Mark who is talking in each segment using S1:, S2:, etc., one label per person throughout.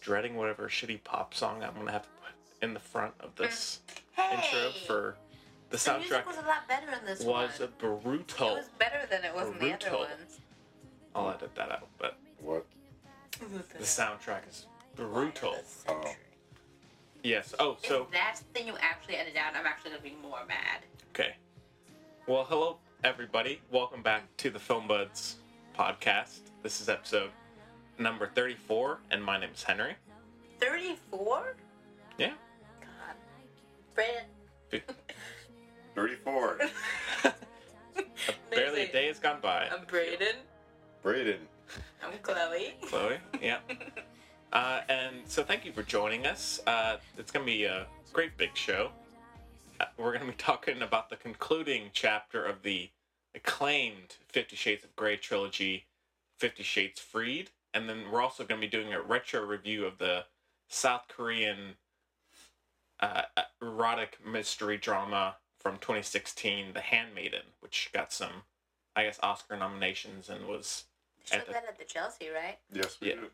S1: dreading whatever shitty pop song I'm gonna have to put in the front of this intro for the
S2: The music
S1: soundtrack
S2: was a lot better in this one.
S1: was brutal.
S2: It was better than it was in the other
S1: Brutal.
S2: ones.
S1: I'll edit that out, but
S3: What?
S1: the soundtrack is brutal.
S3: Oh.
S1: Yes. Oh, so
S2: if that's the thing you actually edit out, I'm actually gonna be more mad.
S1: okay. Well, hello everybody. Welcome back to the Film Buds podcast. This is episode number 34 and my name's Henry.
S2: 34?
S1: Yeah.
S2: God. Brandon.
S1: Be-
S3: 34.
S1: Barely a day has gone by.
S2: I'm Brayden.
S3: Braden.
S2: I'm Chloe.
S1: Chloe. Yeah. Uh, and so thank you for joining us. Uh, it's going to be a great big show. Uh, we're going to be talking about the concluding chapter of the acclaimed Fifty Shades of Grey trilogy, Fifty Shades Freed. And then we're also going to be doing a retro review of the South Korean uh, erotic mystery drama from 2016, The Handmaiden, which got some, I guess, Oscar nominations and was
S2: Showed
S1: At the-
S2: that at the Chelsea, right?
S3: Yes, we
S1: Yeah.
S3: do.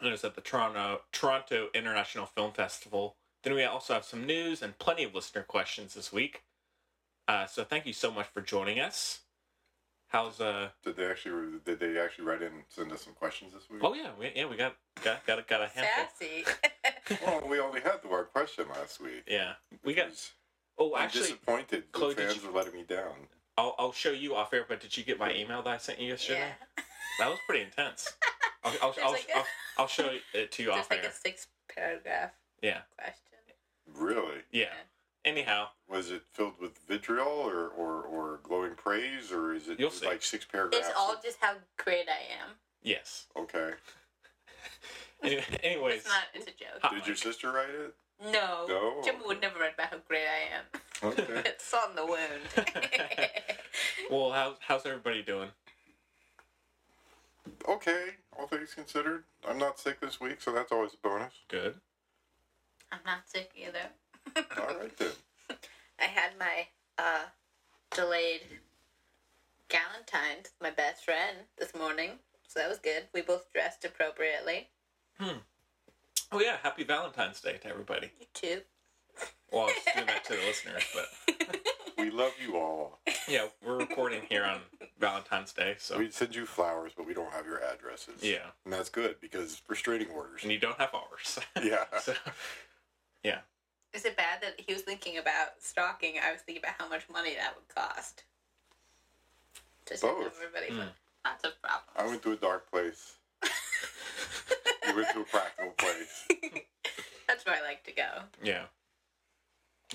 S1: and it was at the Toronto Toronto International Film Festival. Then we also have some news and plenty of listener questions this week. Uh, so thank you so much for joining us. How's uh?
S3: Did they actually did they actually write in and send us some questions this week?
S1: Oh yeah, we, yeah we got got got a, got a handful.
S2: Sassy.
S3: Well, we only had the one question last week.
S1: Yeah, we got.
S3: It's-
S1: Oh,
S3: I'm
S1: actually,
S3: disappointed. The
S1: Chloe, did
S3: fans
S1: you-
S3: are letting me down.
S1: I'll I'll show you off air. But did you get my email that I sent you yesterday?
S2: yeah.
S1: That was pretty intense. I'll I'll,
S2: There's
S1: I'll,
S2: like-
S1: I'll, I'll show it uh, to you
S2: Just
S1: off
S2: like
S1: air.
S2: a six paragraph
S1: Yeah,
S2: question.
S3: Really?
S1: yeah.
S2: Yeah.
S1: Anyhow,
S3: Was it filled with vitriol or, or, or glowing praise or is it
S1: You'll
S3: just
S1: see.
S3: like six paragraphs?
S2: It's all just how great I am.
S1: yes.
S3: okay.
S1: Anyway, anyways,
S2: It's not. It's a joke.
S1: Hot
S3: Did your
S1: mic.
S3: sister write it?
S2: No.
S3: No.
S2: Jim would never write about how great I am.
S3: Okay.
S2: it's on the wound.
S1: well, how's how's everybody doing?
S3: okay. All things considered, I'm not sick this week, so that's always a bonus.
S1: Good.
S2: I'm not sick either.
S3: All right then.
S2: I had my uh, delayed Galentine's with my best friend this morning, so that was good. We both dressed appropriately.
S1: Oh yeah, happy Valentine's Day to everybody.
S2: You too.
S1: Well, I was doing that to the listeners, but
S3: We love you all.
S1: yeah, we're recording here on Valentine's Day, so
S3: We send you flowers, but we don't have your addresses.
S1: yeah,
S3: And that's good because restraining orders.
S1: and you don't have ours.
S3: Yeah.
S1: so
S2: Is it bad that he was thinking about stocking? I was thinking about how much money that would cost. Just give
S3: Both.
S2: everybody
S1: Mm.
S2: lots of problems.
S3: I went to a dark place. You went to a practical place.
S2: That's where I like to go.
S1: yeah.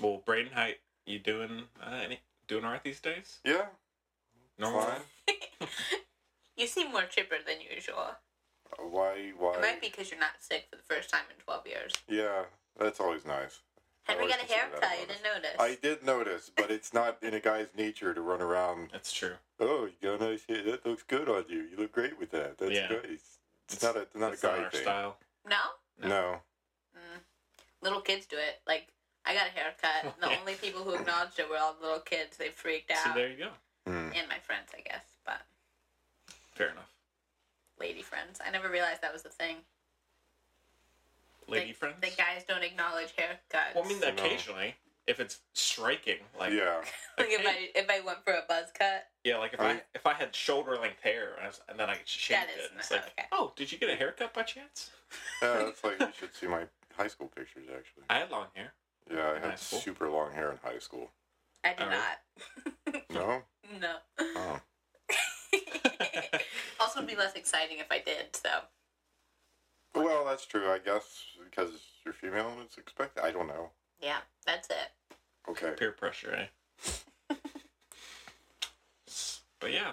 S1: Well, Braden, how you doing? Uh, any doing alright these days?
S3: Yeah.
S1: Normal.
S3: Fine.
S2: You seem more chipper than usual.
S3: Uh, Why? Why?
S2: It might be because you're not sick for the first time in 12 years.
S3: Yeah. That's always nice. I
S2: Henry
S3: always
S2: got a
S3: consider that a
S2: haircut. You
S3: bonus.
S2: didn't notice.
S3: I did notice, but it's not in a guy's nature to run around.
S1: That's true.
S3: Oh, you got a nice hair. That looks good on you. You look great with that. That's
S1: Yeah.
S3: great. It's not a not
S1: That's
S3: a
S1: not
S3: guy
S1: our
S3: thing.
S1: style.
S2: No?
S1: No.
S3: No.
S2: Mm. Little kids do it. Like, I got a haircut. And the
S1: Yeah.
S2: only people who acknowledged it were all the little kids. They freaked
S1: So
S2: out.
S1: there you go.
S3: Hmm.
S2: and my friends, I guess. But
S1: Fair enough.
S2: lady friends. I never realized that was a thing.
S1: Lady
S2: Like,
S1: friends.
S2: That guys don't acknowledge haircuts.
S1: well, I mean,
S3: No.
S1: occasionally, if it's striking, like
S3: yeah.
S2: like, if,
S1: hey.
S2: I, if I went for a buzz cut,
S1: Yeah, like if
S3: I
S1: I,
S3: mean-
S1: if I had shoulder length hair and, I was, and then I shaved
S2: That
S1: it,
S2: is
S1: it's
S2: not-
S1: like,
S2: okay.
S1: oh, did you get a haircut by chance?
S3: Yeah, that's like you should see my high school pictures actually.
S1: I had long hair.
S3: Yeah, I
S1: In high
S3: had
S1: school?
S3: super long hair in high school.
S2: I do
S1: All right.
S2: not.
S3: No?
S2: no.
S3: Oh.
S2: also, it'd be less exciting if I did, so.
S3: Well, that's true, I guess, because you're female and it's expected. I don't know.
S2: Yeah, that's it.
S3: Okay.
S1: Peer pressure, eh? but yeah.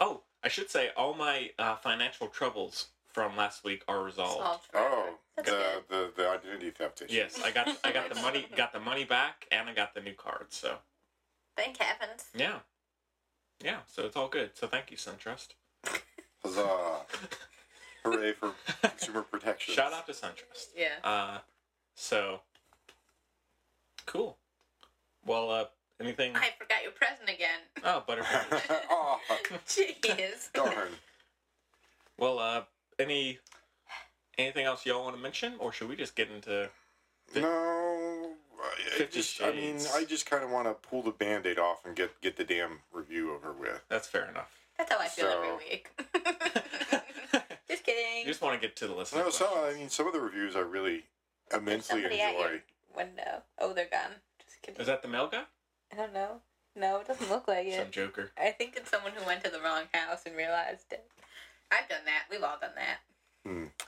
S1: Oh, I should say all my uh, financial troubles from last week are resolved.
S2: Solved forever.
S3: Oh,
S2: That's
S3: the,
S2: good.
S3: the the identity theft issue.
S1: Yes, I got I got the money got the money back and I got the new card. So
S2: Thank heavens.
S1: yeah, yeah. So it's all good. So thank you, SunTrust.
S3: Huzzah. Hooray for consumer protection.
S1: Shout out to SunTrust.
S2: Yeah.
S1: Uh, so cool. Well, uh, anything?
S2: I forgot your present again.
S1: Oh, butterfly.
S3: oh,
S2: Jeez.
S3: darn.
S1: Well, uh, any Anything else y'all want to mention, or should we just get into?
S3: No, I, I
S1: Fifty
S3: just I mean
S1: Shades.
S3: I just kind of want to pull the band-aid off and get get the damn review over with.
S1: That's fair enough.
S2: That's how I feel
S3: So-
S2: every week.
S1: you
S2: Just kidding.
S1: just want to get to the listener.
S3: No, so I
S1: questions.
S3: mean some of the reviews I really
S2: There's
S3: immensely
S2: somebody at
S3: enjoy.
S2: your window. Oh, they're gone. Just kidding.
S1: Is that the male guy?
S2: I don't know. No, it doesn't look like
S1: Some
S2: it.
S1: joker.
S2: I think it's someone who went to the wrong house and realized it. I've done that. We've all done that.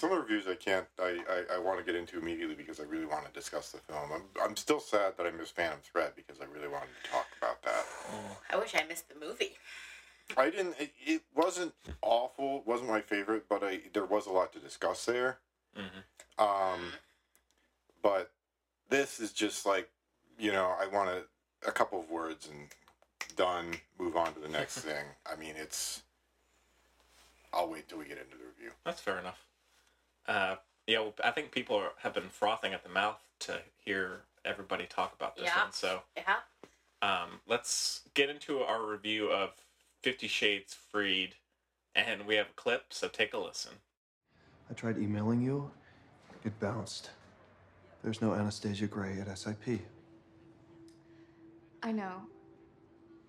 S3: Some of the reviews I can't I I, I want to get into immediately because I really want to discuss the film. I'm I'm still sad that I missed Phantom Thread because I really wanted to talk about that.
S1: Mm-hmm.
S2: I wish I missed the movie.
S3: I didn't. It, it wasn't awful. wasn't my favorite, but I there was a lot to discuss there.
S1: Mhm.
S3: Um, but this is just like you know, I want to a couple of words and done. Move on to the next thing. I mean, it's. I'll wait till we get into the review.
S1: That's fair enough. Uh, yeah, well, I think people are, have been frothing at the mouth to hear everybody talk about this
S2: Yeah.
S1: one. So
S2: Yeah.
S1: um, let's get into our review of Fifty Shades Freed, and we have a clip, so take a listen.
S4: I tried emailing you, it bounced. There's no Anastasia Gray at SIP.
S5: I know.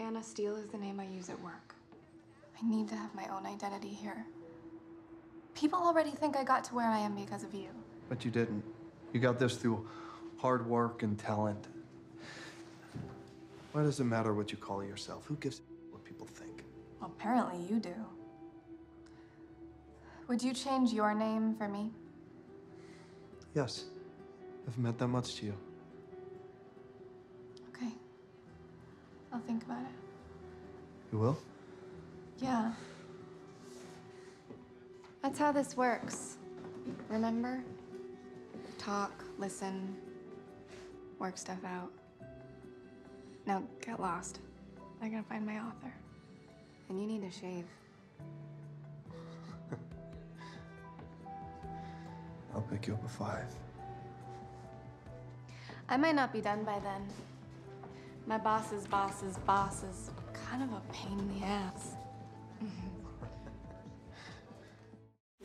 S5: Anna Steele is the name I use at work. I need to have my own identity here. People already think I got to where I am because of you.
S4: But you didn't. You got this through hard work and talent. Why does it matter what you call yourself? Who gives a what people think?
S5: Well, apparently you do. Would you change your name for me?
S4: Yes, I've meant that much to you.
S5: Okay. I'll think about it.
S4: You will?
S5: Yeah. That's how this works. Remember? Talk, listen, work stuff out. Now get lost. I gotta find my author. And you need to shave.
S4: I'll pick you up at five.
S5: I might not be done by then. My boss's boss's boss is kind of a pain in the ass.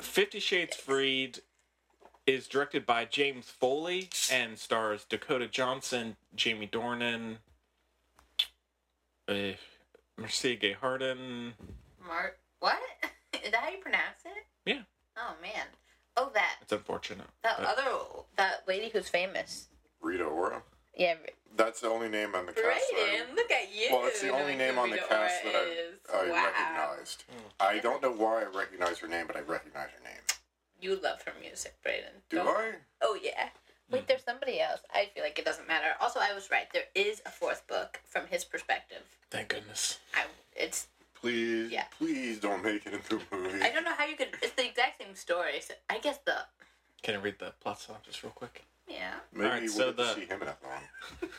S1: Fifty Shades Freed is directed by James Foley and stars Dakota Johnson, Jamie Dornan, uh, Marcia Gay Harden.
S2: Mart. What? Is that how you pronounce it?
S1: Yeah, Uh,
S2: Oh man. Oh, that
S1: it's unfortunate.
S2: that
S1: but-
S2: other that lady who's famous.
S3: Rita Ora.
S2: Yeah.
S3: That's the only name on the cast. that
S2: Brayden, look at you.
S3: I, well, it's the only
S2: knowing
S3: name
S2: who
S3: on the
S2: Rita
S3: cast
S2: Ora
S3: that I,
S2: is.
S3: I
S2: Wow.
S3: recognized.
S1: Hmm.
S3: I don't know why I recognize her name, but I recognize her name.
S2: You love her music, Brayden.
S3: Do
S2: Don't-
S3: I?
S2: Oh yeah.
S1: Hmm.
S2: Wait, there's somebody else. I feel like it doesn't matter. Also, I was right. There is a fourth book from his perspective.
S1: Thank goodness.
S2: I it's
S3: Please,
S2: Yeah.
S3: please don't make it into a movie.
S2: I don't know how you could. It's the exact same story. So I guess the
S1: Can I read the plot synopsis real quick?
S2: yeah.
S3: Maybe
S1: Alright,
S3: we
S1: so
S3: wouldn't
S1: the-
S3: see him in that long.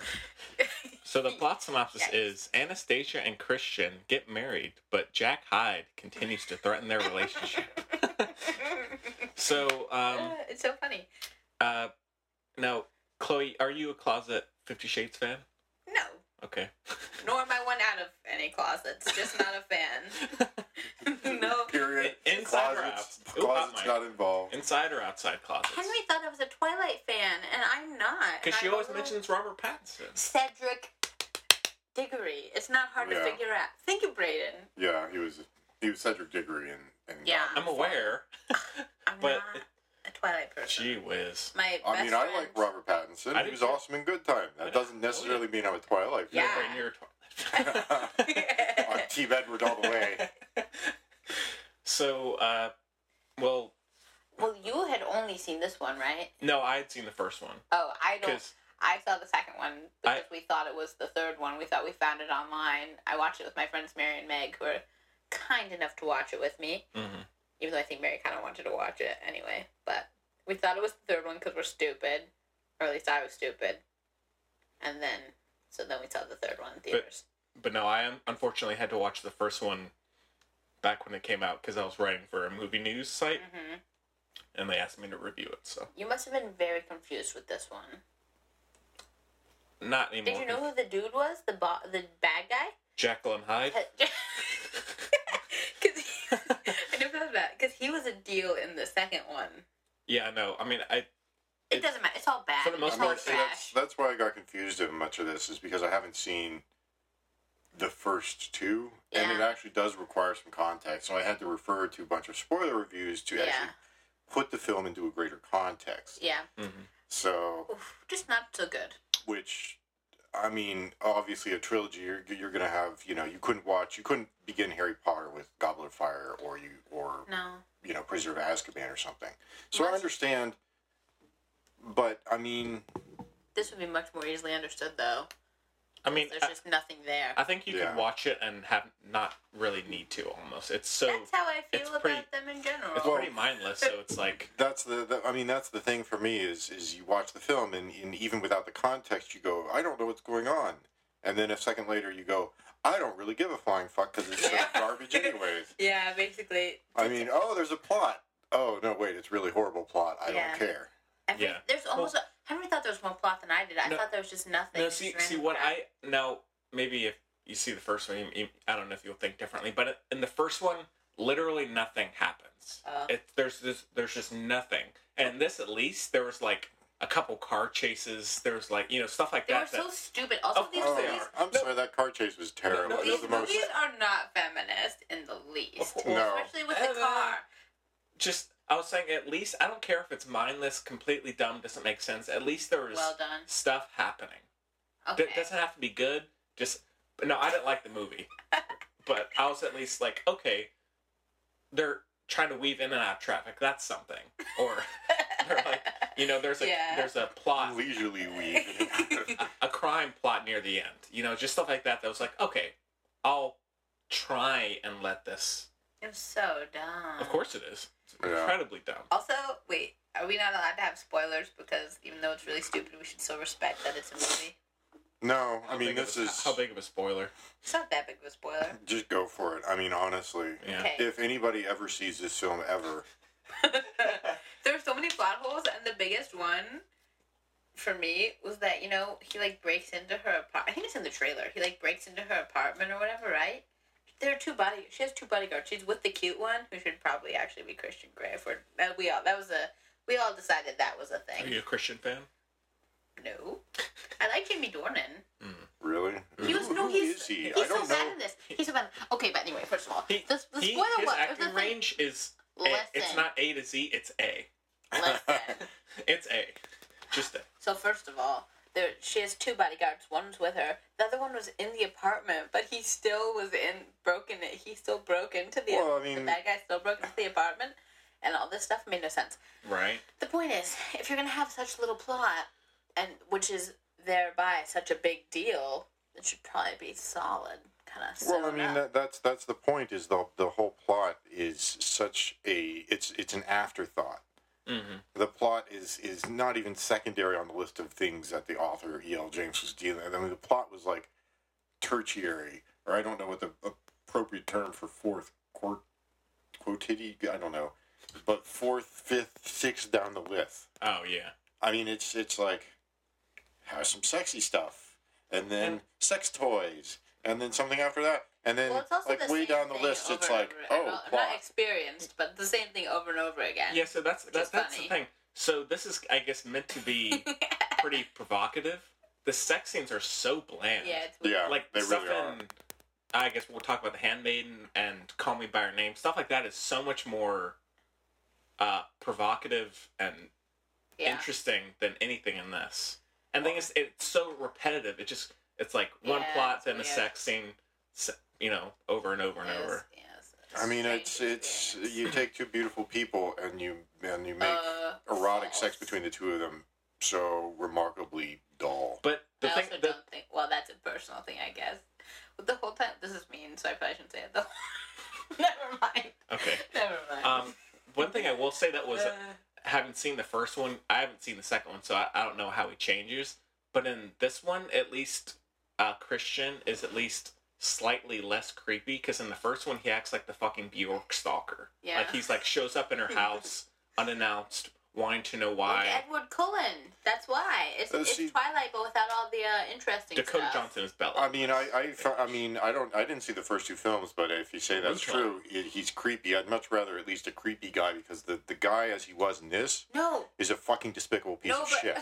S1: So the plot synopsis
S2: Yikes.
S1: is Anastasia and Christian get married, but Jack Hyde continues to threaten their relationship. so, um,
S2: Uh, it's so funny.
S1: uh, now, Chloe, are you a closet Fifty Shades fan?
S2: No,
S1: Okay.
S2: nor am I one out of any closets. Just not a fan. no.
S3: Period.
S1: Inside or
S3: closets,
S1: out? Ooh, hot
S3: closets
S1: mic.
S3: not involved.
S1: Inside or outside closets?
S2: Henry thought I was a Twilight fan, and I'm not.
S1: Because she
S2: And I
S1: always
S2: don't know-
S1: mentions Robert Pattinson.
S2: Cedric Diggory. It's not hard
S3: Yeah.
S2: to figure out. Thank you, Braden.
S3: Yeah, he was he was Cedric Diggory and, and
S2: Yeah.
S1: I'm aware.
S2: I'm
S1: But-
S2: not a Twilight person.
S1: Gee whiz.
S2: My
S3: uh, I
S2: best
S3: mean,
S2: friend,
S3: I like Robert Pattinson.
S1: I
S3: he
S1: do
S3: was
S1: too.
S3: awesome in Good Time.
S1: I Oh,
S3: That
S1: do.
S3: doesn't necessarily mean I'm a Twilight fan.
S2: Yeah.
S1: You're a toilet.
S3: I'm Team Edward all the way.
S1: so, uh, well,
S2: Well, you had only seen this one, right?
S1: no, I had seen the first one.
S2: Oh, I don't.
S1: Because
S2: I saw the second one
S1: I-
S2: because we thought it was the third one. We thought we found it online. I watched it with my friends Mary and Meg, who were kind enough to watch it with me.
S3: Mm-hmm.
S2: Even though I think Mary kind of wanted to watch it anyway, but we thought it was the third one because we're stupid, or at least I was stupid. And then, so then we saw the third one in theaters.
S1: But no, I un- unfortunately had to watch the first one back when it came out because I was writing for a movie news site
S2: hmm
S1: and they asked me to review it. So
S2: You must have been very confused with this one.
S1: not anymore.
S2: Did you know who the dude was? The bo- the bad guy. Uh,
S1: Jacqueline Hyde?
S2: Because I never thought that because he was a deal in the second one.
S1: Yeah, no. I mean, I
S2: It,
S1: It-
S2: doesn't matter. It's all bad.
S1: for the most
S2: it's
S1: part,
S2: all
S1: it's-
S3: see, that's
S2: trash.
S3: that's why I got confused in much of this is because I haven't seen the first two, and it
S2: Yeah.
S3: actually does require some context. So I had to refer to a bunch of spoiler reviews to actually
S2: Yeah.
S3: put the film into a greater context.
S2: Yeah.
S1: mhm.
S3: So,
S2: Oof, just not so good.
S3: which, I mean, obviously a trilogy, you're, you're gonna have, you know, you couldn't watch, you couldn't begin Harry Potter with Goblet of Fire or you or
S2: No.
S3: you know, Prisoner of Azkaban or something. So I
S2: What?
S3: understand, but I mean,
S2: This would be much more easily understood though.
S1: I mean,
S2: There's
S1: I,
S2: just nothing there.
S1: I think you
S3: Yeah.
S1: can watch it and have not really need to. Almost, it's so
S2: That's how I
S1: it's
S2: feel about
S1: pretty-
S2: them in general.
S1: it's
S3: Well-
S1: pretty mindless. So it's like,
S3: that's the, the I mean that's the thing for me is is you watch the film and, and even without the context you go I don't know what's going on and then a second later you go I don't really give a flying fuck because it's just
S2: Yeah.
S3: garbage anyways
S2: yeah, basically.
S3: I mean oh there's a plot oh no wait it's really horrible plot I
S2: Yeah.
S3: don't care
S2: Every,
S1: Yeah.
S2: There's almost. a, Henry thought there was more plot than I did. I
S1: No.
S2: thought there was just nothing.
S1: no.
S2: just
S1: See,
S2: random
S1: see what
S2: crap.
S1: I now maybe if you see the first one, you, you- I don't know if you'll think differently. But in the first one, literally nothing happens.
S2: Oh.
S1: It, there's this, there's just nothing. And this, at least, there was like a couple car chases. There was like you know stuff like
S2: They were
S1: that.
S2: so
S1: that-
S2: stupid. Also,
S1: Of
S2: these
S1: course they
S2: movies,
S1: are.
S3: Oh, I'm
S1: No.
S3: sorry that car chase was terrible
S1: No,
S3: it
S2: these
S3: was the
S2: movies
S3: most
S2: are not feminist in the least,
S1: course.
S3: No.
S2: especially with the
S1: Ever.
S2: car.
S1: just I was saying at least I don't care if it's mindless, completely dumb, doesn't make sense. At least there was
S2: Well done.
S1: stuff happening. D-
S2: Okay.
S1: doesn't have to be good. Just but no, I didn't like the movie, but I was at least like okay, they're trying to weave in and out of traffic. That's something. Or they're like you know there's a
S2: Yeah.
S1: there's a plot
S3: leisurely weave
S1: a, a crime plot near the end. You know just stuff like that. That was like okay, I'll try and let this.
S2: It was so dumb.
S1: Of course it is. It's
S3: Yeah.
S1: incredibly dumb.
S2: Also, wait, are we not allowed to have spoilers? Because even though it's really stupid, we should still respect that it's a movie.
S3: no I
S1: How
S3: mean
S1: big of
S3: this
S1: a-
S3: is
S1: how big of a spoiler.
S2: It's not that big of a spoiler.
S3: just go for it I mean honestly
S1: Yeah.
S2: Okay.
S3: if anybody ever sees this film ever
S2: there were so many plot holes, and the biggest one for me was that you know he like breaks into her apartment. I think it's in the trailer. He like breaks into her apartment or whatever, right? There are two body. She has two bodyguards. She's with the cute one, who should probably actually be Christian Grey. If we're that we all that was a we all decided that was a
S1: Are
S3: Oh,
S2: thing.
S1: you a Christian fan?
S2: No, I like Jamie Dornan.
S3: Really?
S2: He was
S3: Who-
S2: no,
S3: who
S2: he's
S3: is he?
S2: he's
S3: I
S2: so
S3: don't
S2: bad
S3: know.
S2: in this. He's so bad. Okay, but anyway, first of all,
S1: He,
S2: the, the
S1: he-
S2: spoiler
S1: his
S2: was
S1: acting
S2: the thing-
S1: range is. A,
S2: Listen.
S1: it's not A to Z. It's A.
S2: Listen.
S1: It's A. Just A.
S2: so first of all, there she has two bodyguards. One's with her. The other one was in the apartment, but he still was in broken. It. He still broke into the.
S3: Well, I mean-
S2: the bad guy still broke into the apartment, and all this stuff made no sense.
S1: Right.
S2: The point is, if you're gonna have such little plot, and which is thereby such a big deal, it should probably be solid, kind of.
S3: Well, I mean that, that's that's the point. Is the the whole plot is such a it's it's an afterthought.
S1: Mm-hmm.
S3: The plot is is not even secondary on the list of things that the author E. L. James was dealing. with. I mean, the plot was like tertiary, or I don't know what the appropriate term for fourth quart quotidi. I don't know, but fourth, fifth, sixth down the list.
S1: Oh yeah.
S3: I mean, it's it's like have some sexy stuff, and then
S1: And-
S3: sex toys, and then something after that, and then
S2: Well, it's also
S3: like
S2: the
S3: way
S2: same
S3: down the
S2: thing
S3: list,
S2: over
S3: it's
S2: and
S3: like
S2: over, and
S3: oh,
S2: all-
S3: plot.
S2: not experienced, but the same thing over and over again.
S1: Yeah. So that's
S2: Which is
S1: that, that's
S2: funny.
S1: the thing. So this is, I guess, meant to be pretty provocative. The sex scenes are so bland.
S2: yeah, it's weird.
S3: yeah,
S1: Like
S3: they
S1: the stuff
S3: really are.
S1: in. I guess we'll talk about the Handmaiden and Call Me by Your Name. Stuff like that is so much more uh, provocative and
S2: yeah.
S1: interesting than anything in this. And the thing is, it's so repetitive. It just it's like one
S2: Yeah,
S1: plot,
S2: it's
S1: then a
S2: weird.
S1: sex scene, se- you know, over and over and
S2: Yes,
S1: over.
S2: yes,
S3: I mean,
S2: strange
S3: it's it's
S2: experience.
S3: you take two beautiful people and you and you make
S2: Uh,
S3: erotic sex
S2: false.
S3: between the two of them so remarkably dull.
S1: But the
S2: I
S1: thing,
S2: also
S1: the,
S2: don't think. Well, that's a personal thing, I guess. But the whole time, this is mean, so I probably shouldn't say it. Though. Never mind.
S1: okay.
S2: Never mind.
S1: Um, one thing I will say that was
S2: Uh,
S1: haven't seen the first one. I haven't seen the second one, so I, I don't know how he changes. But in this one, at least uh, Christian is at least slightly less creepy because in the first one he acts like the fucking Bjork stalker.
S2: Yeah.
S1: Like he's like shows up in her house unannounced, wanting to know why.
S2: Look at Edward Cullen. That's why. It's,
S3: Uh,
S2: it's
S3: see-
S2: Twilight, but without all the uh, interesting
S1: Dakota
S2: stuff.
S1: Johnson is Bella.
S3: I mean, I, I, fo- I mean, I don't, I didn't see the first two films, but if you say that's
S1: Which one?
S3: true, i he's creepy. I'd much rather at least a creepy guy because the, the guy as he was in this
S2: No,
S3: is a fucking despicable piece
S2: no,
S3: of
S2: but
S3: shit.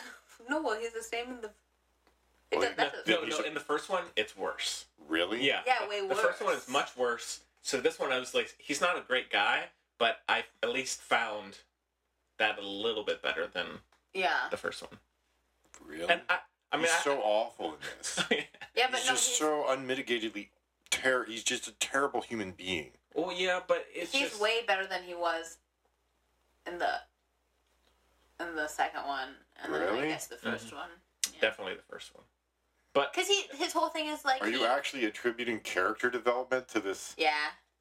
S2: no. Well, he's the same in the.
S3: Well,
S2: It,
S1: no,
S2: that's a-
S1: no,
S3: he's
S1: no,
S3: a-
S1: in the first one, it's worse.
S3: Really?
S1: Yeah.
S2: Yeah,
S1: the-
S2: way
S1: The first one
S2: worse.
S1: is much worse. So this one, I was like, he's not a great guy, but I at least found that a little bit better than
S2: yeah,
S1: the first one.
S3: Really?
S1: And I, I mean,
S3: he's
S1: I,
S3: so awful in this.
S2: yeah, but
S3: he's
S2: no,
S3: just
S2: he's,
S3: so unmitigatedly ter- He's just a terrible human being.
S1: well, yeah, but it's
S2: he's
S1: just
S2: way better than he was in the in the second one, and then I
S3: Really?
S2: guess the 1st one.
S1: definitely the first one. But
S2: Because he his whole thing is like.
S3: Are you
S2: he-
S3: actually attributing character development to this?
S2: Yeah,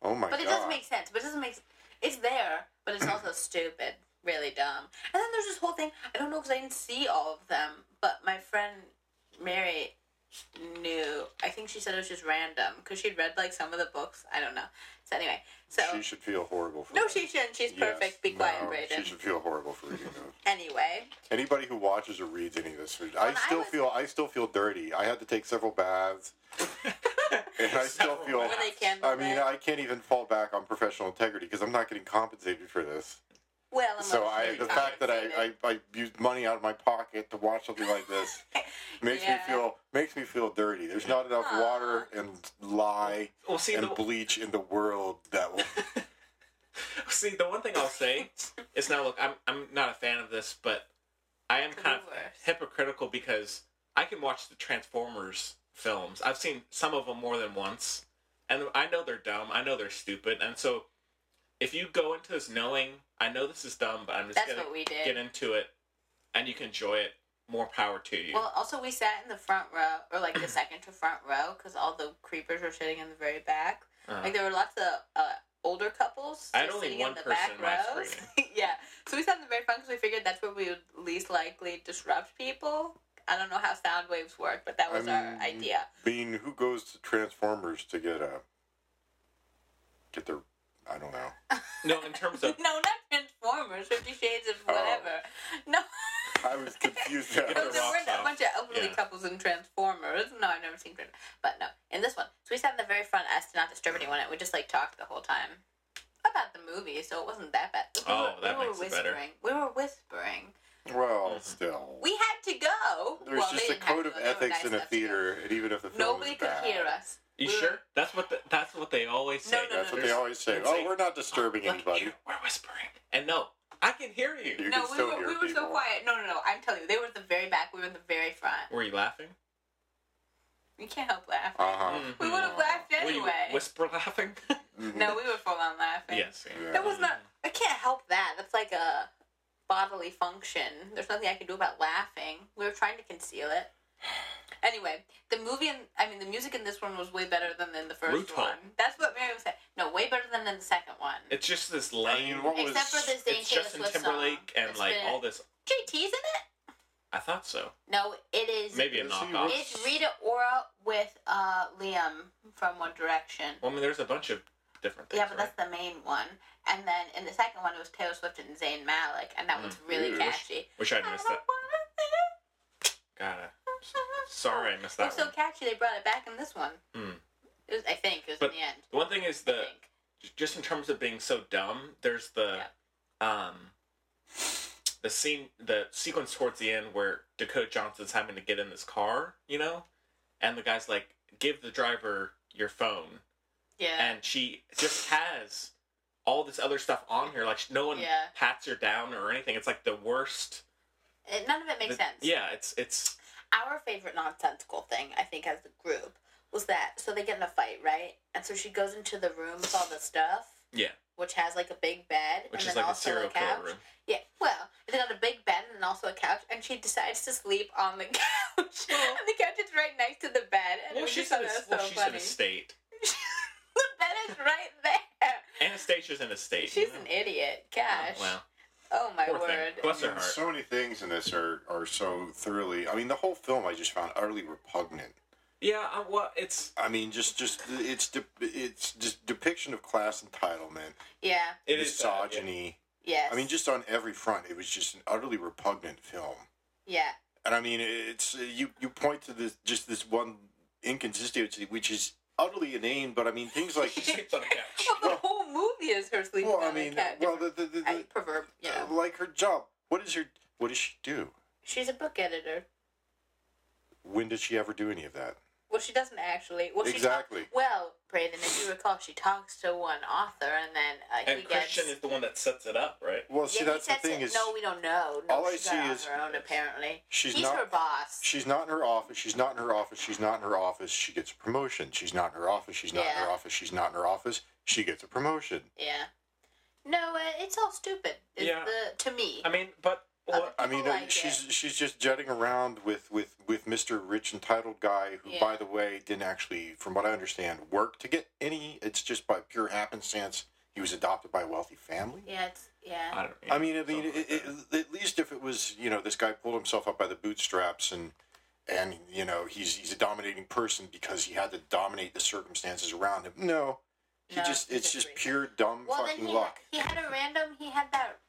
S3: Oh my
S2: but
S3: god!
S2: it doesn't make sense. But it doesn't make. s- It's there, but it's also stupid, really dumb. And then there's this whole thing. I don't know because I didn't see all of them, but my friend Mary knew. I think she said it was just random because she'd read like some of the books. I don't know. So anyway, so
S3: She should feel horrible for.
S2: no,
S3: that.
S2: she shouldn't. She's
S3: Yes,
S2: perfect. Be quiet,
S3: no, She
S2: Brayden.
S3: should feel horrible for reading those.
S2: Anyway,
S3: Anybody who watches or reads any of this, I
S2: When I
S3: still
S2: was-
S3: feel I still feel dirty. I had to take several baths, and I still
S1: Several
S3: feel.
S1: baths.
S2: were they candle
S3: I mean,
S2: lit?
S3: I can't even fall back on professional integrity because I'm not getting compensated for this.
S2: well,
S3: So I,
S2: emotionally
S3: the fact that I,
S2: compensated.
S3: I, I used money out of my pocket to watch something like this makes
S2: Yeah.
S3: me feel makes me feel dirty. There's not enough
S2: Aw.
S3: water and lye
S1: well, see
S3: and
S1: the
S3: bleach in the world that will.
S1: see the one thing I'll say is now look, I'm I'm not a fan of this, but I am
S2: Could
S1: kind of
S2: be worse.
S1: hypocritical because I can watch the Transformers films. I've seen some of them more than once, and I know they're dumb. I know they're stupid, and so if you go into this knowing, I know this is dumb, but I'm just
S2: That's
S1: gonna
S2: what we did.
S1: get into it, and you can enjoy it. More power to you.
S2: Well, also we sat in the front row, or like the second to front row, because all the creepers were sitting in the very back.
S1: Uh-huh.
S2: Like there were lots of uh, older couples
S1: I had
S2: just
S1: only
S2: sitting
S1: one
S2: in the
S1: person
S2: back
S1: in my
S2: rows. yeah, so we sat in the very front because we figured that's where we would least likely disrupt people. I don't know how sound waves work, but that was our
S3: I'm-
S2: idea.
S3: Bean, who goes to Transformers to get a get their I don't know.
S1: no, in terms of
S2: no, not Transformers, Fifty Shades of
S3: Oh.
S2: whatever. No,
S3: I was confused.
S1: Get
S2: there
S1: their
S2: were
S1: rocks
S2: not a
S1: off.
S2: bunch of elderly
S1: Yeah.
S2: couples in Transformers. No, I've never seen Transformers, but no, in this one, so we sat in the very front as to not disturb anyone. And we just like talked the whole time about the movie, so it wasn't that bad. We
S1: Oh, that
S2: we
S1: makes it better.
S2: whispering. We were whispering.
S3: well,
S1: Mm-hmm.
S3: still,
S2: We had to go.
S3: there's
S2: Well, they
S3: just a
S2: didn't have
S3: code
S2: to
S3: of
S2: go. They were
S3: ethics
S2: nice
S3: in a
S2: enough to go.
S3: theater, and even if the film
S2: Nobody
S3: is
S2: could
S3: bad,
S2: hear us.
S1: you
S2: We were-
S1: sure that's what the, that's what they always say.
S2: No, no,
S3: That's
S2: no,
S3: what
S2: no.
S3: they always say.
S1: It's
S3: Oh,
S1: like-
S3: we're not disturbing
S1: Look,
S3: anybody.
S1: you- we're whispering, and no, I can hear you.
S3: You
S2: no,
S3: can
S2: we
S3: still
S2: were
S3: hear
S2: we were so
S3: people.
S2: quiet. No, no, no. I'm telling you, they were at the very back. We were in the very front.
S1: Were you laughing?
S2: You can't help laughing.
S3: Uh huh.
S1: Mhm.
S2: We would have laughed
S1: Were
S2: anyway.
S1: you whisper laughing?
S2: no, we were full on laughing.
S1: yes. yeah.
S2: That was not. I can't help that. That's like a bodily function. There's nothing I can do about laughing. We were trying to conceal it. Anyway, the movie and I mean the music in this one was way better than in the first
S1: Brutal.
S2: one. That's what Mary was saying. No, way better than in the second one.
S1: It's just this
S3: I
S1: lame.
S3: mean, what was
S2: Except for this Zane
S1: it's
S2: Taylor
S1: Justin
S2: Swift
S1: Timberlake
S2: song.
S1: and
S2: It's
S1: like
S2: been-
S1: all this.
S2: JT's in it?
S1: I thought so.
S2: No, it is.
S1: Maybe a
S3: Is he
S1: knockoff.
S3: really-
S2: It's Rita Ora with uh, Liam from One Direction.
S1: Well, I mean, there's a bunch of different things.
S2: Yeah, but
S1: right?
S2: that's the main one. And then in the second one, it was Taylor Swift and Zayn Malik, and that one's really
S3: Ew.
S2: catchy.
S1: Wish Mm, I
S2: I
S1: missed
S2: don't
S1: that.
S2: wanna think
S1: God, I'm s- sorry I missed
S2: It
S1: that
S2: was so
S1: one.
S2: catchy they brought it back in this one.
S1: Hmm.
S2: It was, I think it was
S1: But
S2: in the end.
S1: The one thing is the
S2: I think.
S1: just in terms of being so dumb. There's the, um, the scene, the sequence towards the end where Dakota Johnson's having to get in this car, you know, and the guy's like, "Give the driver your phone,"
S2: Yeah.
S1: and she just has all this other stuff on here. Like no one
S2: Yeah.
S1: pats her down or anything. It's like the worst.
S2: It- none of it makes
S1: the-
S2: sense.
S1: Yeah, it's it's
S2: Our favorite nonsensical thing, I think, as a group, was that so they get in a fight, right? And so she goes into the room with all the stuff,
S1: yeah,
S2: which has like a big bed,
S1: which is
S2: and then
S1: like a
S2: also
S1: serial
S2: couch.
S1: killer room.
S2: Yeah, well, they got a big bed and then also a couch, and she decides to sleep on the couch. and the couch is right next to the bed, and
S1: Well,
S2: we just
S1: she's in
S2: thought
S1: a,
S2: that was so
S1: well, she's in
S2: funny.
S1: a state.
S2: the bed is right there.
S1: Anastasia's in a state.
S2: She's
S1: you know?
S2: an idiot. Gosh.
S1: Oh, wow.
S2: Oh my
S1: Poor thing.
S2: word.
S1: Bless her
S3: And
S1: heart.
S3: So many things in this are, are so thoroughly. I mean, the whole film I just found utterly repugnant.
S1: yeah, uh, well, it's
S3: I mean, just just it's de- it's just depiction of class entitlement,
S2: Yeah.
S1: it is bad, yeah.
S3: misogyny,
S2: Yes.
S3: I mean, just on every front, it was just an utterly repugnant film.
S2: yeah.
S3: And I mean, it's uh, you you point to this just this one inconsistency, which is utterly inane. But I mean, things like
S1: She sleeps on a couch.
S2: Well, the whole movie is her sleeping
S3: well,
S2: on
S3: I mean,
S2: the couch.
S3: well, the, the, the,
S2: I proverb, you
S3: uh,
S2: know.
S3: like her job. What is her? What does she do?
S2: She's a book editor.
S3: When did she ever do any of that?
S2: Well, she doesn't actually. Well, she talk-
S3: Exactly.
S2: well, Braden, if you recall, she talks to one author, and then uh,
S1: And
S2: he
S1: Christian
S2: gets.
S1: is the one that sets it up, right?
S3: Well,
S2: yeah,
S3: see,
S2: he
S3: that's the
S2: sets
S3: thing
S2: it-
S3: is
S2: no, we don't know. No,
S3: all I
S2: she
S3: see
S2: got
S3: is-
S2: on her own. Apparently,
S3: she's
S2: he's
S3: not-
S2: her boss.
S3: she's not in her office. She's not in her office. She's not in her office. She gets a promotion. She's not in her office. She's not in her
S2: Yeah.
S3: office. She's not in her office. She gets a promotion.
S2: yeah. No, uh, it's all stupid. Is
S1: Yeah.
S2: the to me.
S1: I mean, but well,
S3: I mean,
S2: People like
S3: uh, she's she's just jetting around with with with Mr. Rich entitled guy, who,
S2: Yeah.
S3: by the way, didn't actually, from what I understand, work to get any. It's just by pure happenstance he was adopted by a wealthy family.
S2: yeah, it's yeah.
S1: I don't.
S3: I mean, I mean,
S1: something like
S3: it, it,
S1: that.
S3: at least if it was, you know, this guy pulled himself up by the bootstraps and and you know he's he's a dominating person because he had to dominate the circumstances around him. No, he
S2: No,
S3: just
S2: he's
S3: it's
S2: just
S3: just
S2: crazy.
S3: pure dumb
S2: Well, then
S3: fucking
S2: he,
S3: luck.
S2: he had a random. He had that.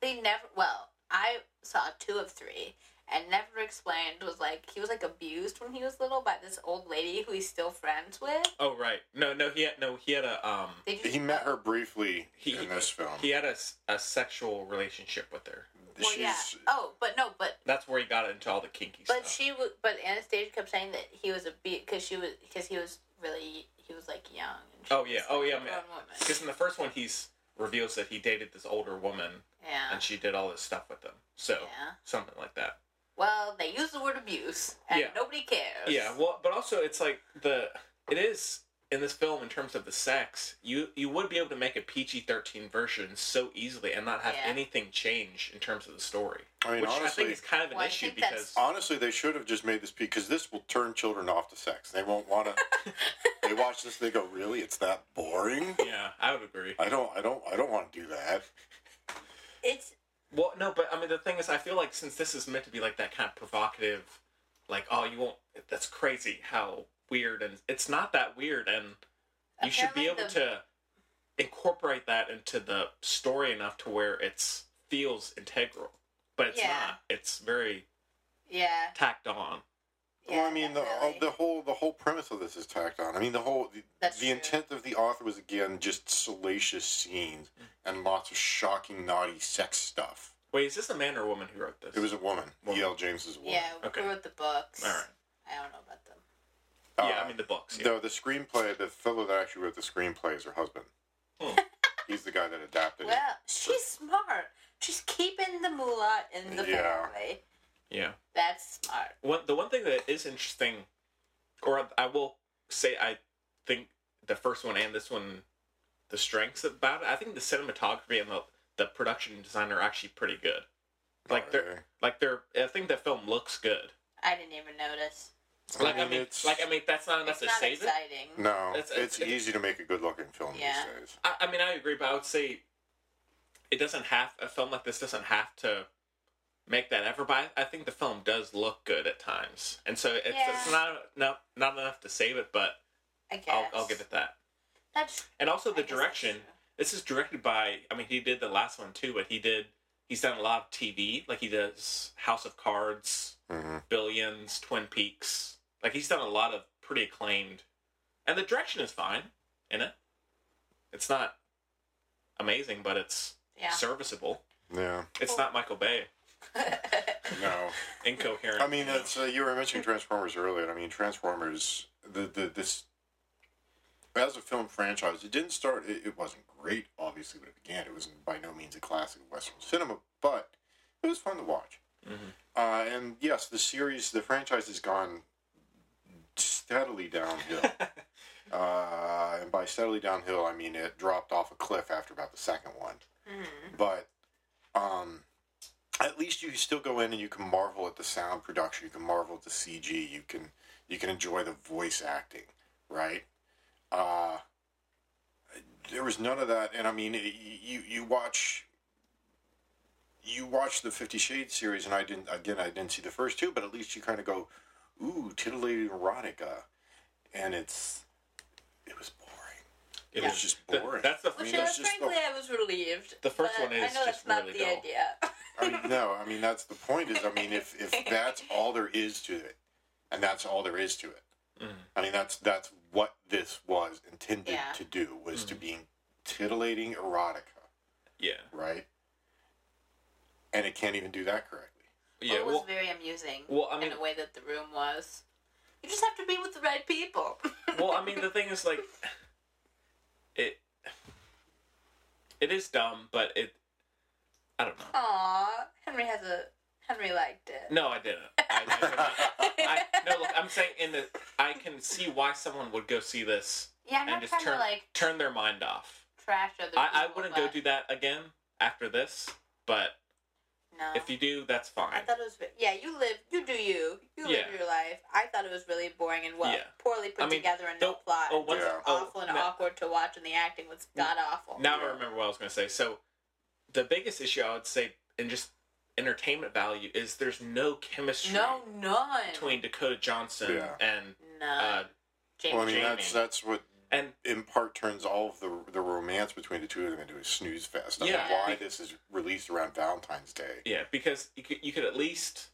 S2: They never. Well, I saw two of three, and never explained. Was like he was like abused when he was little by this old lady who he's still friends with.
S1: oh right, no, no, he had no, he had a um,
S2: They just,
S3: He met her briefly
S1: he
S3: in this film.
S1: he had a, s- a sexual relationship with her.
S2: Well, yeah.
S3: She's-
S2: Oh, but no, but
S1: That's where he got into all the kinky
S2: but
S1: stuff.
S2: she was. But Anastasia kept saying that he was a because she was because he was really he was like young. And she
S1: oh yeah,
S2: was,
S1: oh
S2: like,
S1: yeah,
S2: a
S1: man.
S2: grown woman.
S1: Because in the first one, he's reveals that he dated this older woman,
S2: Yeah.
S1: and she did all this stuff with him. So
S2: Yeah.
S1: something like that.
S2: Well, they use the word abuse, and
S1: Yeah.
S2: nobody cares.
S1: Yeah, well, but also it's like the it is in this film in terms of the sex. You you would be able to make a PG thirteen version so easily and not have
S2: Yeah.
S1: anything change in terms of the story,
S3: I mean,
S1: which I
S3: honestly-
S1: think is kind of an
S2: Well, I
S1: issue
S2: think that's-
S1: because
S3: Honestly, they should have just made this because this will turn children off to sex. They won't want to. they watch this, they go, "Really? It's that boring?
S1: yeah, I would agree.
S3: I don't, I don't, I don't want to do that."
S2: It's
S1: Well, no, but I mean the thing is, I feel like since this is meant to be like that kind of provocative, like oh you won't that's crazy how weird and it's not that weird and you should be able
S2: Apparently
S1: to incorporate that into the story enough to where it's feels integral, but it's
S2: Yeah.
S1: not. It's very
S2: yeah.
S1: tacked on.
S2: yeah
S3: well, I mean, the,
S2: definitely.
S3: the whole the whole premise of this is tacked on. I mean, the whole the,
S2: That's
S3: the
S2: true.
S3: intent of the author was again just salacious scenes
S2: Mm.
S3: and lots of shocking, naughty sex stuff.
S1: Wait, is this a man or a woman who wrote this?
S3: It was a woman.
S1: Woman.
S3: E.L. James is a woman.
S2: Yeah,
S1: Okay.
S2: who wrote the books?
S1: All right.
S2: I don't know about them.
S1: yeah,
S3: Uh,
S1: I mean the books. Yeah.
S3: Though the screenplay, the fellow that actually wrote the screenplay is her husband.
S1: Hmm.
S3: He's the guy that adapted it.
S2: Well, she's smart. She's keeping the moolah in the
S3: Yeah.
S2: family.
S1: yeah.
S2: That's smart.
S1: One the one thing that is interesting, or I will say, I think the first one and this one, the strengths about it. I think the cinematography and the the production design are actually pretty good. Like they're
S3: Alright.
S1: like they're. I think the film looks good.
S2: I didn't even notice.
S1: Like I
S3: mean,
S1: mean,
S3: it's-
S1: like I mean, that's not enough
S2: It's
S1: to
S2: not
S1: save it.
S2: exciting.
S3: No,
S1: It's-
S3: it's,
S1: it's- it's-
S3: easy to make a good-looking film
S2: Yeah.
S3: these days.
S1: I, I mean, I agree, but I would say it doesn't have a film like this doesn't have to make that effort. But I, I think the film does look good at times, and so it's, it's
S2: Yeah.
S1: not no, not enough to save it. But
S2: I guess.
S1: I'll, I'll give it that.
S2: That's
S1: And also
S2: I
S1: the
S2: guess that's
S1: direction.
S2: true.
S1: This is directed by. I mean, he did the last one too, but he did. He's done a lot of TV, like he does House of Cards,
S3: hmm
S1: Billions, Twin Peaks. Like he's done a lot of pretty acclaimed, and the direction is fine in it. It's not amazing, but it's
S2: yeah.
S1: serviceable.
S3: Yeah,
S1: It's not Michael Bay.
S3: no.
S1: Incoherent.
S3: I mean, that's uh, you were mentioning Transformers earlier. I mean, Transformers, the, the this as a film franchise, it didn't start. It, it wasn't great, obviously, when it began. It was by no means a classic of Western cinema, but it was fun to watch.
S1: Mhm.
S3: Uh, and yes, the series, the franchise has gone steadily downhill. uh, and by steadily downhill, I mean it dropped off a cliff after about the second one.
S2: Mhm.
S3: but um, at least you still go in and you can marvel at the sound production. You can marvel at the CG. You can you can enjoy the voice acting, right? Uh, there was none of that, and I mean, y- you you watch you watch the Fifty Shades series, and I didn't again I didn't see the first two, but at least you kind of go, ooh, titillating erotica, and it's it was boring. It
S2: Yeah.
S3: was just
S1: Th-
S3: boring.
S1: that's the
S3: I
S2: Which,
S3: mean,
S2: uh,
S3: that's just the-
S2: frankly, I was relieved.
S1: The first
S2: but
S1: one is
S2: I know
S1: just
S2: that's not
S1: really
S2: the
S1: dull.
S2: idea.
S3: I mean, no, I mean that's the point. Is I mean, if if that's all there is to it, and that's all there is to it,
S1: Mhm.
S3: I mean that's that's what this was intended
S2: Yeah.
S3: to do was
S1: Mm.
S3: to be titillating erotica,
S1: Yeah.
S3: right? And it can't even do that correctly.
S1: Yeah.
S2: it was
S1: well,
S2: very amusing.
S1: well, I mean-
S2: in the way that the room was. You just have to be with the right people.
S1: well, I mean, the thing is, like, it it is dumb, but it I don't know.
S2: Aww, Henry has a Henry liked it.
S1: No, I didn't. I, I, I- no, look, I'm saying in the I can see why someone would go see this
S2: yeah, I'm
S1: and
S2: not
S1: just
S2: trying
S1: turn
S2: to like
S1: turn their mind off.
S2: trash other people.
S1: I, I wouldn't go
S2: but
S1: do that again after this, but
S2: No.
S1: if you do, that's fine.
S2: Uh, I thought it was ve- yeah. You live, you do you. You live
S1: Yeah.
S2: your life. I thought it was really boring and well,
S1: Yeah.
S2: poorly put
S1: I mean,
S2: together and no
S1: don't-
S2: plot.
S1: oh,
S2: it
S1: once-
S2: was
S3: Yeah.
S1: oh,
S2: awful and
S1: no.
S2: awkward to watch, and the acting was god awful.
S1: Now I
S3: Yeah.
S1: remember what I was going to say. So, the biggest issue I would say in just entertainment value is there's no chemistry
S2: no, none.
S1: between Dakota Johnson
S3: Yeah.
S1: and
S2: none.
S1: uh,
S2: James
S3: Well, I mean
S1: Jamie.
S3: that's that's what
S1: and
S3: in part turns all of the the romance between the two of them into a snooze fest. I
S1: Yeah.
S3: mean, why this is released around Valentine's Day?
S1: yeah, because you could, you could at least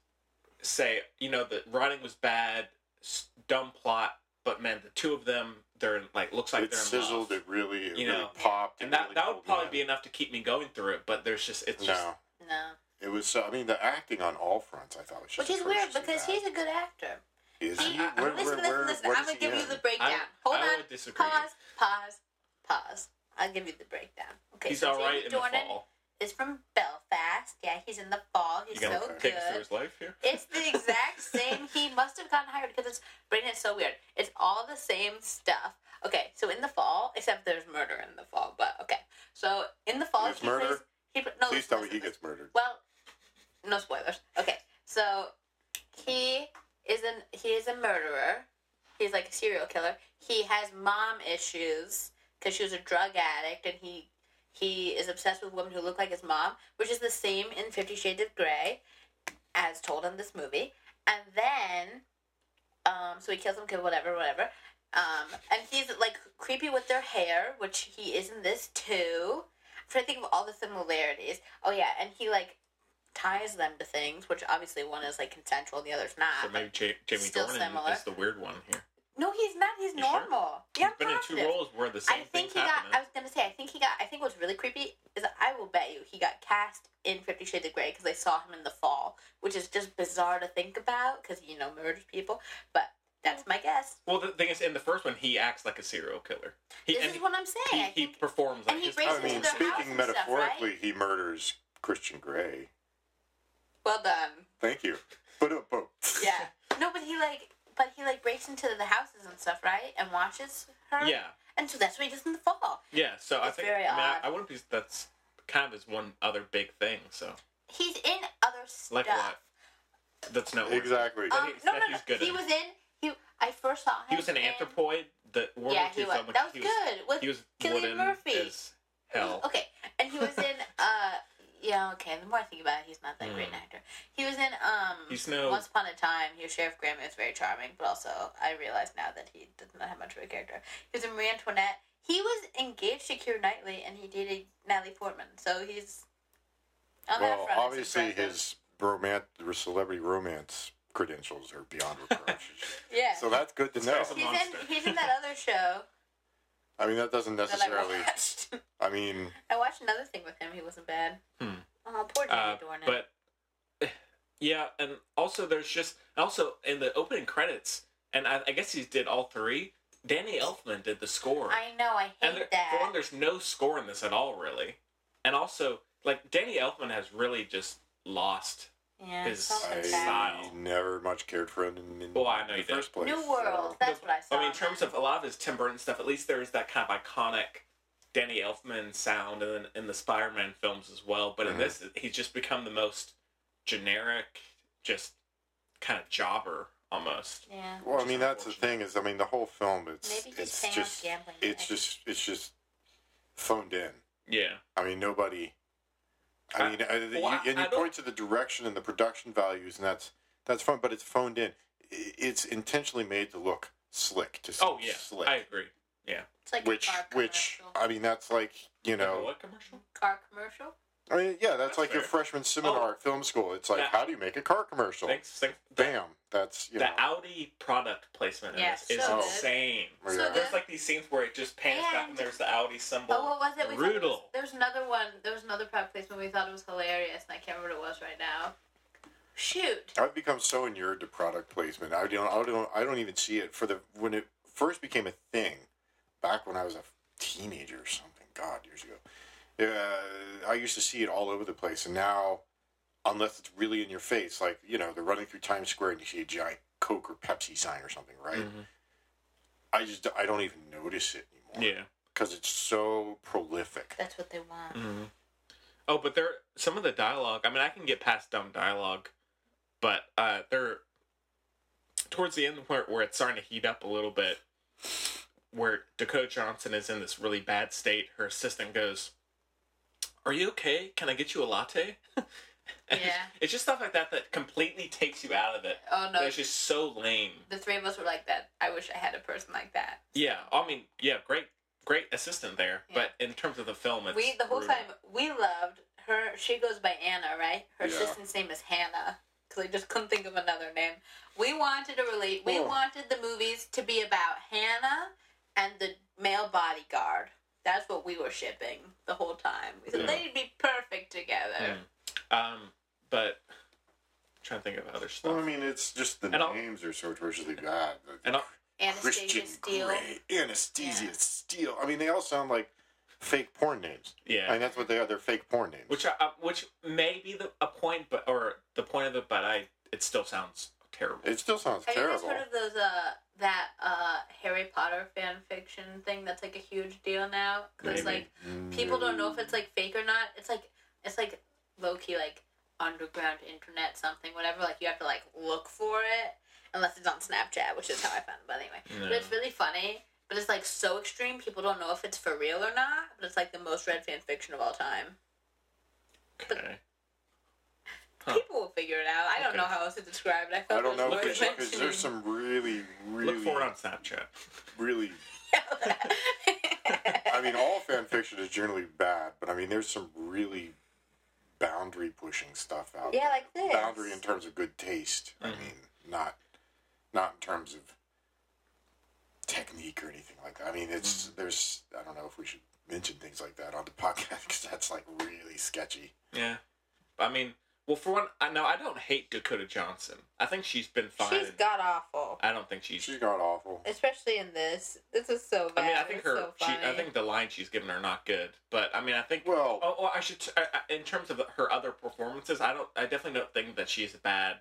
S1: say you know the writing was bad, s- dumb plot, but man, the two of them they're in, like looks like
S3: it
S1: they're in
S3: sizzled.
S1: love.
S3: It really, it
S1: You
S3: really
S1: know,
S3: popped.
S1: and
S3: it
S1: that
S3: really
S1: that would
S3: pulled
S1: probably
S3: me
S1: be enough to keep me going through it. But there's just it's
S3: in.
S1: just
S3: no.
S2: no,
S3: It was. so- I mean, the acting on all fronts. I thought was just
S2: which is weird
S3: atrocious in
S2: because
S3: that.
S2: he's a good actor. uh,
S3: Is he?
S1: I- I-
S2: Listen,
S3: Where- where-
S2: listen,
S3: where-
S2: listen.
S3: what
S2: I'm
S3: is
S2: gonna
S3: he
S2: give you
S3: in?
S2: the breakdown.
S1: I-
S2: Hold
S1: I
S2: on.
S1: would disagree.
S2: Pause. Pause. Pause. I'll give you the breakdown. Okay.
S1: he's
S2: so
S1: all right
S2: Jamie
S1: in
S2: Jordan
S1: the fall.
S2: is from Belfast. Yeah, he's in the fall.
S1: You
S2: He's
S1: gonna
S2: so
S1: take us through
S2: good.
S1: his life here?
S2: It's the exact same. He must have gotten hired because it's Brayden. It's so weird. It's all the same stuff. Okay, so in the fall, except there's murder in the fall. But okay, so in the fall,
S3: There's
S2: he
S3: murder?
S2: plays. He, pl- no,
S3: Please
S2: listen,
S3: tell me
S2: listen,
S3: he
S2: listen.
S3: gets murdered.
S2: Well, no spoilers. Okay, so he is an he is a murderer. He's like a serial killer. He has mom issues because she was a drug addict, and he he is obsessed with women who look like his mom, which is the same in Fifty Shades of Grey, as told in this movie. And then, um, so he kills them, kid, whatever, whatever. Um, and he's like creepy with their hair, which he is in this too. I'm trying to think of all the similarities. Oh yeah, and he like ties them to things, which obviously one is like consensual, the other's not.
S1: So maybe J- Jamie
S2: Uh, still
S1: Dornan
S2: similar.
S1: is the weird one here.
S2: no, he's not. He's
S1: You sure?
S2: normal. Yeah,
S1: He's been
S2: I'm
S1: in two
S2: positive.
S1: roles where the same
S2: I think
S1: thing's
S2: he
S1: happening.
S2: got. I was gonna say. I think he got. I think what's really creepy is I will bet you he got cast in Fifty Shades of Grey because I saw him in the fall, which is just bizarre to think about because you know murders people. But that's my guess.
S1: Well, the thing is, in the first one, he acts like a serial killer. He,
S2: this
S1: and
S2: is what I'm
S1: he,
S2: saying. I
S1: he
S2: think
S1: performs like
S2: and he
S1: his
S2: breaks
S3: I
S2: into
S3: mean,
S2: their house
S3: speaking
S2: and stuff,
S3: metaphorically, he murders Christian Grey.
S2: well done.
S3: Thank you. But uh, but
S2: Yeah. no, but he like, but he like breaks into the houses and stuff, right? And watches her.
S1: Yeah,
S2: And so that's what he does in the fall.
S1: yeah. So I
S2: It's
S1: think
S2: very
S1: I, mean, I,
S2: odd.
S1: I wouldn't be. That's kind of his one other big thing. So
S2: He's in other stuff.
S1: like what? That's not
S3: exactly.
S1: that
S2: Um,
S1: he-
S2: no,
S1: that
S2: no,
S1: he's
S2: no.
S1: good
S2: he
S1: in.
S2: was in. He. I first saw him.
S1: He was an
S2: in-
S1: anthropoid. The World
S2: Yeah,
S1: War
S2: he
S1: II
S2: was.
S1: film, which
S2: that was
S1: he
S2: good. With
S1: He was
S2: Cillian
S1: wooden
S2: Murphy.
S1: as hell.
S2: Okay, and he was in. uh Yeah, okay. The more I think about it, he's not that
S1: Hmm.
S2: great an actor. He was in. um
S1: He's no-
S2: Once upon a time, he was Sheriff Graham. It was very charming, but also I realize now that he does not have much of a character. He was in Marie Antoinette. He was engaged to Keira Knightley, and he dated Natalie Portman. So he's. On
S3: well,
S2: that front, it's
S3: obviously
S2: impressive.
S3: his romance, celebrity romance credentials are beyond reproach.
S2: Yeah.
S3: so that's good to know.
S1: He's a
S2: he's in.
S1: monster.
S2: He's in that other show
S3: I mean, that doesn't
S2: that I
S3: necessarily.
S2: watched.
S3: I mean,
S2: I watched another thing with him. He wasn't bad.
S1: Hmm.
S2: Oh, poor Jamie
S1: Uh,
S2: Dornan.
S1: but yeah, and also there's just also in the opening credits, and I, I guess he did all three. Danny Elfman did the score.
S2: I know. I hate
S1: And there,
S2: that.
S1: for one, there's no score in this at all, really. And also, like Danny Elfman has really just lost.
S2: Yeah,
S1: His
S2: something
S1: eyes.
S2: bad.
S1: Style.
S3: never much cared for him in, in
S1: Well, I know
S3: the
S1: you didn't.
S3: first place.
S2: New World.
S3: so-
S2: That's what I saw.
S1: I mean, in terms of a lot of his Tim Burton stuff, at least there is that kind of iconic Danny Elfman sound in, in the Spider-Man films as well. But in
S3: Mhm.
S1: this, he's just become the most generic, just kind of jobber almost.
S2: Yeah.
S3: Well,
S1: which
S3: I
S1: is
S3: mean, that's the
S1: unfortunate.
S3: thing is, I mean, the whole film, it's
S2: Maybe he's
S3: it's
S2: paying off
S3: just
S2: gambling
S3: it's
S2: debts.
S3: just it's just phoned in.
S1: Yeah.
S3: I mean, nobody. I,
S1: I-
S3: mean, I, you,
S1: well, I-
S3: and
S1: I
S3: you
S1: don't-
S3: point to the direction and the production values, and that's that's fun, but it's phoned in. I- It's intentionally made to look slick. To seem
S1: Oh yeah,
S3: slick.
S1: I agree. Yeah.
S2: It's like
S3: which
S2: a car
S3: which
S2: commercial.
S3: I mean that's like you
S1: Like a
S3: know
S1: what commercial?
S2: car commercial.
S3: I mean yeah that's,
S1: That's
S3: like your
S1: fair.
S3: freshman seminar
S1: Oh.
S3: at film school. It's like
S1: Yeah.
S3: how do you make a car commercial?
S1: Thanks. thanks. The,
S3: Bam, that's you know
S1: the Audi product placement in
S2: Yeah,
S1: this is
S3: so good.
S1: insane.
S3: we're
S2: so
S3: gonna-
S2: good.
S1: There's like these scenes where it just pans back and
S2: And-
S1: there's the Audi symbol.
S2: Oh, what was it? We thought it was,
S1: Brutal.
S2: there was another one. There was another product placement we thought it was hilarious, and I can't remember what it was right now. Shoot.
S3: I've become so inured to product placement. I don't, I don't, I don't even see it for the when it first became a thing, back when I was a teenager or something. God, years ago, uh, I used to see it all over the place, and now, unless it's really in your face, like you know, they're running through Times Square and you see a giant Coke or Pepsi sign or something, right?
S1: Mhm.
S3: I just, I don't even notice it anymore
S1: Yeah.
S3: because it's so prolific.
S2: That's what they want.
S1: hmm Oh, but there some of the dialogue. I mean, I can get past dumb dialogue, but uh, there towards the end where where it's starting to heat up a little bit, where Dakota Johnson is in this really bad state. Her assistant goes, "Are you okay? Can I get you a latte?" And
S2: Yeah.
S1: It's just stuff like that that completely takes you out of it.
S2: Oh no.
S1: That's just so lame.
S2: the three of us were like that. I wish I had a person like that.
S1: Yeah, I mean, yeah, great, great assistant there,
S2: Yeah.
S1: but in terms of the film, it's
S2: we the whole
S1: brutal.
S2: time we loved her. She goes by Anna, right? Her
S3: Yeah.
S2: assistant's name is Hannah. Because I just couldn't think of another name. We wanted to relate. We
S3: Oh.
S2: wanted the movies to be about Hannah and the male bodyguard. That's what we were shipping the whole time. We said
S3: Yeah.
S2: they'd be perfect together.
S1: Mm. Um, but I'm trying to think of other stuff.
S3: Well, I mean, it's just the
S1: And I'll-
S3: names are so atrociously bad.
S1: and I'll,
S2: Anastasia Steele.
S3: Grey, Anastasia
S2: Yeah.
S3: Steele. I mean, they all sound like fake porn names. I
S1: yeah,
S3: mean, that's what they are. They're fake porn names.
S1: which I, uh, which may be the a point, but or the point of it, but I it still sounds terrible.
S3: it still sounds
S2: Have
S3: terrible.
S2: you guys heard of those uh that uh Harry Potter fan fiction thing that's like a huge deal now? Because
S1: Maybe.
S2: like people
S1: Mm.
S3: Mm.
S2: don't know if it's like fake or not. It's like it's like low key like underground internet something whatever. Like you have to like look for it unless it's on Snapchat, which is how I found. it. But anyway, but
S1: Yeah.
S2: it's really funny. But it's like so extreme, people don't know if it's for real or not. But it's like the most read fan fiction of all time.
S1: Okay. Huh.
S2: People will figure it out. I don't
S1: Okay.
S2: know how else to describe it. I, felt
S3: I don't
S2: it was
S3: know
S1: Look
S2: worth
S3: because
S1: it up.
S2: mentioning.
S3: there's some really, really,
S1: Look for it on Snapchat.
S3: really. I mean, all fan fiction is generally bad, but I mean, there's some really boundary pushing stuff out.
S2: Yeah,
S3: there.
S2: like this.
S3: Boundary in terms of good taste. I
S1: Mhm.
S3: mean, not not in terms of technique or anything like that. I mean, it's
S1: Mm-hmm.
S3: there's I don't know if we should mention things like that on the podcast because that's like really sketchy.
S1: Yeah, I mean, well, for one, I know I don't hate Dakota Johnson. I think she's been fine.
S2: She's god awful,
S1: I don't think she's.
S3: She's got awful.
S2: especially in this. This is so bad.
S1: I mean, I think
S2: It's
S1: her.
S2: So
S1: she, I
S2: funny.
S1: think the line she's given her not good. But I mean, I think
S3: Well,
S1: Oh, well, I should. I, I, in terms of her other performances, I don't. I definitely don't think that she's a bad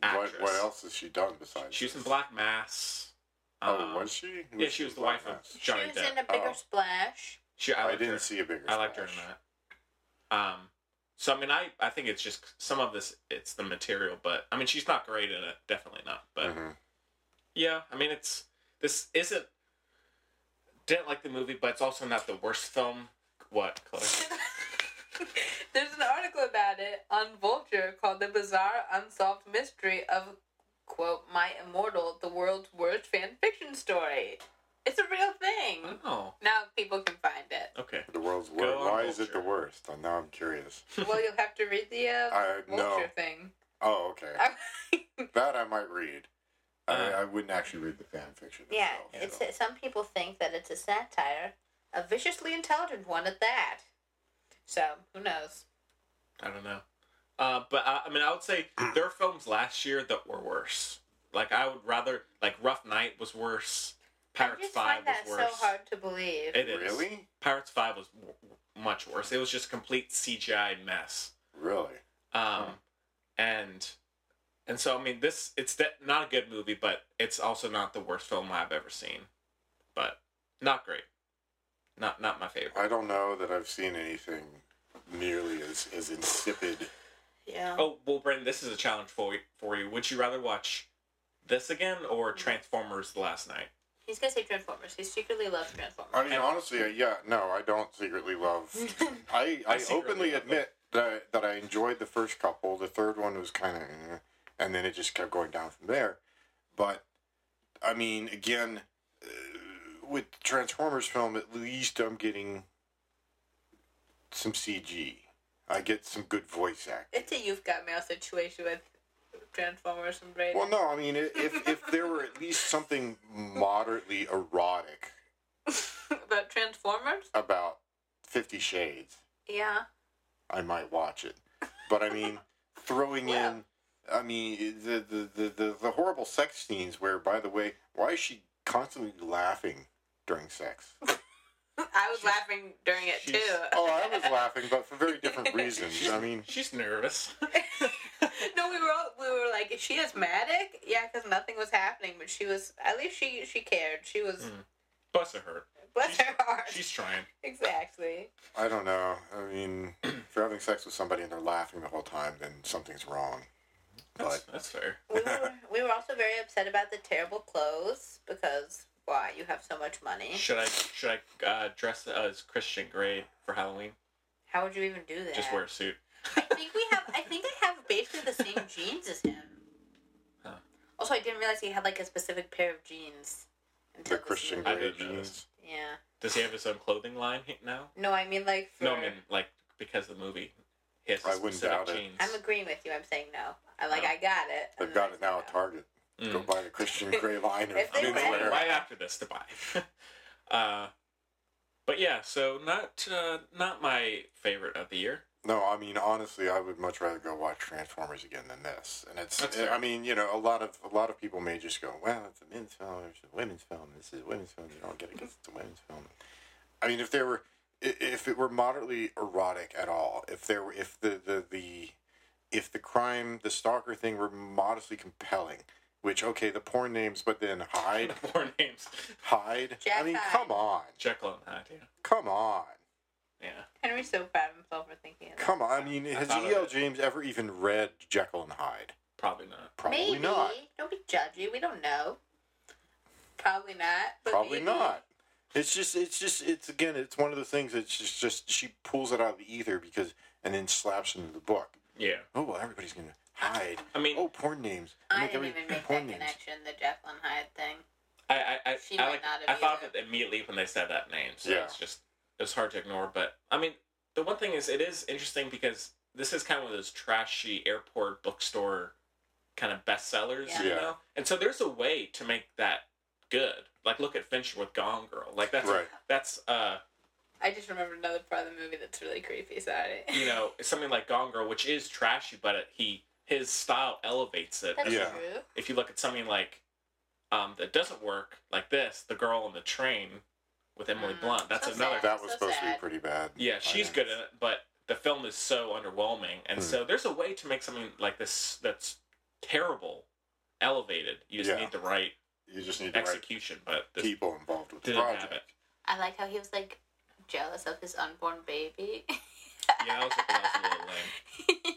S3: what,
S1: actress.
S3: what else has she done besides?
S1: She was in
S3: this?
S1: Black Mass.
S3: Oh,
S1: Um,
S3: was she? Who
S1: yeah, she was the
S3: Black
S1: wife of
S3: Mass?
S1: Johnny
S2: she was
S1: Depp.
S2: in a bigger
S3: Oh.
S2: splash.
S1: She, I,
S3: I,
S1: liked
S3: didn't
S1: her.
S3: see a bigger.
S1: I liked her in
S3: splash.
S1: that. Um, so I mean, I I think it's just some of this. It's the material, but I mean, she's not great in it. Definitely not. But
S3: Mhm.
S1: yeah, I mean, it's this isn't. Didn't like the movie, but it's also not the worst film. What, Chloe?
S2: There's an article about it on Vulture called The Bizarre Unsolved Mystery of, quote, My Immortal, the World's Worst Fan Fiction Story. It's a real thing.
S1: Oh,
S2: Now people can find it.
S1: okay.
S3: The world's worst.
S1: Go on,
S3: Why is it
S1: Vulture.
S3: the worst? Uh, Now I'm curious.
S2: Well, you'll have to read the uh,
S3: I
S2: Vulture
S3: no.
S2: thing.
S3: Oh, okay. That I might read. I,
S1: Uh,
S3: I wouldn't actually read the fan fiction.
S2: yeah,
S3: itself,
S2: it's uh,
S3: so.
S2: some people think that it's a satire, a viciously intelligent one at that. So, who knows?
S1: I don't know. Uh, but I, I mean, I would say there are films last year that were worse. Like I would rather like Rough Night was worse.
S2: I
S1: Pirates
S2: just
S1: Five
S2: find that
S1: was worse.
S2: so hard to believe.
S1: It is
S3: really,
S1: Pirates Five was w- w- much worse. It was just complete CGI mess.
S3: really.
S1: Um, and and so I mean, this it's de- not a good movie, but it's also not the worst film I've ever seen. But not great. Not not my favorite.
S3: I don't know that I've seen anything nearly as, as insipid.
S2: yeah.
S1: Oh well, Brendan, this is a challenge for you. For you, would you rather watch this again or Transformers: The Last Night?
S2: He's gonna say Transformers. He secretly loves Transformers.
S3: I mean,
S1: And-
S3: honestly, I- yeah, no, I don't secretly love. I, I,
S1: I secretly
S3: openly
S1: love
S3: admit that, that I enjoyed the first couple. The third one was kind of, and then it just kept going down from there. But, I mean, again, uh, with the Transformers film, at least I'm getting some CG. I get some good voice acting.
S2: It's a you've got mail situation with Transformers and Brady.
S3: Well, no, I mean, i- if if there were at least something moderately erotic
S2: About Transformers?
S3: about Fifty Shades,
S2: Yeah.
S3: I might watch it. But I mean, throwing
S2: Yeah.
S3: in, I mean, the the, the, the the horrible sex scenes where, by the way, why is she constantly laughing during sex?
S2: I was laughing during it
S1: she's-
S2: too.
S3: Oh, I was laughing, but for very different reasons. I mean,
S1: She's nervous.
S2: no, we were all, we were like, is she asthmatic? Yeah, because nothing was happening, but she was at least she she cared. She was
S1: Bless her heart.
S2: bless her heart.
S1: Mm. She's trying.
S2: exactly.
S3: I don't know. I mean, if you're having sex with somebody and they're laughing the whole time, then something's wrong.
S1: That's,
S3: But
S1: that's fair.
S2: We were we were also very upset about the terrible clothes because why you have so much money?
S1: Should I should I uh, dress as Christian Grey for Halloween?
S2: How would you even do that?
S1: Just wear a suit.
S2: I think we have. I think I have basically the same jeans as him.
S1: Huh.
S2: Also, I didn't realize he had like a specific pair of jeans. until
S3: the
S2: this
S3: Christian
S2: movie.
S1: I
S3: Grey
S1: did notice.
S3: jeans.
S2: Yeah.
S1: Does he have his own clothing line he- now?
S2: No, I mean like. For,
S1: No, I mean like because of the movie. He has
S3: I
S1: his
S3: wouldn't
S1: specific
S3: doubt it.
S1: jeans.
S2: I'm agreeing with you. I'm saying no. I like.
S1: No.
S2: I got it.
S3: They've
S2: and
S3: got
S2: I
S3: it now
S2: said
S3: at Target. Go
S1: Mm.
S3: buy the Christian Grey liner.
S2: If they
S1: I'm
S2: were-
S1: going
S2: Anywhere.
S1: right after this to buy. uh, but yeah, so not uh, not my favorite of the year.
S3: No, I mean honestly, I would much rather go watch Transformers again than this. And it's, eh,
S1: That's fair.
S3: I mean, you know, a lot of a lot of people may just go, "Well, it's a men's film. It's a women's film. This is a women's film. You don't get it because it's a women's film." I mean, if there were, i- if it were moderately erotic at all, if there were, if the the the if the crime, the stalker thing were modestly compelling, which okay, the porn names, but then hide,
S1: Four names:
S3: hide. I
S2: Jack
S3: mean,
S2: Hyde.
S3: come on,
S1: Jekyll and Hyde.
S3: come on,
S1: Yeah.
S2: Henry's so proud of himself for thinking of that.
S3: come on. I mean, has
S1: thought of
S3: E.L.
S1: it.
S3: James ever even read Jekyll and Hyde?
S1: Probably not.
S3: Probably
S2: maybe.
S3: not.
S2: Don't be judgy. We don't know. Probably not. But
S3: Probably
S2: maybe.
S3: not. It's just, it's just, it's again, it's one of those things. It's just, just she pulls it out of the ether because, and then slaps it into the book.
S1: Yeah.
S3: Oh well, everybody's gonna hide.
S1: I mean,
S3: Oh, porn names.
S2: I
S3: Make
S2: didn't
S3: every-
S2: even make that
S3: porn names.
S2: connection. The Jekyll and Hyde thing.
S1: I I I,
S2: She
S1: I,
S2: might
S1: like,
S2: not have
S1: I thought of
S2: either.
S1: it immediately when they said that name. So
S3: Yeah.
S1: it's just it was hard to ignore. But I mean, the one thing is, it is interesting because this is kind of one of those trashy airport bookstore kind of bestsellers,
S2: Yeah.
S1: you
S3: Yeah.
S1: know. And so there's a way to make that good. Like look at Fincher with Gone Girl. Like that's
S3: Right.
S1: that's uh
S2: I just remembered another part of the movie that's really creepy. Sorry.
S1: you know something like Gone Girl, which is trashy, but it, he his style elevates it.
S2: That's
S3: Yeah.
S2: true.
S1: if you look at something like um, that doesn't work, like this, the girl on the train with Emily
S2: Mm,
S1: Blunt. That's
S2: so
S1: another.
S2: sad.
S3: That was
S2: So
S3: supposed to
S2: sad.
S3: be pretty bad.
S1: Yeah, she's
S3: I-
S1: good at it, but the film is so underwhelming, and
S3: Hmm.
S1: so there's a way to make something like this that's terrible elevated. You just
S3: Yeah.
S1: need the right
S3: You just need the right
S1: execution, but this
S3: people involved with the
S1: didn't have
S3: project.
S1: it.
S2: I like how he was like jealous of his unborn baby.
S1: Yeah, that was, that was a little lame.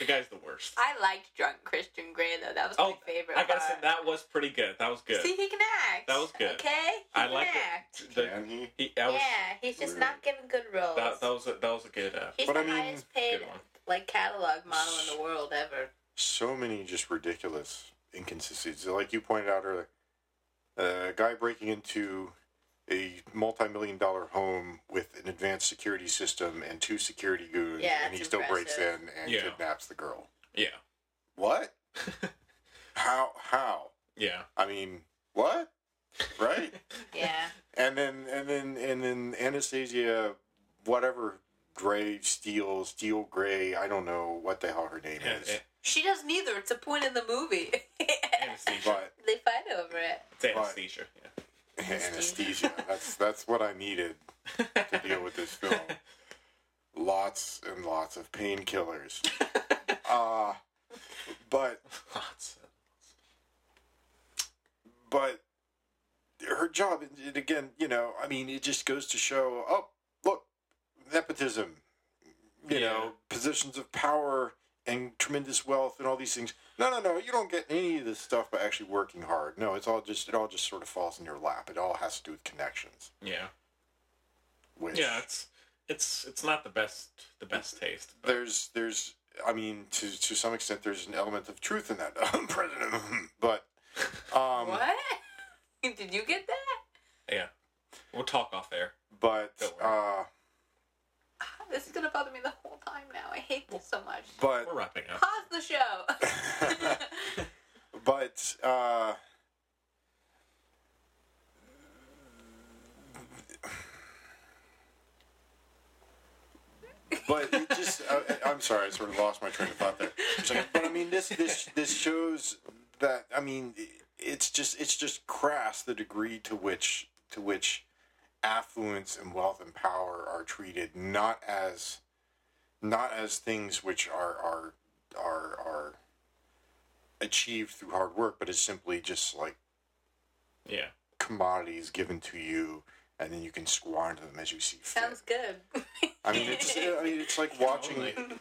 S1: The guy's the worst.
S2: I liked drunk Christian Grey though. That was
S1: Oh,
S2: my favorite.
S1: I gotta say
S2: part.
S1: that was pretty good. That was good.
S2: See, he can act.
S1: That was good.
S2: Okay, he
S1: I
S2: can
S1: liked it.
S2: act.
S1: The,
S3: Can he?
S1: he, I was,
S2: yeah, he's just not given good roles.
S1: that, that was a, that was a good. Uh,
S2: he's
S3: But
S2: the
S3: I mean-
S2: highest paid
S1: Good one.
S2: like catalog model in the world ever.
S3: so many just ridiculous inconsistencies. Like you pointed out earlier, a guy breaking into a multi-million dollar home with an advanced security system and two security goons,
S2: Yeah,
S3: and he
S2: it's
S3: still breaks
S2: impressive.
S3: in and
S1: Yeah.
S3: kidnaps the girl.
S1: yeah,
S3: What? how? How?
S1: yeah.
S3: I mean, what? Right?
S2: Yeah,
S3: and then and then and then Anastasia, whatever Gray Steel Steel Gray. I don't know what the hell her name
S1: Yeah, eh,
S3: is,
S1: it-
S2: she does neither. It's a point in the movie.
S1: anesthesia.
S3: but
S2: they fight over it.
S1: It's anesthesia. Yeah.
S3: anesthesia. That's that's what I needed to deal with this film. Lots and lots of painkillers. Uh but
S1: Lots.
S3: but her job and- and again, you know, I mean it just goes to show, oh, look, nepotism. You
S1: Yeah.
S3: know, positions of power and tremendous wealth and all these things. No, no, no, you don't get any of this stuff by actually working hard. No, it's all just it all just sort of falls in your lap. It all has to do with connections.
S1: Yeah.
S3: Which
S1: Yeah. It's it's it's not the best the best taste. But
S3: there's there's I mean to to some extent there's an element of truth in that president but um
S2: what? Did you get that?
S1: We'll talk off air.
S3: But
S1: Don't
S3: uh,
S2: Ah, This is gonna bother me the whole time now. I hate this so much.
S3: but
S1: We're wrapping up.
S2: Pause the show.
S3: but uh, but it just I, I- I'm sorry, I sort of lost my train of thought there. It's like, but I mean, this this this shows that I mean, i- it's just it's just crass the degree to which to which affluence and wealth and power are treated not as not as things which are are are are achieved through hard work, but it's simply just like
S1: Yeah.
S3: commodities given to you, and then you can squander them as you see fit.
S2: Sounds good.
S3: I mean, it's I mean, it's like watching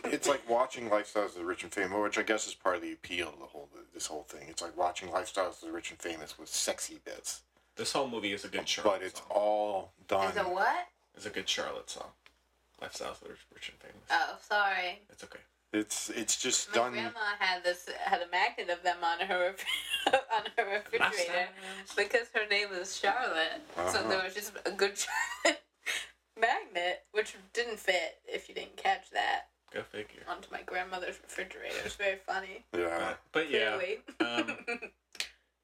S3: it's like watching lifestyles of the rich and famous, which I guess is part of the appeal of the whole this whole thing. It's like watching lifestyles of the rich and famous with sexy bits,
S1: This whole movie is a good Charlotte
S3: but it's
S1: song.
S3: all done.
S2: Is it what?
S1: It's a good Charlotte song. Lifestyles that are rich and famous.
S2: Oh, sorry.
S1: it's okay.
S3: It's it's just
S2: My
S3: done.
S2: grandma had this had a magnet of them on her ref- on her refrigerator because her name was Charlotte. So
S3: Uh-huh.
S2: there was just a good Charlotte magnet, which didn't fit if you didn't catch that
S1: Go figure.
S2: onto my grandmother's refrigerator. It was very funny.
S3: Yeah,
S1: But yeah.
S2: Clearly.
S1: Um,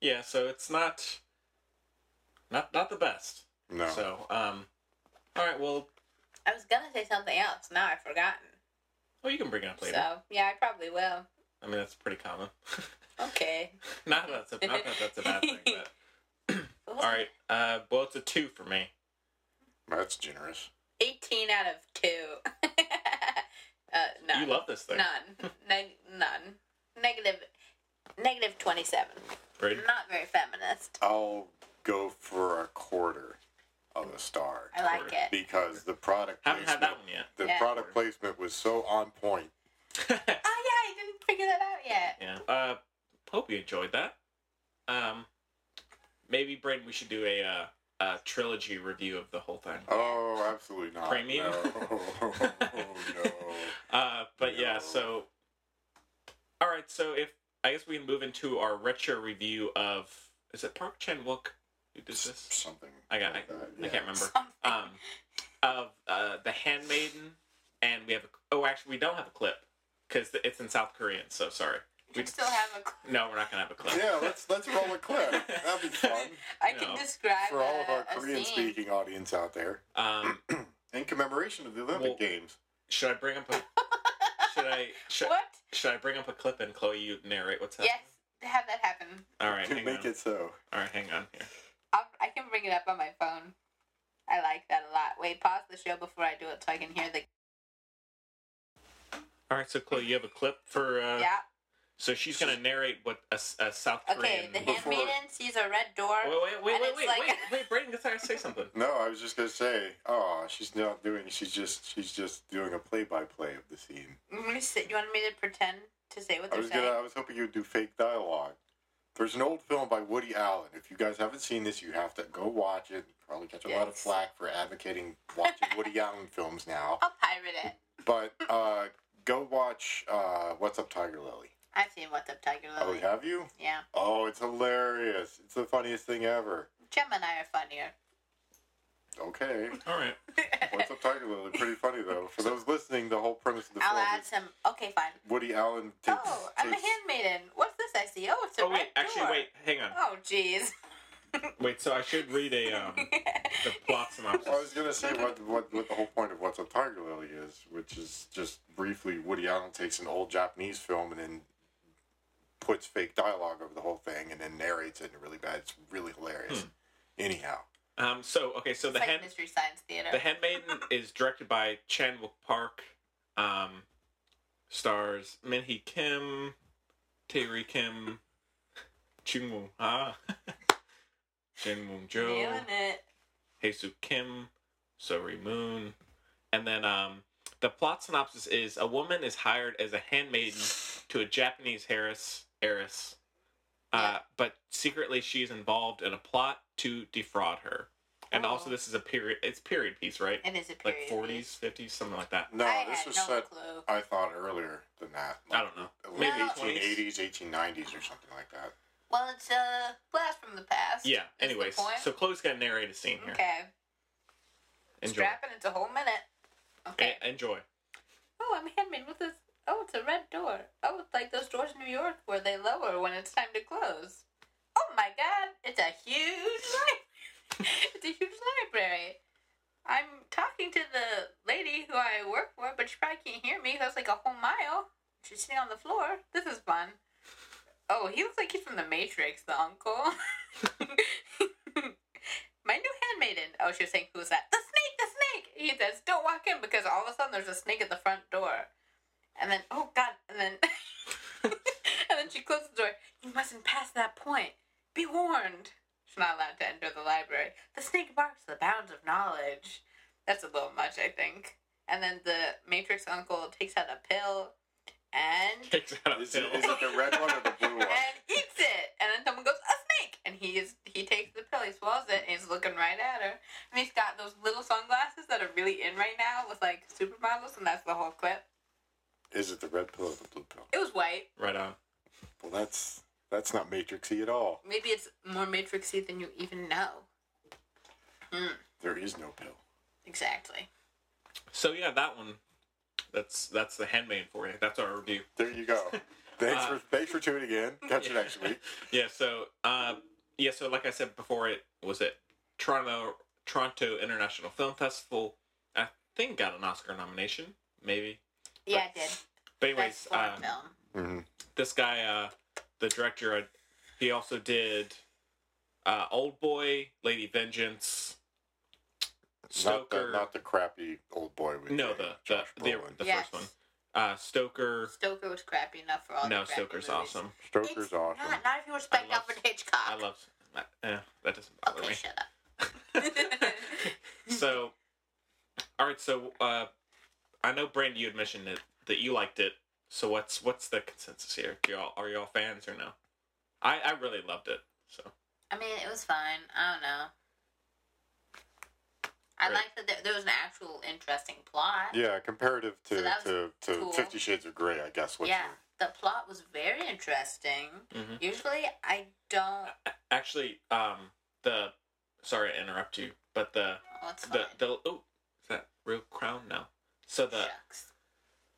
S1: yeah, so it's not not not the best.
S3: no.
S1: So, um all right, well,
S2: I was gonna say something else. Now I've forgotten.
S1: well you can bring it up later.
S2: So yeah, I probably will.
S1: I mean, that's pretty common.
S2: Okay.
S1: not that that's a, not that that's a bad thing, but all right. Uh, well, it's a two for me.
S3: That's generous.
S2: Eighteen out of two. uh, no.
S1: You love this thing,
S2: None. Neg- none. Negative. Negative twenty-seven.
S1: Brady.
S2: Not very feminist.
S3: I'll go for a quarter of a star
S2: I like it.
S3: because the product
S1: Haven't had that
S3: placement
S1: one yet.
S3: The
S2: Yeah.
S3: product placement was so on point.
S2: Oh yeah, I didn't figure that out yet.
S1: Yeah. Uh, hope you enjoyed that. Um, maybe Brayden, we should do a uh, a trilogy review of the whole thing.
S3: Oh, absolutely not.
S1: Premium?
S3: No. Oh, no.
S1: Uh, but yeah,
S3: No.
S1: so all right. So if I guess we can move into our retro review of is it Park Chan Wook who did this?
S3: Something.
S1: I got. I,
S3: like that,
S1: I
S3: yeah.
S1: can't remember.
S2: Something.
S1: Um, of uh, the Handmaiden, and we have. A, oh, actually, we don't have a clip because it's in South Korean. So sorry.
S2: We still have a. cl-
S1: No, we're not gonna have a clip.
S3: Yeah, let's let's roll a clip. That'd be fun
S2: I can
S1: No.
S2: describe
S3: for all of
S2: a-
S3: our
S2: a
S3: Korean
S2: scene.
S3: speaking audience out there.
S1: Um,
S3: In commemoration of the Olympic
S1: Well-
S3: Games.
S1: Should I bring up a? should I? Should,
S2: What?
S1: should I bring up a clip and Chloe, you narrate what's happening?
S2: Yes, have that happen.
S1: All right,
S3: to
S1: hang
S3: make
S1: on.
S3: it so.
S1: All right, hang on here.
S2: I'll, I can bring it up on my phone. I like that a lot. Wait, pause the show before I do it so I can hear the.
S1: All right, so Chloe, you have a clip for. Uh,
S2: yeah.
S1: So she's gonna narrate what a, s- a South
S2: Okay,
S1: Korean.
S2: the
S1: wait,
S3: before-
S2: handmaiden sees a red door.
S1: wait, wait,
S2: and
S1: wait,
S2: it's
S1: wait,
S2: like-
S1: wait, wait, Brayden, I gotta say something.
S3: No, I was just gonna say, oh, she's not doing she's just she's just doing a play by play of the scene.
S2: Let me sit. You want me to pretend to say what
S3: I
S2: they're
S3: was
S2: saying?
S3: gonna I was hoping you would do fake dialogue. There's an old film by Woody Allen. If you guys haven't seen this, you have to go watch it. Probably catch a lot of
S2: Yes.
S3: flack for advocating watching Woody Allen films now.
S2: I'll pirate it.
S3: But uh, go watch uh, What's Up Tiger Lily.
S2: I've seen What's Up Tiger
S3: Oh,
S2: Lily.
S3: have you?
S2: yeah.
S3: Oh, it's hilarious. It's the funniest thing ever.
S2: Jem and I are funnier.
S3: Okay.
S1: All right.
S3: What's Up Tiger Lily? Pretty funny, though. For those listening, the whole premise of the
S2: I'll
S3: film
S2: add
S3: is
S2: some. Okay, fine.
S3: Woody Allen takes.
S2: Oh, I'm a
S3: takes-
S2: handmaiden. What's this I see? Oh, it's a
S1: Oh wait,
S2: red
S1: actually,
S2: door.
S1: wait, hang on.
S2: Oh, jeez.
S1: Wait, so I should read a um the plot
S3: I was
S1: synopsis.
S3: gonna say what, what what the whole point of What's Up Tiger Lily is, which is just briefly Woody Allen takes an old Japanese film and then puts fake dialogue over the whole thing and then narrates it in really bad. It's really hilarious.
S1: Hmm.
S3: Anyhow,
S1: Um, so okay, so
S2: It's
S1: the
S2: like
S1: hand
S2: Mystery Science Theater.
S1: The Handmaiden is directed by Chan Wook Park, um, stars Minhee Kim, Taeri Kim, Chung Woo Ha, Jin Woon Jo,
S2: Doing it.
S1: Heisoo Kim, Sori Moon, and then um, the plot synopsis is a woman is hired as a handmaiden to a Japanese heiress, heiress, uh, but secretly she is involved in a plot to defraud her. And also,
S2: Oh.
S1: this is a period. It's period piece, right?
S2: It is a
S1: like
S2: period. piece.
S1: forties, fifties, something like that.
S3: no,
S2: I
S3: this
S2: had
S3: was
S2: no
S3: set.
S2: clue.
S3: I thought earlier than that.
S1: I don't know.
S3: Maybe
S2: No.
S3: 1880s, 1890s, or something like that.
S2: Well, it's a blast from the past.
S1: Yeah.
S2: is the
S1: Anyways,
S2: point.
S1: so Chloe's gonna narrate a scene here.
S2: Okay.
S1: Enjoy.
S2: Strapping into a whole minute. Okay.
S1: E- enjoy.
S2: Oh, I'm handmade with this. Oh, it's a red door. Oh, it's like those doors in New York where they lower when it's time to close. Oh my God! It's a huge library. it's a huge library. I'm talking to the lady who I work for, but she probably can't hear me. That's like a whole mile. She's sitting on the floor. This is fun. Oh, he looks like he's from the Matrix, the uncle. My new handmaiden. Oh, she was saying, who's that? The snake, the snake. He says, don't walk in because all of a sudden there's a snake at the front door. And then, oh God, and then, and then she closes the door. You mustn't pass that point. Be warned. She's not allowed to enter the library. The snake barks the bounds of knowledge. That's a little much, I think. And then the Matrix uncle takes out a pill and
S1: Takes out a
S3: Is it,
S1: pill.
S3: is it the red one or the blue one?
S2: and eats it. And then someone goes, a snake! And he is he takes the pill, he swallows it, and he's looking right at her. And he's got those little sunglasses that are really in right now with like supermodels, and that's the whole clip.
S3: Is it the red pill or the blue pill?
S2: It was white.
S1: Right on.
S3: Well, that's that's not matrixy at all.
S2: Maybe it's more matrixy than you even know.
S3: There is no pill.
S2: Exactly.
S1: So yeah, that one. That's that's the handmaid for you. That's our review.
S3: There you go. Thanks
S1: Uh,
S3: for thanks for tuning in. Catch you next week.
S1: Yeah. So uh, yeah. So like I said before, it was at Toronto Toronto International Film Festival. I think got an Oscar nomination, maybe.
S2: Yeah, it did.
S1: But
S2: That's
S1: anyways,
S2: foreign
S1: um,
S2: film.
S3: Mhm.
S1: this guy, uh, the director, uh, he also did uh, Old Boy, Lady Vengeance,
S3: Not
S1: Stoker.
S3: the, not the crappy old boy. With
S1: no,
S3: uh,
S1: the the,
S3: Josh
S1: the,
S3: Brolin.
S1: the
S2: Yes.
S1: first one. Uh, Stoker.
S2: Stoker was crappy enough for all
S1: no,
S2: the crappy
S1: Stoker's
S2: movies.
S1: awesome.
S3: Stoker's
S2: It's
S3: awesome.
S2: Not, not if you respect
S1: I love-
S2: Alfred Hitchcock.
S1: I love. Uh, that doesn't bother
S2: Okay,
S1: me.
S2: shut up.
S1: so, all right. So, uh, I know, Brandy, you had mentioned that, that you liked it. So, what's what's the consensus here? Do y'all are y'all fans or no? I I really loved it. So
S2: I mean, it was fine. I don't know. I
S1: Right.
S2: liked that there, there was an actual interesting plot.
S3: Yeah, comparative to
S2: So that
S3: to,
S2: was
S3: to
S2: cool.
S3: Fifty Shades of Grey, I guess. What
S2: Yeah, the plot was very interesting.
S1: Mhm.
S2: Usually, I don't.
S1: a- actually, um, the sorry to interrupt you, but the
S2: Oh, it's fine.
S1: the the oh, is that real crown? No. So the
S2: Shucks.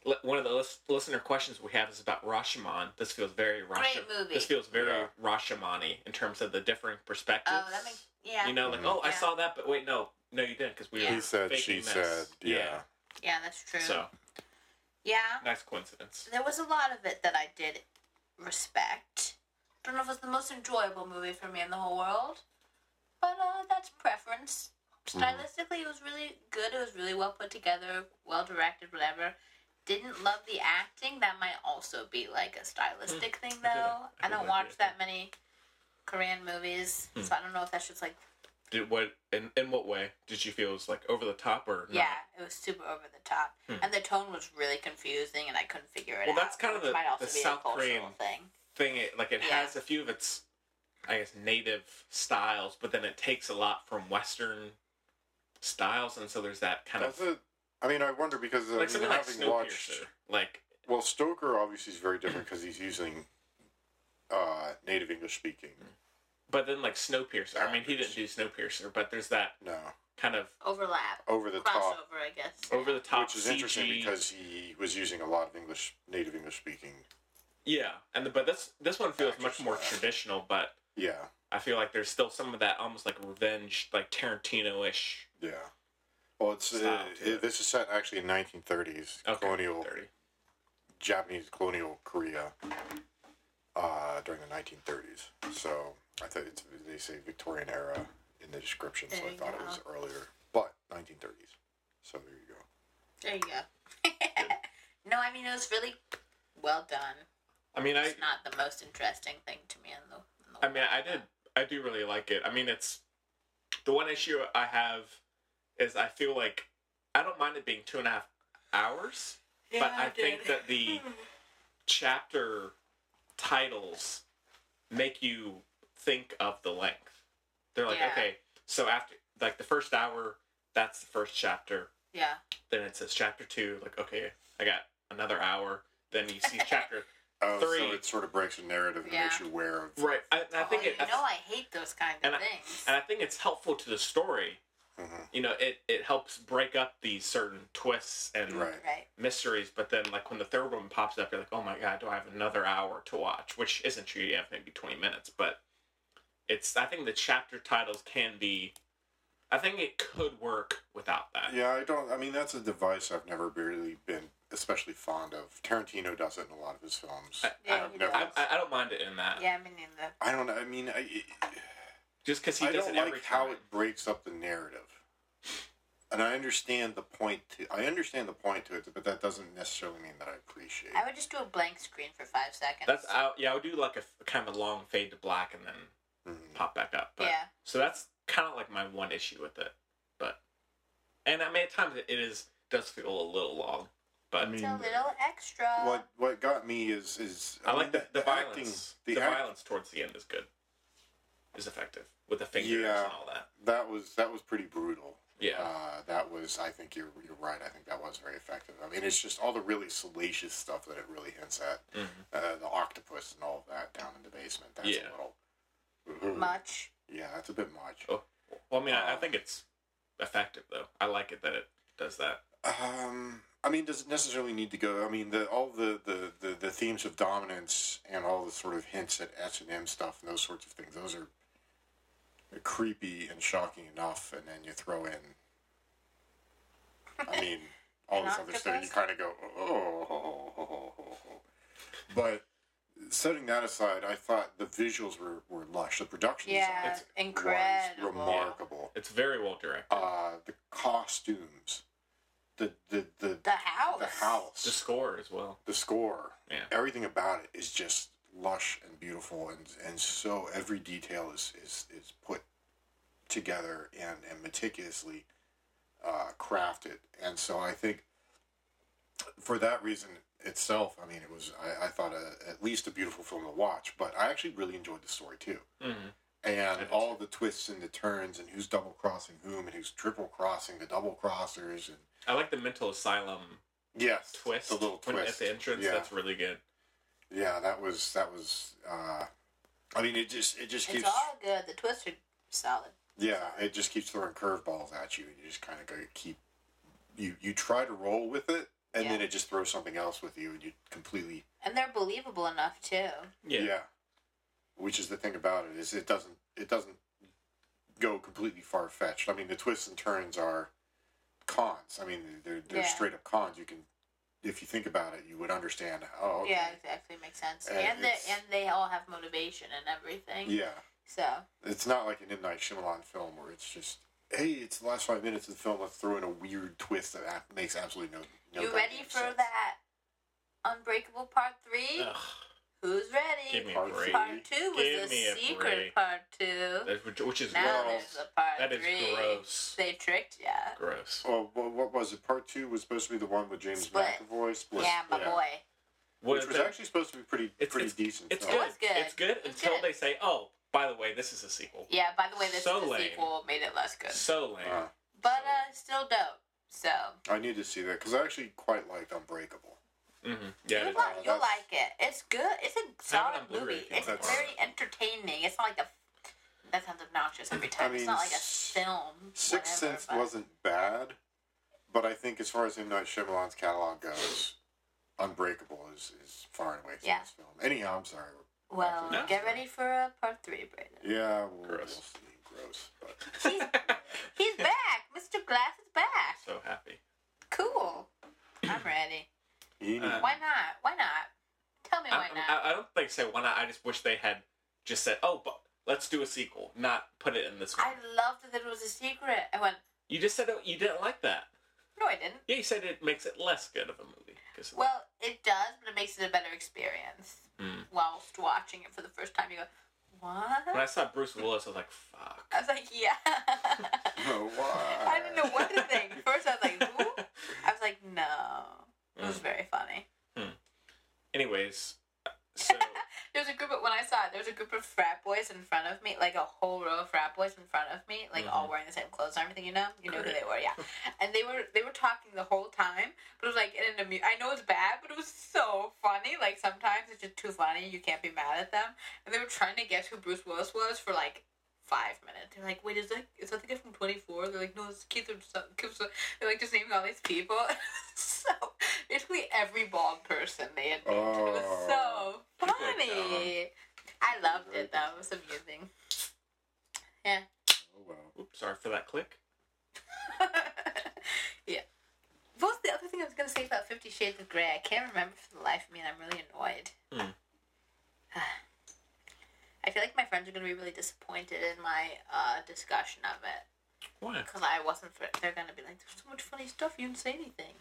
S1: li- one of the lis- listener questions we have is about Rashomon. This feels very Rashomon.
S2: Great movie.
S1: This feels very
S3: Yeah.
S1: Rashomon-y in terms of the differing perspectives.
S2: Oh, that makes yeah,
S1: You know, like,
S3: Mhm.
S1: oh, I
S2: Yeah.
S1: saw that, but wait, no, no, you didn't, because we
S2: Yeah.
S1: were
S3: He said, she
S1: faking this.
S3: said. Yeah.
S2: yeah, that's true.
S1: So
S2: Yeah,
S1: nice coincidence.
S2: there was a lot of it that I did respect. Don't know if it's the most enjoyable movie for me in the whole world, but uh, that's preference. Stylistically, it was really good. It was really well put together, well directed, whatever. Didn't love the acting. That might also be like a stylistic thing,
S1: Hmm. I
S2: though.
S1: could- I Hmm.
S2: I,
S1: could
S2: don't
S1: agree
S2: watch
S1: with
S2: that many Korean movies, so I don't know if that's just like
S1: Did what in in what way did you feel it was like over the top or not?
S2: yeah, it was super over the top, and the tone was really confusing, and I couldn't figure it
S1: Hmm. Well,
S2: out.
S1: that's kind of
S2: which
S1: the-
S2: might also
S1: the
S2: be a
S1: South
S2: cultural
S1: Korean
S2: thing.
S1: thing? It, like it
S2: Yeah.
S1: has a few of its, I guess, native styles, but then it takes a lot from Western styles, and so there's that kind
S3: That's
S1: of
S3: a, I mean, I wonder because uh,
S1: like
S3: I mean,
S1: something like
S3: having watched.
S1: Snowpiercer, like
S3: Well, Stoker obviously is very different because he's using uh, native English speaking.
S1: Mm. but then like Snowpiercer. I mean, he didn't do Snowpiercer, but there's that
S3: No,
S1: kind of
S2: Overlap,
S3: over the top,
S2: crossover, I guess.
S1: over the top
S3: which is interesting
S1: CG.
S3: because he was using a lot of English, native English speaking.
S1: yeah, and the, but this this one feels
S3: Actors
S1: much more
S3: and that.
S1: traditional, but
S3: Yeah,
S1: I feel like there's still some of that almost like revenge, like Tarantino ish.
S3: yeah. Well, it's uh,
S1: Style to
S3: it-
S1: it.
S3: this is set actually in 1930s
S1: Okay,
S3: colonial
S1: 30.
S3: Japanese colonial Korea uh, during the 1930s. So I thought it's, they say Victorian era in the description, so
S2: There
S3: I
S2: you
S3: thought it
S2: go.
S3: was earlier, but 1930s. So there you go.
S2: There you go. no, I mean it was really well done.
S1: I mean, I
S2: It's not the most interesting thing to me in the. In the
S1: I mean, I did I do really like it. I mean, it's the one issue I have is I feel like I don't mind it being two and a half hours, but I, think that the chapter titles make you think of the length. They're like,
S2: Yeah.
S1: okay, so after like the first hour, that's the first chapter.
S2: Yeah.
S1: Then it says chapter two. Like, okay, I got another hour. Then you see chapter
S3: Oh,
S1: Three.
S3: so it sort of breaks the narrative and
S2: Yeah.
S3: makes you aware of.
S1: right. I, and I think
S2: oh,
S1: it,
S2: you know I hate those kind
S1: and
S2: of
S1: I-
S2: things.
S1: and I think it's helpful to the story
S3: mm-hmm.
S1: you know it it helps break up these certain twists and
S3: Right.
S2: Right.
S1: mysteries but then like when the third one pops up you're like oh my god do i have another hour to watch which isn't true you have maybe 20 minutes but it's i think the chapter titles can be i think it could work without that
S3: Yeah, I don't. I mean, that's a device I've never really been especially fond of. Tarantino does it in a lot of his films.
S1: I-
S2: Yeah,
S3: I've
S2: he
S3: never.
S1: I,
S2: does.
S1: I I don't mind it in that
S2: Yeah, I mean, in the
S3: I don't. know, I mean, I,
S1: just because he
S3: I
S1: does
S3: don't
S1: it every
S3: like how
S1: time.
S3: it breaks up the narrative. And I understand the point. To, I understand the point to it, but that doesn't necessarily mean that I appreciate.
S2: I would just do a blank screen for five seconds.
S1: that's I, yeah i would do like a f- kind of a long fade to black and then
S3: it. Mhm.
S1: pop back up. But,
S2: Yeah.
S1: So that's kind of like my one issue with it, but and I mean at times it is does feel a little long, but
S3: I mean,
S2: it's a little extra.
S3: What what got me is is
S1: I like
S3: mean,
S1: the, the, violence.
S3: the
S1: the
S3: act-
S1: violence towards the end is good, is effective with the fingers
S3: Yeah.
S1: and all that.
S3: that was that was pretty brutal.
S1: Yeah.
S3: Uh, that was I think you're you're right. I think that was very effective. I mean, it's just all the really salacious stuff that it really hints at.
S1: Mhm.
S3: Uh, the octopus and all of that down in the basement. That's
S1: Yeah.
S3: a little
S2: Much.
S3: Yeah, that's a bit much.
S1: Oh, well, I mean, I, I
S3: Um,
S1: think it's effective though. I like it that it does that.
S3: Um, I mean, does it necessarily need to go? I mean, the all the, the, the, the themes of dominance and all the sort of hints at S and M stuff and those sorts of things. Those are creepy and shocking enough, and then you throw in. I mean, all
S2: An
S3: this other stuff. You
S2: octopus?
S3: kind of go, oh. But setting that aside, I thought the visuals were, were lush. The production
S2: Yeah.
S1: It's-
S3: design was
S2: incredible.
S3: remarkable.
S1: It's very well directed.
S3: Uh, the costumes, the the the
S2: The house.
S3: the house,
S1: The score as well.
S3: the score,
S1: Yeah.
S3: everything about it is just lush and beautiful, and and so every detail is is is put together and and meticulously uh, crafted, and so I think for that reason itself, I mean, it was I, I thought a, at least a beautiful film to watch, but I actually really enjoyed the story too
S1: hmm
S3: and
S1: did
S3: all the twists and the turns and who's double crossing whom and who's triple crossing the double crossers and
S1: I like the mental asylum
S3: yes
S1: twist,
S3: the little
S1: when-
S3: twist
S1: at the entrance.
S3: yeah
S1: That's really good.
S3: yeah that was that was uh i mean it just it just
S2: It's
S3: keeps
S2: all good. The twists are solid.
S3: yeah it just keeps throwing curveballs at you and you just kind of go keep you you try to roll with it and then
S2: Yeah.
S3: it just throws something else with you and you completely
S2: And they're believable enough, too.
S3: yeah, which is the thing about it is it doesn't it doesn't go completely far-fetched i mean the twists and turns are cons i mean they're, they're
S2: Yeah.
S3: straight up cons you can if you think about it you would understand oh okay.
S2: Yeah, exactly. Makes sense.
S3: And
S2: And, they
S3: it's-
S2: and they all have motivation and everything.
S3: yeah
S2: So,
S3: it's not like an M. Night Shyamalan film where it's just, hey, it's the last five minutes of the film. Let's throw in a weird twist that ab- makes absolutely no. no
S2: you ready
S3: goddamn
S2: for
S3: sense.
S2: that Unbreakable Part 3?
S1: Ugh,
S2: Who's ready?
S1: give me a
S3: Part
S1: break.
S2: Part two was
S1: Give
S2: the
S1: me a
S2: secret
S1: break.
S2: part two.
S1: That- which, which is
S2: Now
S1: gross.
S2: there's a part
S1: That is
S2: three.
S1: gross.
S2: They tricked ya.
S1: Gross.
S3: Oh, what, what was it? Part two was supposed to be the one with James
S2: Split.
S3: McAvoy. Split.
S2: yeah, my boy.
S1: What
S3: Which
S1: is
S3: was
S1: that?
S3: actually supposed to be pretty,
S1: It's-
S3: pretty
S1: it's-
S3: decent.
S1: It's
S3: film.
S1: good.
S2: was good.
S1: It's good
S2: It was
S1: until
S2: good.
S1: they say, "Oh, by the way, this is a sequel."
S2: Yeah, by the way, this
S1: So
S2: is the
S1: lame.
S2: sequel made it less good.
S1: So lame.
S3: Uh,
S2: But uh, still dope. So
S3: I need to see that because I actually quite liked Unbreakable.
S1: hmm Yeah.
S2: you
S1: It is.
S2: like, you'll
S3: that's-
S2: like it. It's good. It's a solid
S1: on Blu-ray
S2: movie.
S1: if you
S2: It's
S1: want.
S2: very entertaining. It's not like a. That sounds obnoxious every time.
S3: mean,
S2: it's not like a
S3: s-
S2: film.
S3: Sixth
S2: whatever,
S3: Sense
S2: but-
S3: wasn't bad, but I think as far as M. Night Shyamalan's catalog goes, Unbreakable is, is far and away from
S2: Yeah.
S3: this film. Anyhow, I'm sorry.
S2: Well,
S1: No.
S2: get ready for uh, part three, Brandon.
S3: Yeah, we'll,
S1: Gross.
S3: we'll see. Gross. But
S2: He's, he's back. Mr. Glass is back.
S1: so happy.
S2: Cool. I'm ready.
S3: you need-
S1: Uh,
S2: Why not? Why not? Tell me
S1: I,
S2: why not.
S1: I, I don't think so. Why not? I just wish they had just said, "Oh, but let's do a sequel," not put it in this one.
S2: I loved that it was a secret. I went,
S1: You just said oh, you didn't like that.
S2: no, I didn't.
S1: Yeah, you said it makes it less good of a movie. 'cause of
S2: Well, it does, but it makes it a better experience.
S1: that. Mm.
S2: Whilst watching it for the first time, you go,
S1: When I
S2: what?
S1: saw Bruce Willis, I was like, "Fuck."
S2: I was like, yeah.
S3: Oh, why?
S2: I didn't know what to think. First, I was like, who? I was like, no. It was
S1: Mm.
S2: very funny.
S1: Anyways, uh, so
S2: There was a group of, when I saw it, there was a group of frat boys in front of me, like a whole row of frat boys in front of me, like all wearing the same clothes and everything, you know? You know who
S1: Great.
S2: they were, yeah. And they were they were talking the whole time, but it was like in an amu- I know it's bad, but it was so funny. Like sometimes it's just too funny, you can't be mad at them. And they were trying to guess who Bruce Willis was for like five minutes. They're like, wait, is that is that the guy from Twenty Four? They're like, no, it's Keith. or some- Keith or some-" They're like just naming all these people. so basically every bald person they had named. It was so
S3: Oh.
S2: funny. I loved it though. It was amusing. Yeah.
S3: Oh wow.
S1: Oops, sorry for that click.
S2: yeah. What was the other thing I was gonna say about Fifty Shades of Grey? I can't remember for the life of me, and I'm really annoyed.
S1: Hmm.
S2: I feel like my friends are gonna be really disappointed in my uh, discussion of it
S1: Why?
S2: because I wasn't. For, they're gonna be like, "There's so much funny stuff. You didn't say anything."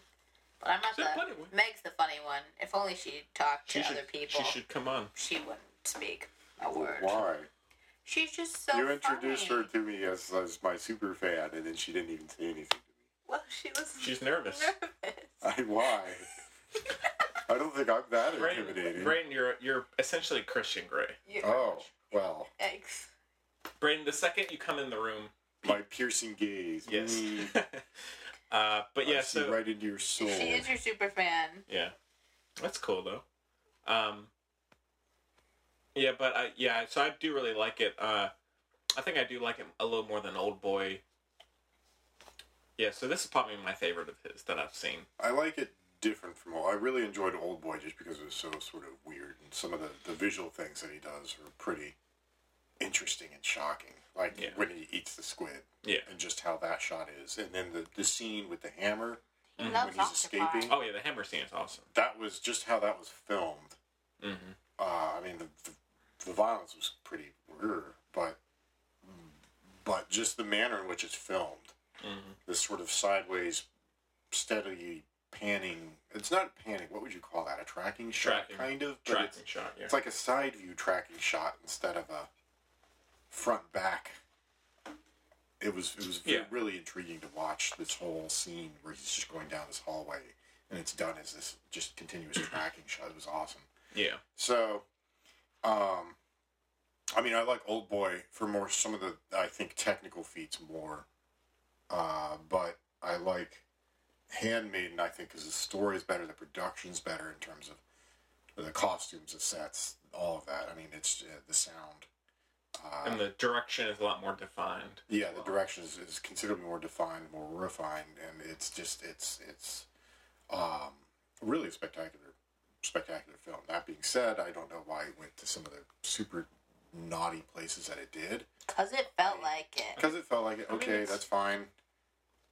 S2: But I'm not
S1: She's the funny
S2: the
S1: one.
S2: Meg's the funny one. If only she talked to
S1: She should,
S2: other
S1: she
S2: people,
S1: should Oh, come on.
S2: she wouldn't speak a word.
S3: Why?
S2: She's just so.
S3: you introduced
S2: funny.
S3: her to me as, as my super fan, and then she didn't even say anything to
S2: Well, she was.
S1: She's nervous.
S2: nervous.
S3: me. I, why? I don't think I'm that
S1: Brayden,
S3: intimidating.
S1: Brayden, you're you're essentially Christian Grey.
S2: Yeah.
S3: Oh, well,
S2: Yikes.
S1: Brayden, the second you come in the room,
S3: my piercing gaze.
S1: yes.
S3: Mm,
S1: uh, but
S3: I
S1: yeah,
S3: see
S1: so
S3: right into your soul.
S2: She is your super fan.
S1: Yeah, that's cool though. Um, yeah, but I yeah, so I do really like it. Uh, I think I do like it a little more than Old Boy. Yeah, so this is probably my favorite of his that I've seen.
S3: I like it different from all. I really enjoyed Old Boy just because it was so sort of weird, and some of the, the visual things that he does are pretty interesting and shocking. Like
S1: Yeah.
S3: when he eats the squid,
S1: Yeah.
S3: and just how that shot is, and then the, the scene with the hammer
S2: He
S1: Mhm.
S2: loves
S3: When he's
S2: octopi.
S3: escaping.
S1: Oh yeah, the hammer scene is awesome.
S3: that was just how that was filmed.
S1: hmm
S3: Uh, I mean, the, the, the violence was pretty, grr, but but just the manner in which it's filmed,
S1: hmm
S3: this sort of sideways, steadily panning. It's not panning. What would you call that? A tracking shot,
S1: Tracking.
S3: kind of. But it's,
S1: Tracking shot. Yeah.
S3: it's like a side view tracking shot instead of a front back. It was it was ve-
S1: Yeah.
S3: really intriguing to watch this whole scene where he's just going down this hallway and it's done as this just continuous tracking shot. It was awesome.
S1: yeah.
S3: So, um, I mean, I like Old Boy for more some of the I think technical feats more, uh, but I like Handmaiden. I think because the story is better, the production's better in terms of the costumes, the sets, all of that. I mean, it's uh, the sound. Uh,
S1: And the direction is a lot more defined.
S3: yeah, the direction is, is considerably more defined, more refined, and it's just it's it's um, really a spectacular spectacular film. That being said, I don't know why it went to some of the super naughty places that it did
S2: Cause it felt like it.
S3: because it felt like
S1: mean,
S3: okay,
S1: it's-
S3: that's fine.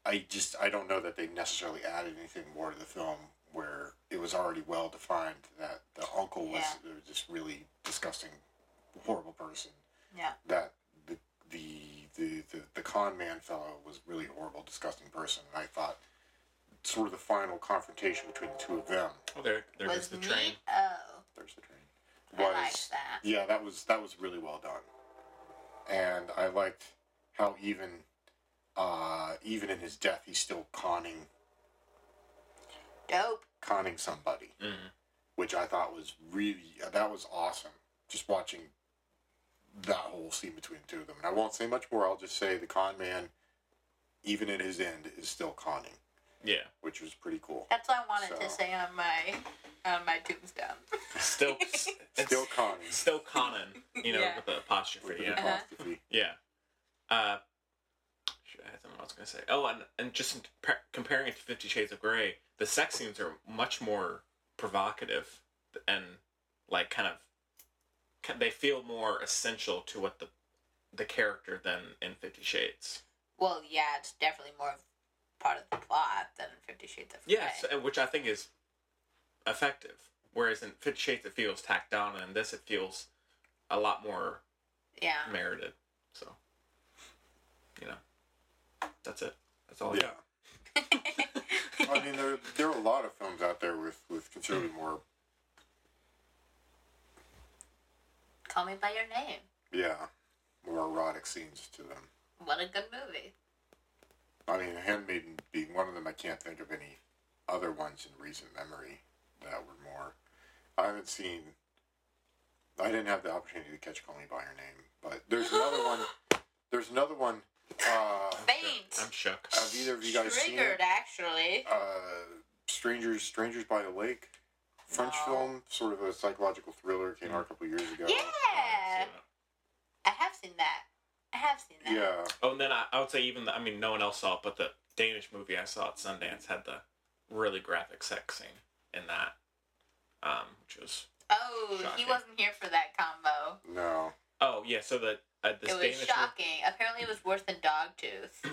S3: I just I don't know that they necessarily added anything more to the film where it was already well defined that the uncle was,
S2: Yeah.
S3: was just really disgusting, horrible person
S2: Yeah.
S3: that the the the, the, the con man fellow was really a horrible, disgusting person, and I thought sort of the final confrontation between the two of them.
S1: Oh, there, there goes
S2: was
S1: the
S2: neat.
S1: train.
S2: Oh,
S3: There's the train.
S2: I liked that.
S3: Yeah, that was that was really well done, and I liked how even uh, even in his death he's still conning
S2: dope.
S3: conning somebody,
S1: hmm
S3: which I thought was really that was awesome. Just watching that whole scene between the two of them, and I won't say much more. I'll just say the con man, even at his end, is still conning,
S1: Yeah.
S3: which was pretty cool.
S2: That's what I wanted to
S3: So-
S2: say on my on my tombstone.
S1: Still,
S3: Still
S1: still,
S3: conning.
S1: still Conan. You know,
S2: Yeah.
S1: with the apostrophe.
S3: With an
S1: Yeah.
S3: apostrophe.
S1: Yeah. Uh, shoot, I had something I was gonna say. Oh, and and just in par- comparing it to Fifty Shades of Grey, the sex scenes are much more provocative and like kind of ki- they feel more essential to what the the character than in Fifty Shades.
S2: Well, yeah, it's definitely more of part of the plot than Fifty Shades of Grey.
S1: Yes, and which I think is effective. Whereas in Fifty Shades it feels tacked on, and in this it feels a lot more
S2: Yeah.
S1: merited. So, you know, that's it. That's all. I
S3: Yeah. I mean, there there are a lot of films out there with with considerably more.
S2: Call me by your name.
S3: Yeah, more erotic scenes to them.
S2: What a good movie.
S3: I mean, Handmaiden being one of them, I can't think of any other ones in recent memory that were more. I haven't seen. I didn't have the opportunity to catch "Call Me by Your Name," but there's another one. There's another one. Uh,
S2: Faint.
S1: I'm shook.
S3: have either of you guys seen
S2: Triggered,
S3: it?
S2: actually.
S3: Uh, "Strangers, Strangers by the Lake," French
S2: No.
S3: film, sort of a psychological thriller, came out a couple years ago.
S2: Yeah. I have seen that. I have seen that.
S3: Yeah.
S1: Oh, and then I, I would say even the, I mean no one else saw it, but the Danish movie I saw at Sundance had the really graphic sex scene in that, um, which was
S2: Oh, he
S1: Shocking.
S2: wasn't here for that combo.
S3: No.
S1: oh yeah. So the uh, this
S2: it was
S1: Danish
S2: shocking. Apparently, it was worse than Dogtooth.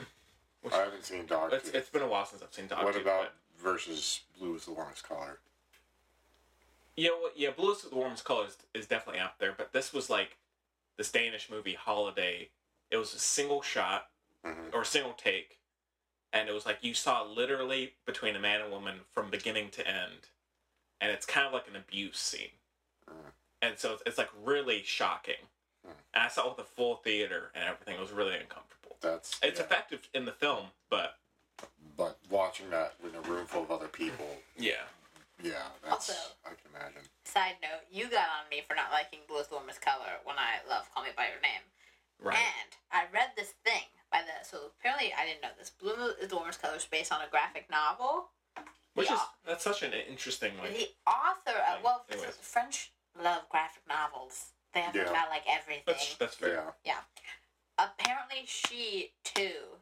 S3: I haven't seen Dog.
S1: It's, it's been a while since I've seen Dog.
S3: what about versus Blue is the longest collar?
S1: Yeah, well, yeah. Blue is the warmest color is, is definitely out there, but this was like this Danish movie Holiday. It was a single shot
S3: Mhm.
S1: or single take, and it was like you saw literally between a man and woman from beginning to end, and it's kind of like an abuse scene,
S3: Mm.
S1: and so it's, it's like really shocking.
S3: Mm.
S1: And I saw it with the full theater and everything. It was really uncomfortable.
S3: That's
S1: It's
S3: yeah.
S1: effective in the film, but
S3: But watching that in a room full of other people,
S1: yeah,
S3: yeah, that's
S2: Also-
S3: I can imagine.
S2: Side note, you got on me for not liking Blue is the Warmest Color when I love Call Me By Your Name.
S1: right.
S2: And I read this thing by the. So apparently, I didn't know this. Blue is the Warmest Color is based on a graphic novel.
S1: Which is
S2: Yeah.
S1: that's such an interesting like
S2: The author
S1: Like,
S2: of. Well, f-
S1: anyways.
S2: French love graphic novels. They have
S3: Yeah.
S2: about like everything.
S1: that's that's fair.
S3: Yeah.
S2: Apparently, she too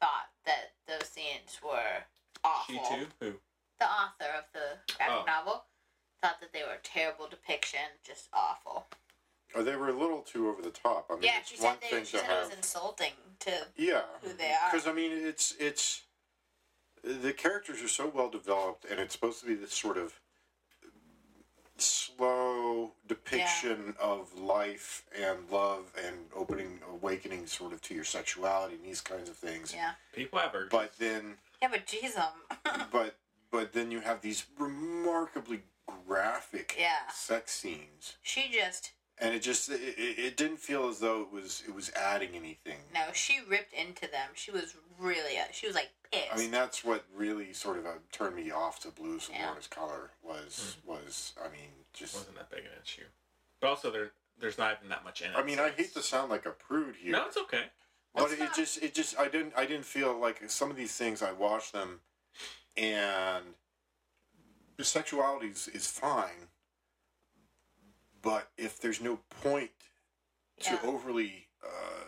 S2: thought that those scenes were awful.
S1: She too. Who?
S2: the author of the graphic
S1: Oh.
S2: novel thought that they were a terrible depiction, just awful.
S3: Oh, they were a little too over the top. I mean,
S2: yeah,
S3: it's
S2: she
S3: one
S2: said they,
S3: thing
S2: she
S3: to
S2: said
S3: have.
S2: it was insulting to
S3: yeah.
S2: who they are.
S3: Because I mean, it's it's the characters are so well developed, and it's supposed to be this sort of slow depiction of life and love and opening awakening sort of to your sexuality and these kinds of things.
S2: Yeah,
S1: People have urges.
S3: But then,
S2: yeah, but jeez, um,
S3: but but then you have these remarkably graphic
S2: Yeah.
S3: sex scenes,
S2: she just
S3: and it just it, it, it didn't feel as though it was it was adding anything.
S2: no, she ripped into them. She was really, uh, she was like pissed.
S3: I mean, that's what really sort of uh, turned me off to blues and
S2: Yeah.
S3: Warner's color was was I mean just
S1: Hmm. wasn't that big an issue. But also, there there's not even that much in it.
S3: I mean
S1: so
S3: I hate to sound like a prude here,
S1: No, it's okay.
S3: but
S2: it's
S3: it
S2: not-
S3: just it just I didn't I didn't feel like some of these things I watched them and the sexuality is, is fine, but if there's no point to
S2: Yeah.
S3: overly. Uh,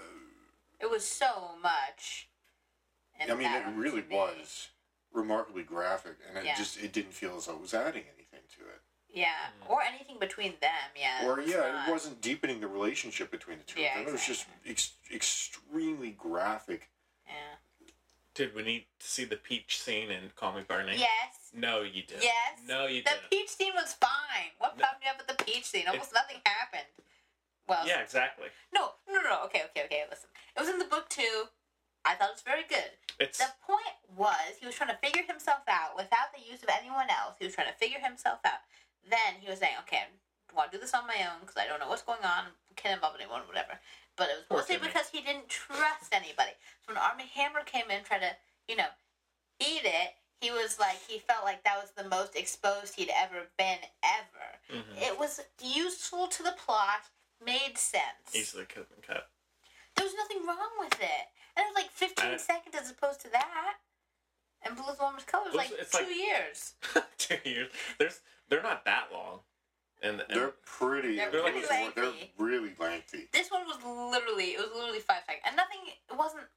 S2: it was so much. in
S3: I mean,
S2: that
S3: it
S2: one
S3: really
S2: to me.
S3: was remarkably graphic, and it
S2: Yeah.
S3: just it didn't feel as though it was adding anything to it.
S2: Yeah,
S1: Hmm.
S2: or anything between them. Yeah,
S3: Or
S2: it's
S3: yeah,
S2: not-
S3: it wasn't deepening the relationship between the two
S2: Yeah,
S3: of them. It was just ex- extremely graphic.
S2: Yeah.
S1: Did we need to see the peach scene and Call Me by Your Name?
S2: Yes.
S1: No, you did.
S2: Yes.
S1: No, you
S2: The
S1: didn't.
S2: peach scene was fine. What
S1: No.
S2: problem do you have with the peach scene? Almost nothing happened. Well,
S1: yeah, exactly.
S2: no, no, no. Okay, okay, okay. Listen, it was in the book too. I thought it was very good.
S1: It's
S2: The point was he was trying to figure himself out without the use of anyone else. He was trying to figure himself out. Then he was saying, "Okay, I want to do this on my own because I don't know what's going on. Can't involve anyone, whatever." But it was
S1: Poor
S2: mostly
S1: Timmy.
S2: because he didn't trust anybody. So when Army Hammer came in, tried to you know eat it. He was like he felt like that was the most exposed he'd ever been ever.
S1: mhm.
S2: It was useful to the plot, made sense.
S1: easily could have been cut.
S2: There was nothing wrong with it. And it was like 15
S1: I-
S2: seconds as opposed to that. And Blue Warmest Color was
S1: Well,
S2: like
S1: it's- it's
S2: two
S1: like-
S2: years.
S1: Two years. There's they're not that long, and, and
S3: They're pretty.
S2: They're
S1: pretty
S3: they're,
S2: lengthy.
S3: really lengthy.
S2: This one was literally, it was literally five seconds. And nothing, it wasn't,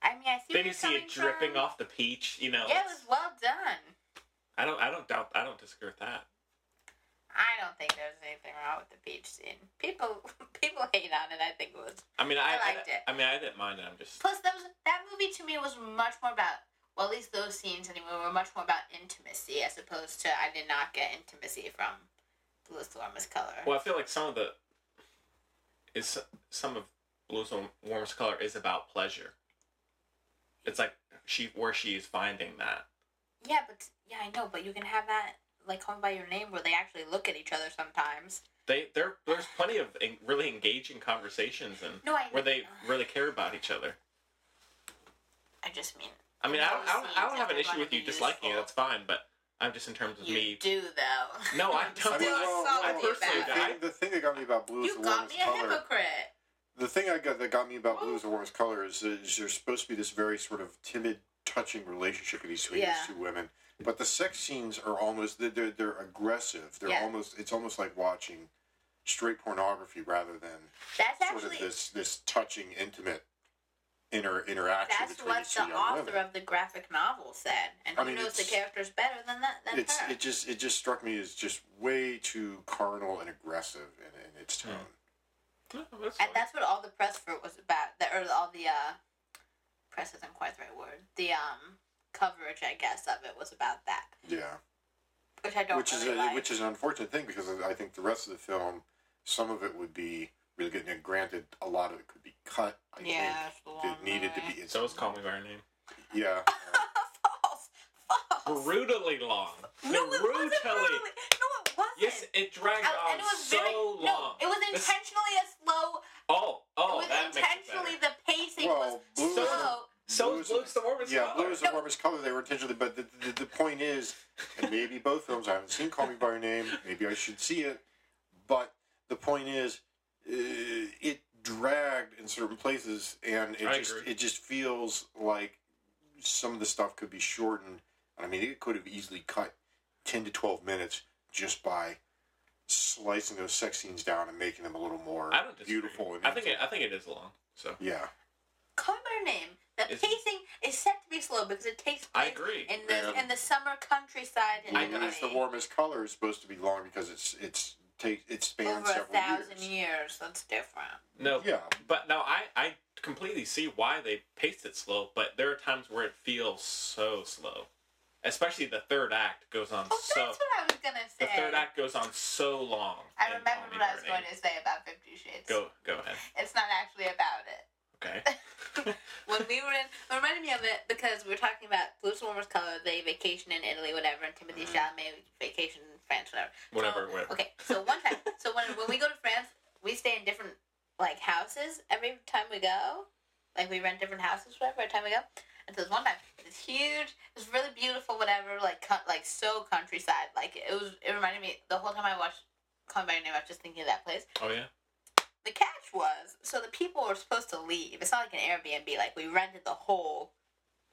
S2: I mean, I see
S1: then
S2: where
S1: you see
S2: you're
S1: it
S2: coming
S1: dripping
S2: from.
S1: off the peach. You know.
S2: Yeah, it
S1: it's-
S2: was well done.
S1: I don't. I don't doubt. I don't disagree with that.
S2: I don't think there was anything wrong with the peach scene. People people hate on it. I think it was
S1: I mean, I,
S2: I liked it.
S1: I mean, I didn't mind it. I'm just.
S2: Plus, that was that movie to me was much more about well, at least those scenes anyway were much more about intimacy as opposed to I did not get intimacy from Blue is the Warmest Color.
S1: Well, I feel like some of the is some of Blue's Warm- warmest color is about pleasure. It's like she where she is finding that.
S2: Yeah, but yeah, I know, but you can have that like Call Me by Your Name where they actually look at each other sometimes.
S1: They there there's plenty of en- really engaging conversations and
S2: No, I
S1: where they really care about each other.
S2: I just mean.
S1: I mean, I don't, I don't, I don't have an
S2: Those
S1: issue with you
S2: scenes
S1: disliking it.
S2: are
S1: That's fine, but I'm just in terms of
S2: You
S1: me.
S2: do though.
S1: No, I
S2: Still
S1: don't.
S2: mean,
S1: I,
S2: well,
S1: I
S2: salty
S1: personally,
S2: about
S3: the,
S2: it.
S1: I,
S3: thing, the thing that got me about blue is
S2: You
S3: the
S2: got
S3: warmest
S2: me a
S3: color.
S2: hypocrite.
S3: The thing I got that got me about blue is the warmest color is, is there's supposed to be this very sort of timid, touching relationship between these two,
S2: Yeah.
S3: these two women. But the sex scenes are almost they're they're, they're aggressive. They're
S2: Yeah.
S3: almost it's almost like watching straight pornography rather than
S2: That's
S3: sort
S2: actually
S3: of this this touching, intimate inner interaction
S2: that's
S3: between
S2: what
S3: these two
S2: the
S3: young
S2: author
S3: women.
S2: of the graphic novel said, and
S3: I
S2: who
S3: mean,
S2: knows the
S3: it's-
S2: characters better than that than
S3: it's
S2: her.
S3: it just it just struck me as just way too carnal and aggressive in, in its tone.
S1: No, that's
S2: and
S1: fine.
S2: that's what all the press for was about. The, or all the uh, press isn't quite the right word. The um coverage, I guess, of it was about that,
S3: Yeah,
S2: which I don't
S3: which is
S2: really
S3: a,
S2: like.
S3: which is an unfortunate thing because I think the rest of the film, some of it would be really good. And granted, a lot of it could be cut. I
S2: Yeah, it's a
S3: think
S2: long
S3: it needed
S2: movie.
S3: to be.
S1: So let's call me by her name.
S3: Yeah,
S2: false, false.
S1: Brutally long.
S2: No, it wasn't brutally. No, it wasn't.
S1: Yes, it dragged
S2: I-
S1: on
S2: and it was
S1: so
S2: very
S1: long.
S2: no. It was
S1: This-
S2: intentionally a slow.
S1: Oh, oh,
S2: it was
S1: that
S2: intentionally
S1: makes it better.
S2: the pacing was
S3: Well, Blue-
S2: slow.
S1: So is
S3: Blue's-
S1: Blue's the warmest
S3: yeah, blue is the
S2: No.
S3: warmest color. They were intentionally, but the, the, the point is, and maybe both films. I haven't seen Call Me by Your Name. Maybe I should see it, but the point is, uh, it dragged in certain places, and it
S1: I
S3: just
S1: agree.
S3: it just feels like some of the stuff could be shortened. I mean, it could have easily cut ten to twelve minutes just by slicing those sex scenes down and making them a little more
S1: I don't disagree.
S3: beautiful. And
S1: I think it, I think it is long. So
S3: yeah,
S2: Call Me by Your Name. The
S1: It's-
S2: pacing is set to be slow because it takes
S1: I
S2: place
S1: agree.
S2: in the
S3: Yeah.
S2: in the summer countryside. In
S3: Blue
S1: I-
S2: Italy
S3: is the warmest color is supposed to be long because it's it's take it spans
S2: over a
S3: several
S2: thousand years.
S3: years.
S2: That's different.
S1: no,
S3: Yeah,
S1: but no, I I completely see why they paced it slow. But there are times where it feels so slow, especially the third act goes on
S2: Oh,
S1: so.
S2: that's what I was gonna
S1: The
S2: say.
S1: third act goes on so long.
S2: I
S1: in
S2: remembered
S1: Call Me
S2: what I
S1: by
S2: was
S1: Your
S2: going
S1: Name.
S2: to say about Fifty Shades.
S1: Go go ahead.
S2: It's not actually about it.
S1: Okay.
S2: when we were in, it reminded me of it because we were talking about Blue Swarmer's color. They vacation in Italy, whatever, and Timothy Chalamet vacation in France, whatever.
S1: Mm-hmm. Whatever,
S2: So,
S1: whatever.
S2: Okay, so one time, so when when we go to France, we stay in different like houses every time we go. Like we rent different houses, whatever. Every time we go, and so this one time, it's huge, it's really beautiful, whatever. Like co- like so countryside. Like it was. It reminded me the whole time I watched. Call Me by Your Name. I was just thinking of that place
S1: Oh yeah.
S2: the catch was so the people were supposed to leave. It's not like an Airbnb. Like we rented the whole.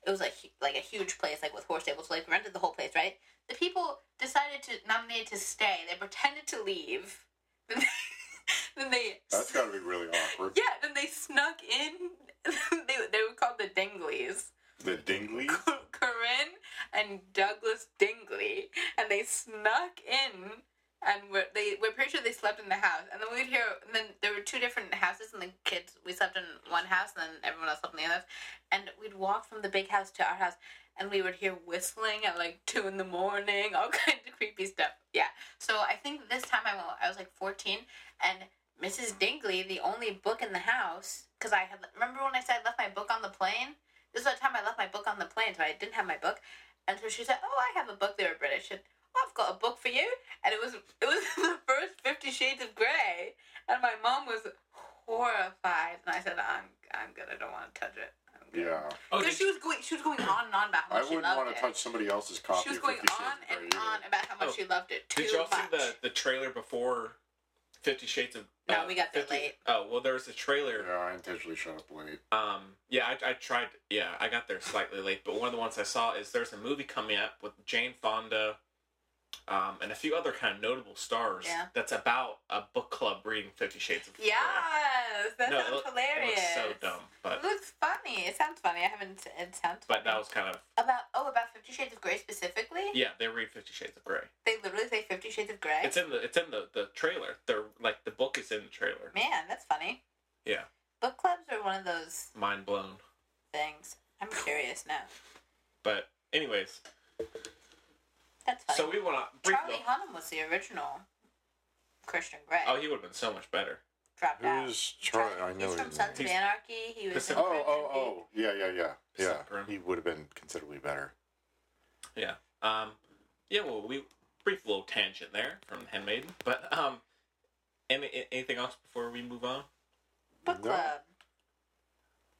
S2: It was like like a huge place, like with horse stables. So like we rented the whole place, right? The people decided to nominated to stay. They pretended to leave. Then they, then they
S3: that's got to be really awkward.
S2: yeah. Then they snuck in. they they were called the Dinglies.
S3: The Dingley.
S2: Corinne and Douglas Dingley, and they snuck in, and were, they we're pretty sure they slept in the house. And then we'd hear, and then there were two different houses, and the kids we slept in one house, and then everyone else slept in the other. And we'd walk from the big house to our house, and we would hear whistling at like two in the morning, all kinds of creepy stuff. Yeah. So I think this time I went, I was like fourteen, and Mrs. Dingley, the only book in the house, because I had remember when I said I left my book on the plane. This was the time I left my book on the plane, so I didn't have my book. And so she said, "Oh, I have a book. They were British, and oh, I've got a book for you." And it was it was the first Fifty Shades of Grey, and my mom was horrified. And I said, "I'm I'm good. I don't want to touch it." I'm good."
S3: Yeah,
S1: Oh,
S2: Because
S1: did
S2: she was going, she was going on and on about how
S3: I
S2: much Oh, she
S3: wouldn't
S2: loved
S3: want
S2: it.
S3: to touch somebody else's copy.
S2: she was
S3: of
S2: going
S3: Fifty
S2: on
S3: Shades of Grey
S2: and
S3: either.
S2: on about how much
S1: Oh.
S2: she loved it too
S1: Did y'all see
S2: much.
S1: the, the trailer before Fifty Shades of?
S2: No, we got there
S1: 50
S2: late.
S1: Oh well, there was a trailer.
S3: Yeah, I intentionally shut up late.
S1: Um, yeah, I, I tried. Yeah, I got there slightly late, but one of the ones I saw is there's a movie coming up with Jane Fonda, um, and a few other kind of notable stars.
S2: Yeah.
S1: That's about a book club reading Fifty Shades of. Grey.
S2: yes, that
S1: No, it
S2: sounds
S1: look- It
S2: hilarious.
S1: was so dumb,
S2: It
S1: but
S2: looks funny. It sounds funny. I haven't. It sounds.
S1: but that
S2: funny.
S1: was kind of
S2: About oh, about Fifty Shades of Grey specifically.
S1: yeah. They read Fifty Shades of Grey.
S2: They literally say Fifty Shades of Grey.
S1: It's in the it's in the the trailer. They're like the book is in the trailer.
S2: Man, that's funny.
S1: Yeah,
S2: Book clubs are one of those
S1: mind blown.
S2: things. I'm curious now.
S1: But anyways,
S2: That's funny.
S1: so we want to briefly.
S2: Charlie Hunnam was the original Christian Grey.
S1: Oh, he would have been so much better.
S2: dropped out.
S3: Who's Charlie? I know
S2: He's from
S3: his
S2: Sons
S3: name.
S2: of Anarchy. He was. in
S1: Pacific-
S3: Oh,
S2: Friends
S3: oh,
S2: and Beat.
S3: oh! Yeah, yeah, yeah, yeah.
S1: Pacific Rim.
S3: He would have been considerably better.
S1: Yeah. Um. Yeah. Well, we brief little tangent there from Handmaiden, but um, any, a- anything else before we move on?
S2: Book
S3: No.
S2: club.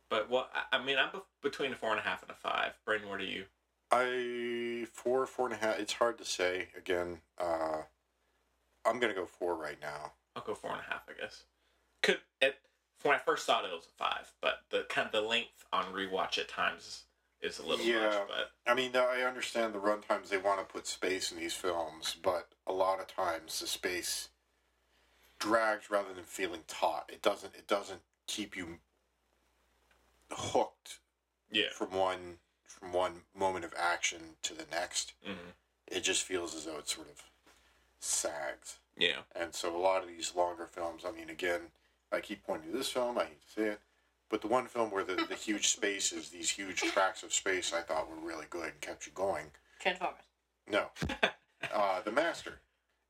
S1: But what I- I mean, I'm bef- between a four and a half and a five. Brain, what are you?
S3: I four, four and a half. It's hard to say. Again, uh, I'm gonna go four right now.
S1: I'll go four and a half, I guess. Could it? When I first saw it, it was a five, but the kind of the length on rewatch at times is a little
S3: Yeah.
S1: much. But
S3: I mean, I understand the runtimes they want to put space in these films, but a lot of times the space dragged rather than feeling taught. It doesn't it doesn't keep you hooked
S1: Yeah.
S3: from one from one moment of action to the next.
S1: hmm
S3: It just feels as though it sort of sags.
S1: Yeah.
S3: And so a lot of these longer films, I mean, again, I keep pointing to this film, I hate to say it, but the one film where the, the huge spaces, these huge tracts of space I thought were really good and kept you going,
S2: Transformers.
S3: no. Uh, the Master.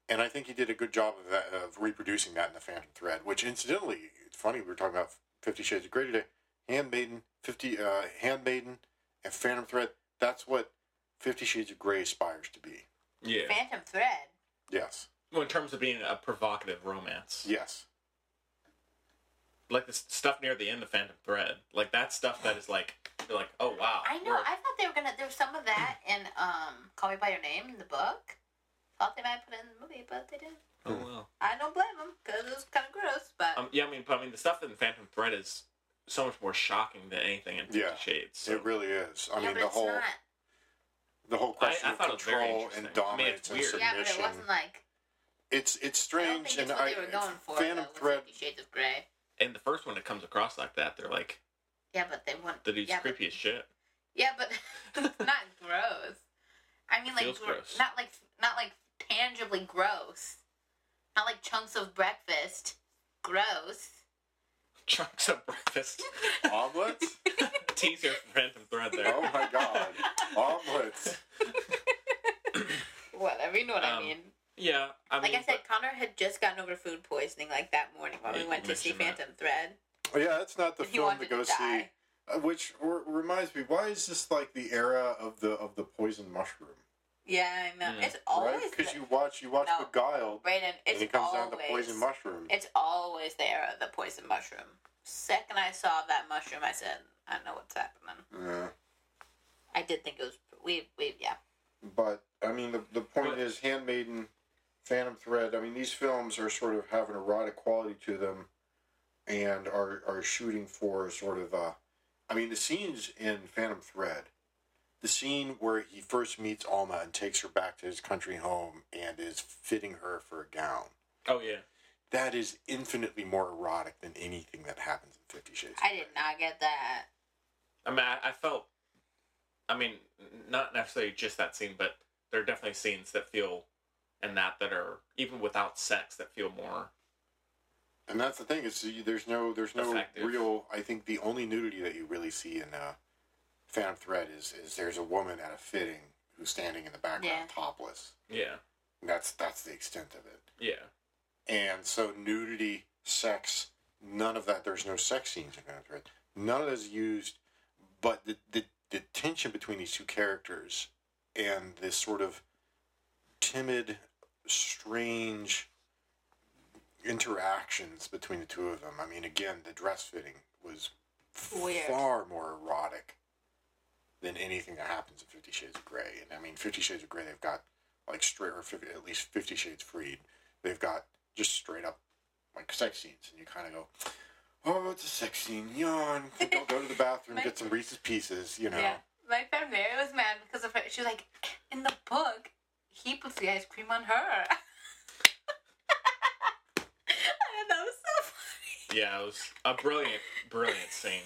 S3: And I think he did a good job of, that, of reproducing that in The Phantom Thread, which incidentally, it's funny, we were talking about Fifty Shades of Grey today. Handmaiden, 50, uh, Handmaiden, and Phantom Thread, that's what Fifty Shades of Grey aspires to be.
S1: Yeah.
S2: Phantom Thread.
S3: Yes.
S1: Well, in terms of being a provocative romance,
S3: Yes.
S1: like the s- stuff near the end of Phantom Thread, like that stuff that is like, you're like, oh wow.
S2: I know.
S1: we're-
S2: I thought they were gonna. There was some of that in um, Call Me by Your Name in the book. Thought they might put it in the movie, but they didn't.
S1: oh wow.
S2: I don't blame them because it was kind of gross. But
S1: Um, yeah, I mean, but I mean, the stuff in Phantom Thread is so much more shocking than anything in Fifty
S3: Yeah.
S1: Shades. So.
S3: It really is. I
S2: yeah,
S3: mean,
S2: but
S3: the
S2: it's
S3: whole.
S2: not.
S3: the whole
S1: I- I
S3: question
S1: thought it
S3: of
S1: was very
S3: control
S1: interesting.
S3: and
S1: I mean,
S3: dominance
S1: it's weird.
S3: and
S2: Yeah, but it
S3: submission.
S2: wasn't like.
S3: it's it's
S2: I don't
S3: strange,
S2: think it's
S3: and
S2: what
S3: I
S2: they were going for.
S3: Phantom
S2: though, with
S3: Thread.
S2: Fifty Shades of Grey.
S1: And the first one that comes across like that, they're like,
S2: Yeah, but they want.
S1: the dude's
S2: yeah,
S1: creepy as shit.
S2: But, yeah, but it's not gross. I mean, like
S1: Feels
S2: gro-
S1: gross.
S2: not like not like tangibly gross. Not like chunks of breakfast. Gross.
S1: Chunks of breakfast.
S3: Omelets?
S1: Teaser for Phantom Thread there.
S3: oh my god, omelets!
S2: Whatever, you know what I
S1: Um,
S2: mean.
S1: Yeah, I mean,
S2: Like I said, Connor had just gotten over food poisoning like that morning when
S1: Yeah,
S2: we
S1: you
S2: went to see
S1: mentioned that.
S2: Phantom Thread.
S3: Well, yeah, that's not the
S2: If you
S3: film to
S2: wanted
S3: go
S2: to
S3: see.
S2: die.
S3: Uh, Which r- reminds me, why is this like the era of the of the poison mushroom?
S2: Yeah, I know.
S1: Mm.
S2: It's always
S3: right? Because
S2: the,
S3: you watch you watch
S2: No.
S3: Beguiled,
S2: Brayden, it's
S3: and it comes
S2: always
S3: down to poison mushroom.
S2: It's always the era of the poison mushroom. Second I saw that mushroom, I said, I know what's happening.
S3: Yeah.
S2: I did think it was we we yeah.
S3: But I mean, the the point
S1: But-
S3: is, Handmaiden, Phantom Thread. I mean, these films are sort of have an erotic quality to them, and are are shooting for sort of. Uh, I mean, the scenes in Phantom Thread, the scene where he first meets Alma and takes her back to his country home and is fitting her for a gown.
S1: oh yeah,
S3: That is infinitely more erotic than anything that happens in Fifty Shades. of
S2: I
S3: Grey.
S2: did not get that.
S1: I mean, I, I felt, I mean, n- not necessarily just that scene, but there are definitely scenes that feel, and that that are even without sex that feel more.
S3: And that's the thing is you- there's no there's no
S1: Effective.
S3: real. I think the only nudity that you really see in uh, Phantom Thread is is there's a woman at a fitting who's standing in the background
S2: Yeah.
S3: topless.
S1: Yeah,
S3: And that's that's the extent of it.
S1: yeah,
S3: And so nudity, sex, none of that. There's no sex scenes in Phantom Thread. None of that is used. But the the, the tension between these two characters and this sort of timid, strange interactions between the two of them. I mean, again, the dress fitting was f-
S2: Weird.
S3: far more erotic than anything that happens in Fifty Shades of Grey. And I mean, Fifty Shades of Grey, they've got like straight or 50, at least Fifty Shades Freed. They've got just straight up like sex scenes, and you kind of go. Oh, it's a sex scene. Yawn. Go go to the bathroom, get some Reese's Pieces. You know.
S2: Yeah. My friend Mary was mad because of her she was like, in the book, he puts the ice cream on her. I thought that was so funny.
S1: yeah. It was a brilliant, brilliant scene.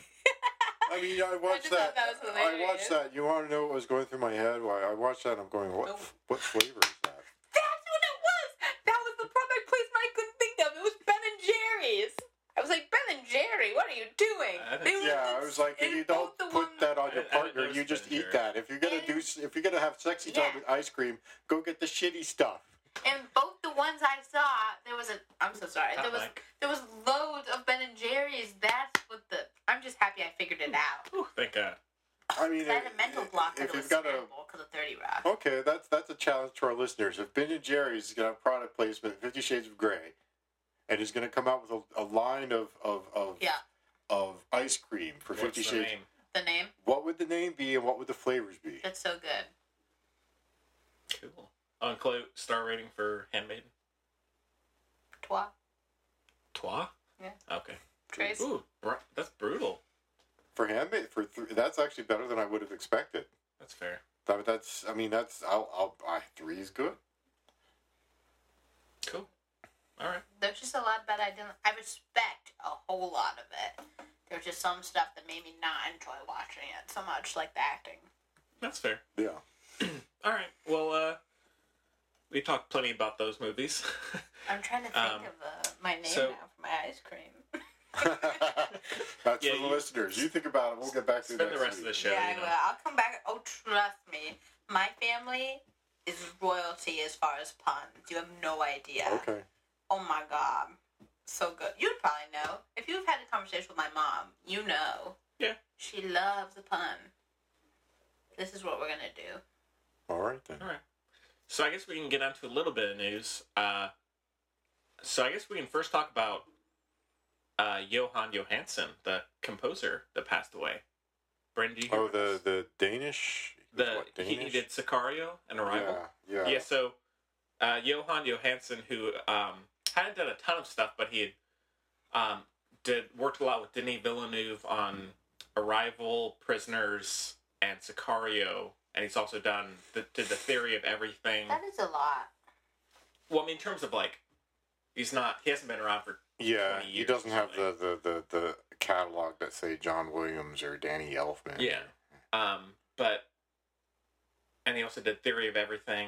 S3: I mean, I watched
S2: just thought
S3: that.
S2: that was
S3: I
S2: hilarious.
S3: watched that. You want to know what was going through my head? Why I watched that, I'm going, what?
S2: Nope.
S3: What flavor is that?
S2: That's what it was! That was the product placement I couldn't think of. It was Ben and Jerry's. I was like, Ben and Jerry, what are you doing?
S1: I think-
S2: They were
S3: yeah, I
S2: the-
S3: was like,
S2: it
S3: you
S2: was both
S3: don't
S2: the
S3: put
S2: one-
S3: that on
S1: I-
S3: your
S1: I didn't
S3: partner.
S1: notice
S3: You
S1: it
S3: just
S1: in
S3: eat
S1: here.
S3: that. If you're gonna do,
S2: And-
S3: s- if you're gonna have sexy time
S2: Yeah.
S3: with ice cream, go get the shitty stuff.
S2: And both the ones I saw, there was a. I'm so sorry.
S1: Not
S2: There was
S1: like-
S2: there was loads of Ben and Jerry's. That's what the. I'm just happy I figured it out.
S1: Whew, thank God.
S3: I mean,
S2: 'Cause I had
S3: it-
S2: a mental
S3: it-
S2: block
S3: if
S2: because it was
S3: you've got a
S2: because of Thirty Rock.
S3: okay, that's that's a challenge to our listeners. If Ben and Jerry's is gonna have product placement, Fifty Shades of Grey, and is gonna come out with a, a line of of of,
S2: Yeah,
S3: of ice cream for
S1: What's
S3: Fifty
S1: the
S3: Shades,
S1: name?
S2: the name.
S3: what would the name be and what would the flavors be?
S2: That's so good.
S1: Cool. On Chloe, star rating for Handmaiden.
S2: Twa.
S1: Trois.
S2: Yeah.
S1: Okay.
S2: Trace.
S1: Ooh, br- that's brutal.
S3: For handmade, for th- that's actually better than I would have expected.
S1: That's fair.
S3: That, that's, I mean, that's, I'll, I'll, I, three is good.
S1: Cool. All right.
S2: There's just a lot that I didn't. I respect a whole lot of it. There's just some stuff that made me not enjoy watching it so much, like the acting.
S1: That's fair.
S3: Yeah.
S1: All right. Well, uh, we talked plenty about those movies.
S2: I'm trying to think
S1: Um,
S2: of uh, my name
S1: so-
S2: now for my ice cream.
S3: That's
S1: Yeah,
S3: for the
S1: you-
S3: listeners. You think about it. We'll get back to
S1: Spend
S3: it
S1: the
S3: next
S1: rest of
S3: week.
S1: the show.
S2: yeah,
S1: you
S2: I
S1: know.
S2: will. I'll come back. Oh, trust me, my family is royalty as far as puns. You have no idea.
S3: Okay.
S2: Oh my god, so good. You'd probably know if you've had a conversation with my mom. You know.
S1: Yeah.
S2: She loves a pun. This is what we're gonna do.
S3: All right then.
S1: All right. So I guess we can get onto a little bit of news. Uh, so I guess we can first talk about uh, Johan Johansson, the composer that passed away. Brendan, do you hear
S3: Oh,
S1: about
S3: the
S1: this?
S3: the Danish.
S1: the
S3: what,
S1: he, he
S3: Danish?
S1: did Sicario and Arrival.
S3: Yeah.
S1: Yeah.
S3: Yeah.
S1: so uh, Johan Johansson, who um, hadn't done a ton of stuff, but he had um, did worked a lot with Denis Villeneuve on Arrival, Prisoners, and Sicario, and he's also done the, did the Theory of Everything.
S2: That is a lot.
S1: Well, I mean, in terms of like, he's not he hasn't been around for
S3: Yeah,
S1: 20
S3: he
S1: years
S3: doesn't
S1: or
S3: have the,
S1: something.
S3: the, the, the catalog that say John Williams or Danny Elfman.
S1: yeah, um, but and he also did Theory of Everything,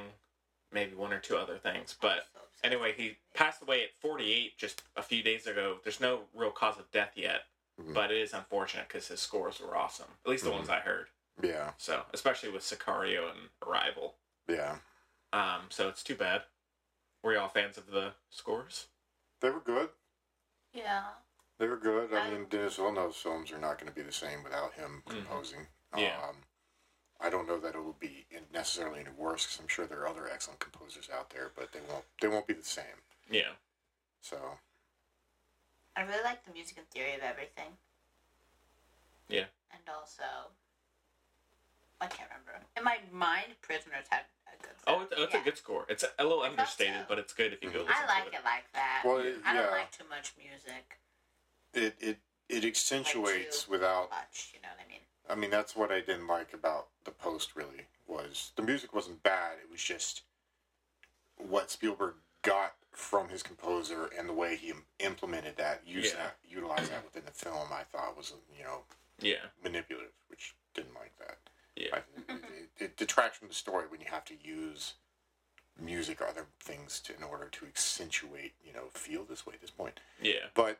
S1: maybe one or two other things, but.
S2: So upset.
S1: Anyway, he passed away at 48 just a few days ago. There's no real cause of death yet,
S3: Mhm.
S1: but it is unfortunate because his scores were awesome. At least the
S3: Mm-hmm.
S1: ones I heard.
S3: Yeah,
S1: So, especially with Sicario and Arrival.
S3: yeah.
S1: Um, so it's too bad. Were y'all fans of the scores?
S3: They were good.
S2: Yeah.
S3: They were good. I
S2: I-
S3: mean, Dennis Villeneuve's films are not going to be the same without him composing.
S1: Mm-hmm. Yeah.
S3: Um, I don't know that it will be in- necessarily any worse because I'm sure there are other excellent composers out there, but they won't. They won't be the same.
S1: Yeah.
S3: So
S2: I really like the music and theory of everything.
S1: Yeah.
S2: And also, I can't remember. In my mind, Prisoners had a good.
S1: Oh, it's, oh, it's
S2: yeah.
S1: a good score. It's a little
S2: I thought
S1: understated,
S2: so.
S1: but it's good if you go
S3: Mm-hmm.
S1: listen
S2: I like
S1: to
S2: it. like that.
S3: Well, it-
S2: I
S3: yeah.
S2: don't like too much music.
S3: it it it accentuates
S2: two.
S3: without.
S2: Much, you know what I mean?
S3: I mean, that's what I didn't like about the post. Really, was the music wasn't bad. It was just what Spielberg got from his composer and the way he im- implemented that, used
S1: Yeah.
S3: that, utilized that within the film. I thought was you know
S1: Yeah.
S3: manipulative, which didn't like that.
S1: Yeah.
S3: I, it, it detracts from the story when you have to use music or other things to, in order to accentuate, you know, feel this way at this point.
S1: Yeah.
S3: But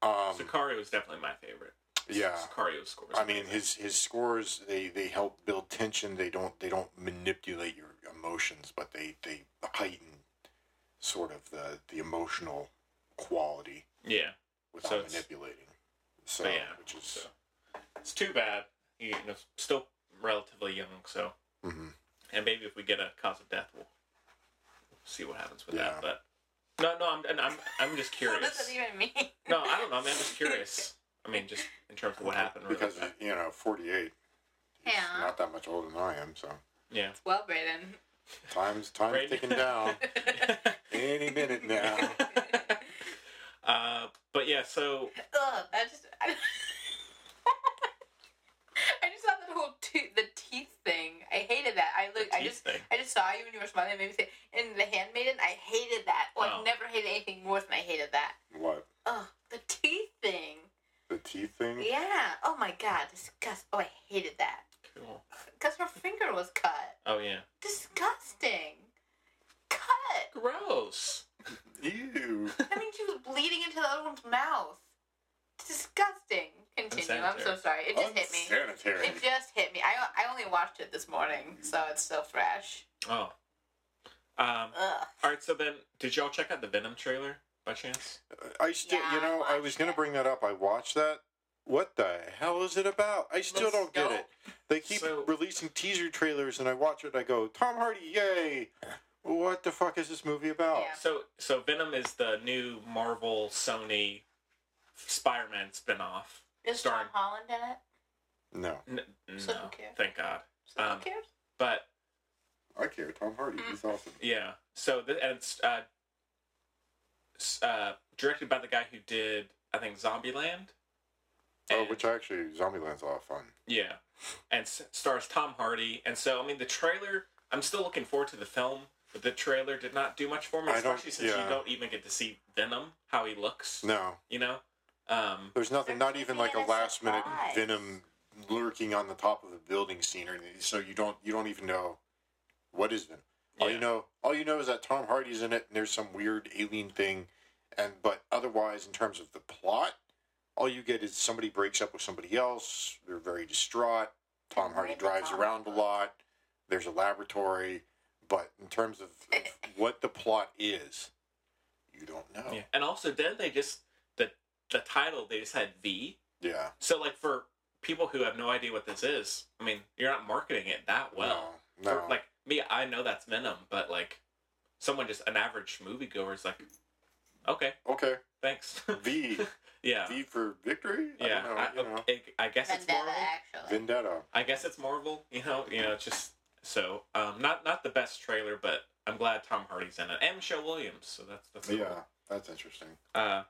S3: um,
S1: Sicario is definitely my favorite.
S3: yeah,
S1: Sicario's score. is
S3: I mean
S1: amazing.
S3: his his scores they they help build tension. They don't they don't manipulate your emotions, but they they heighten sort of the the emotional quality
S1: Yeah.
S3: without
S1: So it's-
S3: manipulating. So
S1: But yeah,
S3: which is
S1: so. It's too bad. He, you know, still relatively young, so.
S3: Mhm.
S1: and maybe if we get a cause of death, we'll see what happens with
S3: Yeah.
S1: that. But no, no, I'm and I'm I'm just
S2: What does
S1: curious.
S2: that even mean?
S1: No, I don't know. I mean, I'm just curious. I mean, just in terms of what happened. Really.
S3: because you know forty eight.
S2: Yeah.
S3: Not that much older than I am, so
S1: yeah,
S2: Well, Brayden.
S3: time's time's
S1: Right.
S3: ticking down any minute now.
S1: uh, but yeah. So
S2: Ugh, I just. I, I just thought that whole tooth, the teeth thing. I hated that. I
S1: the
S2: look. I
S1: teeth
S2: just.
S1: thing.
S2: I just saw you when you were smiling. It made me say, in the handmaiden, I hated that. Oh,
S1: Oh.
S2: I've never hated anything more than I hated that.
S3: What
S2: Ugh, the teeth thing.
S3: the teeth
S1: Mm.
S3: thing?
S2: Yeah. Oh my god, disgust. Oh, I hated that.
S1: Cool.
S2: Cause her finger was cut.
S1: Oh yeah.
S2: Disgusting. Cut.
S1: Gross.
S3: Ew.
S2: I mean, she was bleeding into the other one's mouth. Disgusting. Continue. I'm so
S1: Unsanitary.
S2: sorry. It just hit me.
S3: Sanitary.
S2: It just hit me. I, I only watched it this morning, so it's still fresh.
S1: Oh. Um.
S2: Ugh.
S1: All right. So then, did y'all check out the Venom trailer by chance?
S3: I still,
S2: Yeah,
S3: you know,
S2: I
S3: I was
S2: watched
S3: gonna
S2: it.
S3: bring that up. I watched that. What the hell is it about? I still
S1: Let's
S3: don't get
S1: go.
S3: it. They keep
S1: So-
S3: releasing teaser trailers, and I watch it. and I go, Tom Hardy, yay! What the fuck is this movie about?
S2: Yeah.
S1: So so Venom is the new Marvel Sony Spider-Man spin-off.
S2: Is Tom
S1: Starring-
S2: Holland in it?
S3: No,
S1: N-
S2: So
S1: no,
S2: who cares?
S1: thank God.
S2: So
S1: Um,
S2: who cares?
S1: But
S3: I care. Tom Hardy, he's
S2: Mm.
S3: awesome.
S1: yeah, so the, and it's uh, s- uh, directed by the guy who did I think Zombieland.
S3: Oh,
S1: And-
S3: which actually, Zombieland's a lot of fun.
S1: Yeah, and s- stars Tom Hardy, and so I mean the trailer. I'm still looking forward to the film. But the trailer did not do much for me,
S3: I don't-
S1: especially since
S3: yeah.
S1: you don't even get to see Venom, how he looks.
S3: No,
S1: You know? Um,
S3: there's nothing. Not even like a
S6: There's nothing
S3: last minute
S6: surprise.
S3: venom lurking on the top of a building scene or anything. So you don't you don't even know what is venom. All
S1: Yeah.
S3: you know, all you know is that Tom Hardy's in it, and there's some weird alien thing, and but otherwise, in terms of the plot, all you get is somebody breaks up with somebody else. They're very distraught. Tom Hardy drives around a lot. There's a laboratory, but in terms of of what the plot is, you don't know.
S1: yeah. And also, didn't they just, the, the title, they just had V?
S3: Yeah.
S1: So, like, for people who have no idea what this is, I mean, you're not marketing it that well.
S3: no, no.
S1: For- like, me, I know that's Venom, but, like, someone just, an average moviegoer is like, okay,
S3: okay,
S1: thanks.
S3: V,
S1: yeah.
S3: V for victory.
S1: yeah.
S3: I don't know, you know.
S1: I, I guess it's
S2: Vendetta,
S1: Marvel.
S2: actually.
S3: Vendetta.
S1: I guess it's Marvel, you know, you know, it's just so um not not the best trailer, but I'm glad Tom Hardy's in it. And Michelle Williams, so that's that's cool.
S3: Yeah, that's interesting.
S1: Uh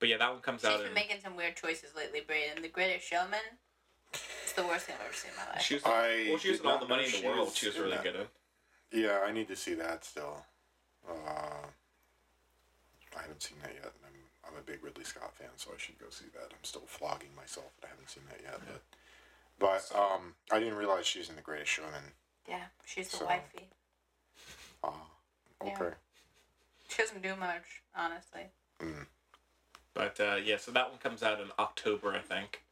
S1: but yeah, that one comes
S2: She's
S1: out
S2: been
S1: in
S2: making some weird choices lately, Brayden. The Greatest Showman. It's the worst thing I've ever seen in my life.
S1: she was,
S3: I
S1: well, she was
S3: did
S1: in all
S3: not
S1: the money
S3: know
S1: in the
S3: she
S1: world.
S3: was
S1: she was
S3: in
S1: really
S3: that.
S1: good in.
S3: Yeah, I need to see that still. Uh, I haven't seen that yet, and I'm, I'm a big Ridley Scott fan, so I should go see that. I'm still flogging myself, but I haven't seen that yet. But, but um, I didn't realize she's in The Greatest Showman.
S2: Yeah, she's the
S3: So-
S2: wifey.
S3: Uh, okay.
S2: Yeah. She doesn't do much, honestly.
S1: But uh yeah, so that one comes out in October, I think.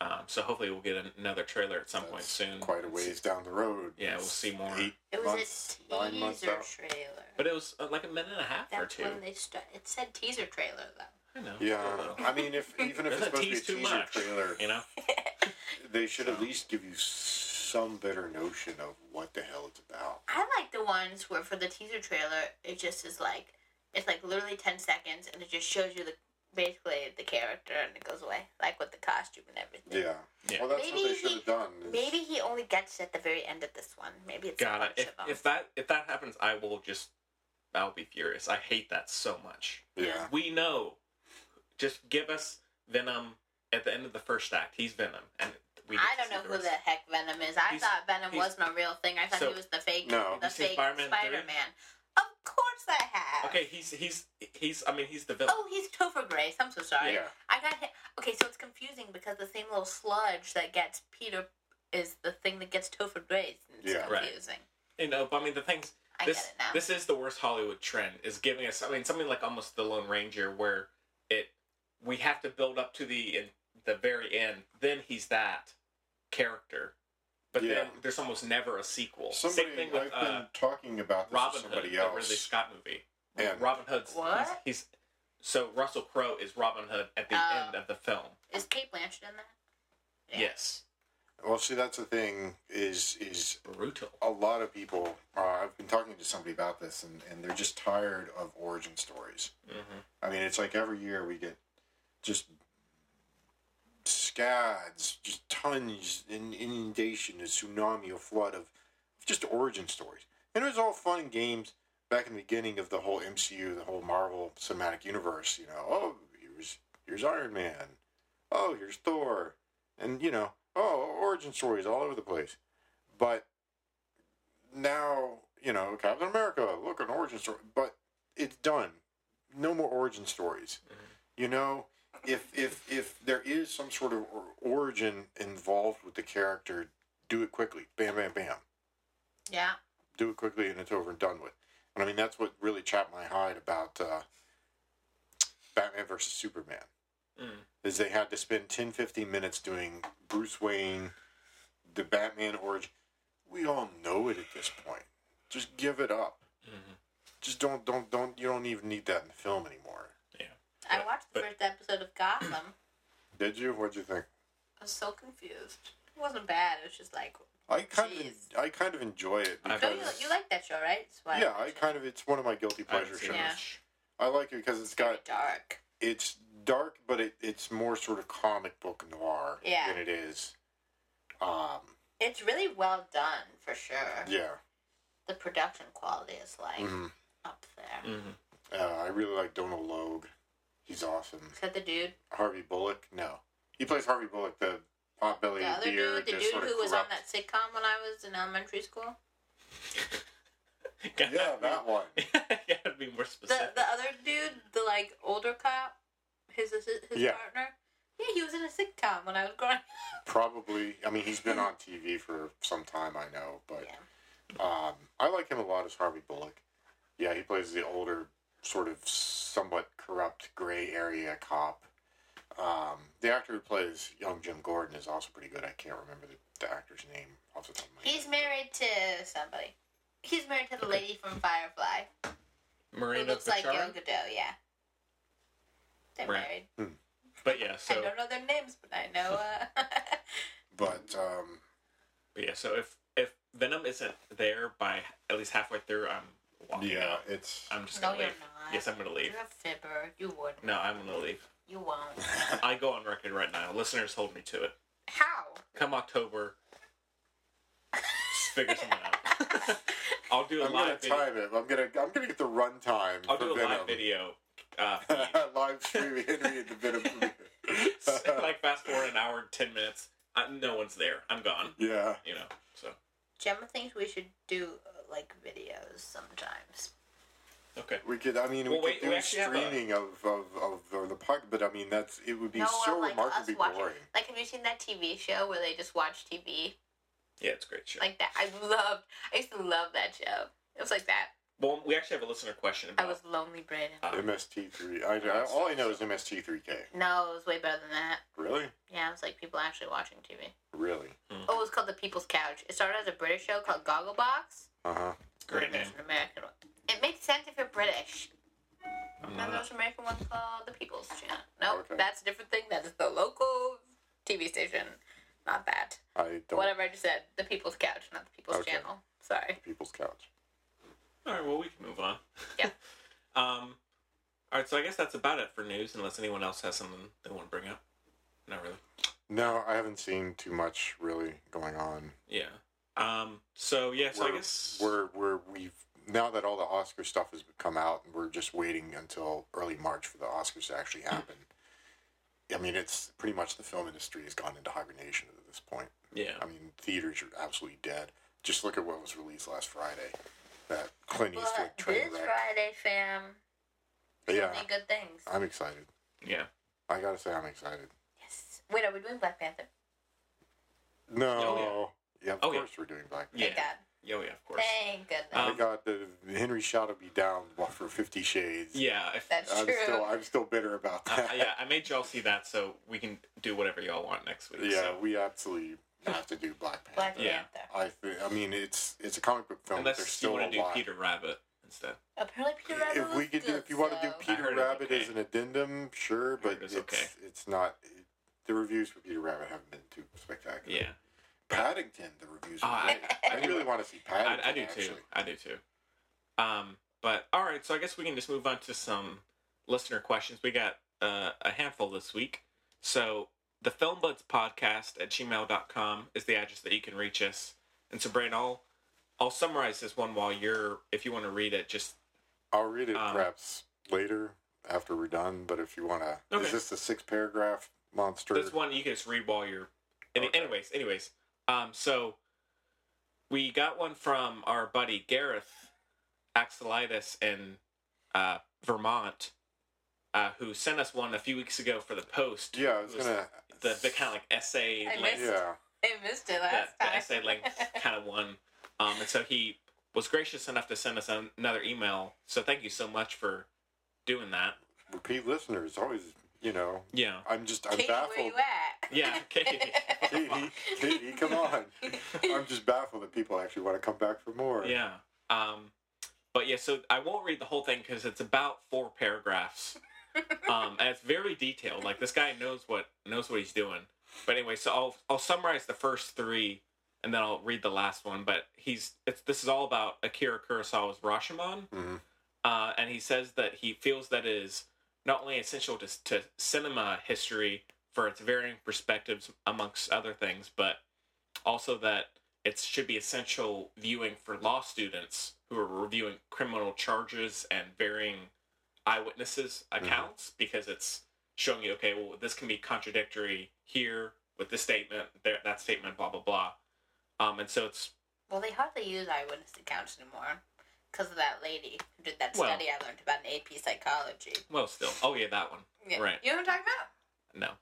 S1: Um, so hopefully we'll get an- another trailer at some point
S3: That's
S1: soon.
S3: Quite a ways down the road.
S1: Yeah, we'll see more.
S3: Eight
S2: It was
S3: months,
S2: a
S3: nine months
S2: teaser
S3: out.
S2: trailer.
S1: But it was uh, like a minute and a half or
S2: That's
S1: two.
S2: when they start. It said teaser trailer though.
S1: I know.
S3: Yeah, I mean, if even if it's
S1: Doesn't
S3: supposed to be a
S1: tease too
S3: teaser
S1: much,
S3: trailer,
S1: you know.
S3: they should at least give you some better notion of what the hell it's about.
S2: I like the ones where for the teaser trailer, it just is like, it's like literally ten seconds, and it just shows you the basically the character, and it goes away, like with the costume and everything.
S3: Yeah.
S1: Yeah.
S3: Well, that's
S2: Maybe
S3: what
S2: he-
S3: they should have done. is-
S2: Maybe he only gets it at the very end of this one. Maybe it's a
S1: Got
S2: bunch
S1: it. If,
S2: of them.
S1: if that if that happens, I will just I'll be furious. I hate that so much.
S3: Yeah.
S1: We know. Just give us Venom at the end of the first act. He's Venom, and we.
S2: I don't know who the heck Venom is. I
S1: He's-
S2: thought Venom
S1: he's-
S2: wasn't a real thing. I thought
S1: So-
S2: he was the fake,
S3: No.
S2: the
S1: You seen
S2: fake
S1: Spider-Man three?
S2: Spider Man. Of course I have.
S1: Okay, he's he's he's. I mean, he's the villain.
S2: Oh, he's Topher Grace. I'm so sorry.
S3: Yeah.
S2: I got hit. Okay, so it's confusing because the same little sludge that gets Peter is the thing that gets Topher Grace. And it's
S3: Yeah.
S1: Right.
S2: confusing.
S1: You know, but I mean, the things.
S2: I
S1: This
S2: get it now.
S1: this is the worst Hollywood trend is giving us. I mean, something like almost the Lone Ranger, where it we have to build up to the in, the very end. Then he's that character, but then
S3: Yeah.
S1: there's almost never a sequel.
S3: Somebody
S1: Same thing with
S3: I've
S1: uh,
S3: been talking about this
S1: Robin
S3: with
S1: Hood,
S3: somebody
S1: the
S3: else.
S1: Ridley Scott movie.
S3: And-
S1: Robin Hood's
S2: What?
S1: He's, he's so Russell Crowe is Robin Hood at the
S2: Oh.
S1: end of the film.
S2: Is Kate Blanchett in that? Yeah.
S1: Yes,
S3: Well, see, that's the thing is is
S1: brutal.
S3: a lot of people. Uh, I've been talking to somebody about this, and, and they're just tired of origin stories.
S1: Mm-hmm.
S3: I mean, it's like every year we get just scads, just tons, an inundation, a tsunami, a flood of just origin stories. And it was all fun and games back in the beginning of the whole MCU, the whole Marvel Cinematic Universe. You know, oh, here's here's Iron Man. Oh, here's Thor. And you know, oh, origin stories all over the place. But now, you know, Captain America, look an origin story, but it's done no more origin stories. You know, if if if there is some sort of or- origin involved with the character, do it quickly. Bam, bam, bam.
S2: Yeah.
S3: Do it quickly, and it's over and done with. And I mean, that's what really chapped my hide about uh, Batman versus Superman
S1: Mm.
S3: is they had to spend 10, 15 minutes doing Bruce Wayne, the Batman origin. We all know it at this point. Just give it up.
S1: Mm-hmm.
S3: Just don't, don't, don't. You don't even need that in the film anymore.
S2: I watched the
S1: but-
S2: first episode of Gotham.
S3: Did you? What'd you think?
S2: I was so confused. It wasn't bad. It was just like,
S3: I kind
S2: Jeez.
S3: of, I kind of enjoy it
S1: I've-
S3: because,
S2: no, Oh, you, you like that show, right? It's what-
S3: yeah, I kind of, it's one of my guilty
S1: I haven't
S3: pleasure
S1: seen
S3: shows.
S2: Yeah.
S1: much.
S3: I like it because it's got,
S2: Very dark.
S3: it's dark, but it, it's more sort of comic book noir
S2: Yeah.
S3: than it is, um,
S2: It's really well done for sure.
S3: yeah.
S2: The production quality is like
S3: Mhm.
S2: up there.
S1: Mhm.
S3: Uh, I really like Donald Logue. He's awesome.
S2: Is that the dude?
S3: Harvey Bullock? No, he plays Harvey Bullock, the potbelly
S2: The other dude,
S3: beard,
S2: the
S3: just
S2: dude
S3: sort of
S2: who was on
S3: corrupt-
S2: that sitcom when I was in elementary school.
S1: gotta
S3: Yeah,
S1: be-
S3: that one.
S1: you gotta be more
S2: The
S1: specific.
S2: the other dude, the like older cop, his his, his
S3: Yeah.
S2: partner. Yeah, he was in a sitcom when I was growing. up.
S3: Probably. I mean, he's been on TV for some time, I know, but
S2: Mm-hmm. Yeah.
S3: um, I like him a lot as Harvey Bullock. Yeah, he plays the older, sort of somewhat corrupt gray area cop. Um, the actor who plays young Jim Gordon is also pretty good. I can't remember the, the actor's name off the top of my head.
S2: He's married to somebody. He's married to the lady from Firefly who
S1: Marina
S2: looks like
S1: Bashar.
S2: Gal Gadot. Yeah, they're
S1: Right.
S2: married.
S1: but yeah,
S2: I
S1: so
S2: don't know their names, but I know. Uh,
S3: But um,
S1: but yeah, so if if Venom isn't there by at least halfway through, I'm walking
S3: yeah,
S1: out.
S3: it's.
S1: I'm just
S2: no,
S1: gonna
S2: you're
S1: leave.
S2: not.
S1: Yes, I'm gonna leave.
S2: You're a fibber. You wouldn't.
S1: No, I'm gonna leave.
S2: You won't.
S1: I go on record right now. Listeners, hold me to it.
S2: How?
S1: Come October, just figure something out. I'll do a
S3: I'm gonna
S1: live. Video.
S3: time it. I'm gonna. I'm gonna get the runtime.
S1: I'll
S3: for
S1: do a
S3: Venom.
S1: live video. Uh,
S3: live streaming Henry and the Venom. movie.
S1: like fast forward an hour and ten minutes. I, no one's there. I'm gone.
S3: yeah.
S1: You know. So
S2: Gemma thinks we should do uh, like videos sometimes.
S1: okay.
S3: We could, I mean,
S1: Well,
S3: we
S1: wait,
S3: could do
S1: we actually have a-
S3: streaming of, of, of the, the pod, but I mean, that's it would be
S2: no,
S3: so
S2: I'm like us
S3: remarkably
S2: watching.
S3: boring.
S2: Like, have you seen that TV show where they just watch TV
S1: Yeah, it's a great show.
S2: like that? I loved. I used to love that show. It was like that.
S1: well, we actually have a listener question
S2: I
S1: about.
S2: was lonely, Brayden.
S1: uh,
S3: MST3. I, I, all I know is MST3K.
S2: No, it was way better than that.
S3: Really?
S2: Yeah, it was like people actually watching TV.
S3: Really?
S2: Oh, it was called The People's Couch. It started as a British show called Gogglebox.
S3: Uh huh.
S1: great
S2: and
S1: name.
S2: there's an American one. It makes sense if you're British.
S1: I'm
S2: And
S1: not-
S2: there's an American one called The People's Channel. No,
S3: Uh-huh. Okay.
S2: that's a different thing. That is the local TV station. Not that.
S3: I don't.
S2: Whatever I just said. The People's Couch, not The People's
S3: Okay.
S2: Channel. Sorry.
S3: People's couch.
S1: All right. Well, we can move on.
S2: Yeah.
S1: um. All right. So I guess that's about it for news, unless anyone else has something they want to bring up. Not really.
S3: No, I haven't seen too much really going on.
S1: Yeah. Um. So yeah. So
S3: we're,
S1: I guess
S3: we're we're we've now that all the Oscar stuff has come out, we're just waiting until early March for the Oscars to actually happen. I mean, it's pretty much the film industry has gone into hibernation at this point.
S1: yeah.
S3: I mean, theaters are absolutely dead. Just look at what was released last Friday. That Clint Eastwood
S2: But
S3: train
S2: this
S3: wreck.
S2: Friday, fam,
S3: Yeah,
S2: only good things.
S3: I'm excited.
S1: Yeah.
S3: I gotta say, I'm excited.
S2: Yes. Wait, are we doing Black Panther?
S3: No.
S1: Oh,
S3: yeah. of
S1: Oh, yeah.
S3: course we're doing Black Panther.
S1: Yeah.
S2: Thank God.
S1: Yeah. Yeah. Of course.
S2: Thank goodness.
S1: Um,
S3: I got the Henry Shaw to be down for Fifty Shades.
S1: Yeah. If,
S2: That's
S3: I'm
S2: true.
S3: still, I'm still bitter about
S1: uh,
S3: that.
S1: yeah. I made y'all see that, so we can do whatever y'all want next week.
S3: Yeah,
S1: so.
S3: we absolutely have to do Black Panther.
S2: Black
S1: Yeah.
S2: Panther.
S3: I, thi- I mean, it's it's a comic book film. but
S1: Unless
S3: There's
S1: you
S3: still
S1: want
S3: a
S1: to do
S3: lot.
S1: Peter Rabbit instead.
S2: Apparently, Peter Rabbit
S3: if we
S2: was
S3: could do,
S2: good,
S3: if you want to
S2: so-
S3: do
S1: I heard
S3: Peter
S1: it was
S3: Rabbit
S1: okay.
S3: as an addendum, sure, but
S1: it was
S3: it's
S1: okay.
S3: it's not. It, the reviews for Peter Rabbit haven't been too spectacular.
S1: Yeah.
S3: Paddington, the reviews.
S1: Oh,
S3: Were
S1: I-
S3: great. I, really want to see
S1: I,
S3: Paddington.
S1: I do
S3: actually.
S1: too. I do too. Um, but all right, so I guess we can just move on to some listener questions. We got uh, a handful this week. So the filmbuds podcast at gmail.com is the address that you can reach us. And so Brandon, I'll I'll summarize this one while you're if you want to read it, just
S3: I'll read it
S1: Um,
S3: perhaps later after we're done. But if you want to,
S1: Okay.
S3: is this the six paragraph monster?
S1: This one you can just read while you're. Any,
S3: Okay.
S1: Anyways, anyways, um, so we got one from our buddy Gareth Axelitis in uh, Vermont, uh, who sent us one a few weeks ago for the post.
S3: Yeah, I was
S1: It was
S3: gonna.
S1: the, the kind of like essay
S2: I
S1: length,
S2: missed
S3: Yeah,
S2: I missed it
S1: the,
S2: last
S1: the
S2: time.
S1: essay length kind of one, um, and so he was gracious enough to send us an- another email. So thank you so much for doing that.
S3: repeat listeners always. You know,
S1: Yeah,
S3: I'm just I'm
S2: Katie, where
S3: baffled.
S2: you at?
S1: yeah, okay.
S3: Katie, Katie, come on! I'm just baffled that people actually want to come back for more.
S1: Yeah. Um, but yeah, so I won't read the whole thing because it's about four paragraphs. um, and it's very detailed. Like this guy knows what knows what he's doing. But anyway, so I'll I'll summarize the first three, and then I'll read the last one. But he's it's this is all about Akira Kurosawa's Rashomon.
S3: Mhm.
S1: Uh, and he says that he feels that it is not only essential to, to cinema history for its varying perspectives amongst other things, but also that it should be essential viewing for law students who are reviewing criminal charges and varying eyewitnesses accounts because it's showing you okay well this can be contradictory here with this statement there, that statement blah blah blah um, and so it's
S2: Well, they hardly use eyewitness accounts anymore. because of that lady who did that
S1: Well-
S2: study I learned about in AP psychology.
S1: Well, still. Oh yeah, that one.
S2: Yeah.
S1: Right.
S2: You know what I'm talking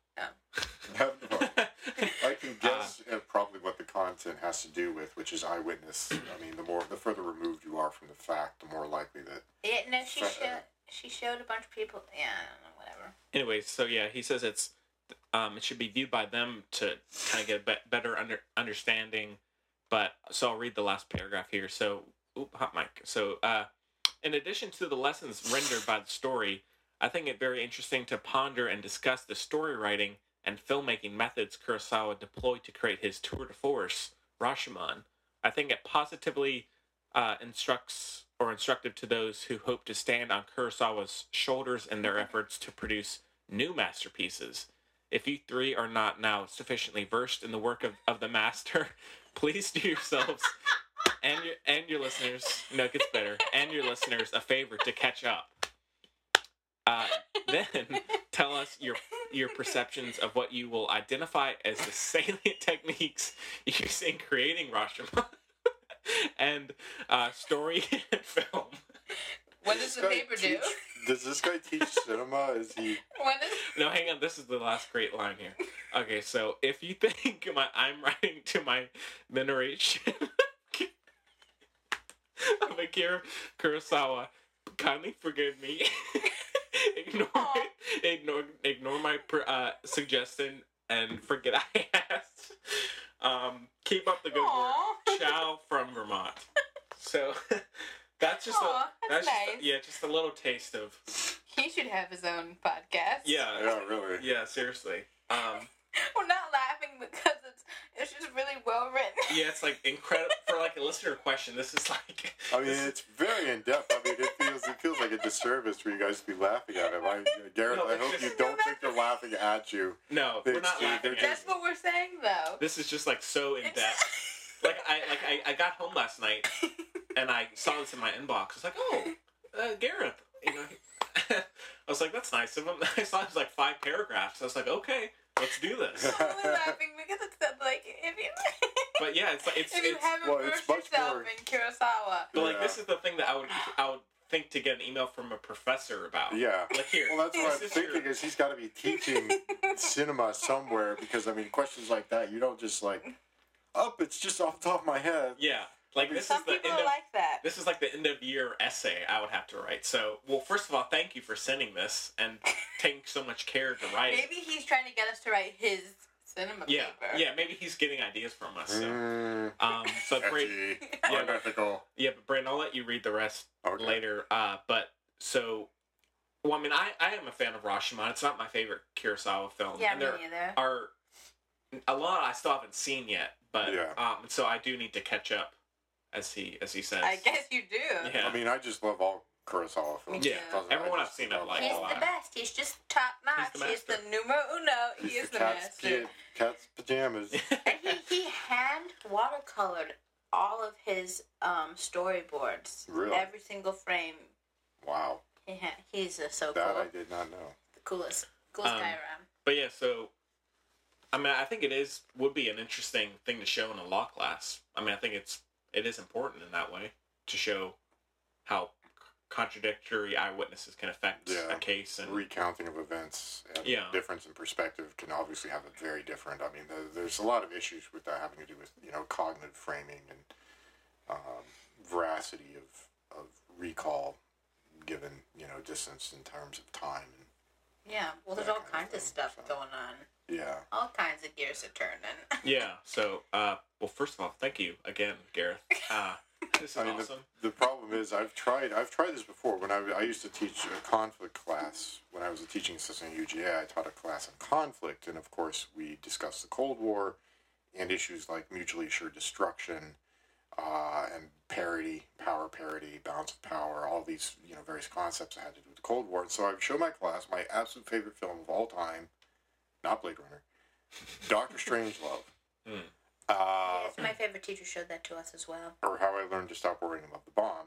S1: No.
S3: I can guess uh, probably what the content has to do with, which is eyewitness. I mean, the more the further removed you are from the fact, the more likely that.
S2: about? Yeah, no, she
S3: Uh-uh.
S2: showed she showed a bunch of people. Yeah, I don't know, whatever.
S1: Anyways, so yeah, he says it's um, it should be viewed by them to kind of get a be- better under understanding. But so I'll read the last paragraph here. So, oop, hot mic. So, uh, in addition to the lessons rendered by the story, I think it very interesting to ponder and discuss the story writing and filmmaking methods Kurosawa deployed to create his tour de force, Rashomon. I think it positively uh, instructs or instructive to those who hope to stand on Kurosawa's shoulders in their efforts to produce new masterpieces. If you three are not now sufficiently versed in the work of, of the master, please do yourselves and your and your listeners no it gets better and your listeners a favor to catch up. Uh, then tell us your your perceptions of what you will identify as the salient techniques used in creating Rashomon and uh, story and film.
S2: What does
S3: Does
S2: the
S3: this guy
S2: paper do?
S3: teach- Does this guy teach cinema? Is he?
S2: What is?
S1: No, hang on. This is the last great line here. Okay, so if you think my I'm writing to my veneration of Akira Kurosawa, kindly forgive me. ignore,
S2: Aw.
S1: ignore, ignore my per, uh, suggestion and forget I asked. Um, keep up the good
S2: Aw.
S1: work. Ciao from Vermont. So that's just
S2: Aw,
S1: a,
S2: that's
S1: just a-
S2: nice.
S1: yeah, just a little taste of
S2: He should have his own podcast.
S1: yeah,
S3: Yeah, really.
S1: yeah. Seriously. Um,
S2: We're not laughing because it's it's just really well written.
S1: Yeah, it's like incredible for like a listener question. This is like
S3: I mean, it's very in depth. I mean, it feels it feels like a disservice for you guys to be laughing at him. I, Garrett,
S1: No,
S3: I
S1: it's
S3: hope
S1: just-
S3: you don't think they're laughing at you.
S1: no, we're
S3: It's-
S1: not laughing. At
S2: That's
S1: it.
S2: what we're saying though.
S1: This is just like so in
S2: It's-
S1: depth. Like I like I, I got home last night and I saw this in my inbox. It's like oh, uh, Gareth, you know. I was like that's nice of him. I saw it was like five paragraphs. I was like okay, let's do this.
S2: I'm only laughing because it's that, like if you
S1: But yeah, it's like it's,
S2: if you
S1: it's
S2: haven't
S3: well, it's
S2: immersed
S3: much
S2: yourself
S3: more-
S2: in Kurosawa.
S1: but like
S3: Yeah.
S1: this is the thing that I would I would think to get an email from a professor about.
S3: Yeah.
S1: Like here.
S3: Well, that's what I'm
S1: this is your-
S3: thinking is he's got to be teaching cinema somewhere because I mean, questions like that you don't just like up. It's just off the top of my head.
S1: Yeah. Like this
S2: Some
S1: is the end
S2: people are
S1: of
S2: like that.
S1: This is like the end of year essay I would have to write. So, well, first of all, thank you for sending this and taking so much care to write it.
S2: Maybe he's trying to get us to write his cinema
S1: Yeah,
S2: paper.
S1: yeah, maybe he's getting ideas from us. So.
S3: Mm,
S1: Um, but Brandon,
S3: edgy,
S1: Yeah.
S3: unethical.
S1: yeah, but Brandon, I'll let you read the rest
S3: Okay.
S1: later. Uh, but so, well, I mean, I, I am a fan of Rashomon. It's not my favorite Kurosawa film.
S2: Yeah,
S1: and
S2: me
S1: there
S2: neither.
S1: are a lot I still haven't seen yet. But
S3: Yeah.
S1: um, so I do need to catch up, as he as he says.
S2: I guess you do.
S1: Yeah.
S3: I mean, I just love all Kurosawa films.
S1: Yeah,
S3: It doesn't-
S1: everyone
S3: I
S1: I've
S3: just
S1: seen I
S3: love
S1: like
S2: He's
S1: a
S3: all
S1: lot.
S2: the best. He's just top notch.
S1: the
S2: He's the,
S1: master.
S2: numero uno. He
S3: He's
S2: is the,
S3: cat's,
S2: master.
S3: pa- cat's pajamas.
S2: and he, he hand watercolored all of his um, storyboards.
S3: Really?
S2: Every single frame.
S3: wow,
S2: He ha- he's uh, so
S3: that
S2: cool.
S3: I did not know.
S2: The coolest. Coolest
S1: Um,
S2: guy around.
S1: But yeah, so I mean, I think it is would be an interesting thing to show in a law class. I mean, I think it's it is important in that way to show how contradictory eyewitnesses can affect
S3: Yeah.
S1: a case and
S3: Recounting of events and
S1: Yeah.
S3: difference in perspective can obviously have a very different. I mean, there, there's a lot of issues with that having to do with you know cognitive framing and um, veracity of of recall, given you know distance in terms of time and
S2: Yeah. Well, there's
S3: that
S2: all
S3: kind of
S2: kinds of
S3: thing,
S2: stuff
S3: so.
S2: going on.
S3: yeah.
S2: All kinds of gears are turning.
S1: yeah. So, uh, well, first of all, thank you again, Gareth. Uh, this is
S3: I mean, the-
S1: awesome.
S3: the, problem is I've tried I've tried this before. When I, I used to teach a conflict class when I was a teaching assistant at UGA, I taught a class on conflict, and of course we discussed the Cold War and issues like mutually assured destruction uh, and parity, power parity, balance of power, all these you know various concepts that had to do with the Cold War. And so I would show my class my absolute favorite film of all time, not Blade Runner, Doctor Strangelove.
S1: Hmm.
S3: Uh,
S2: Yes, my favorite teacher showed that to us as well.
S3: or how I learned to stop worrying about the bomb.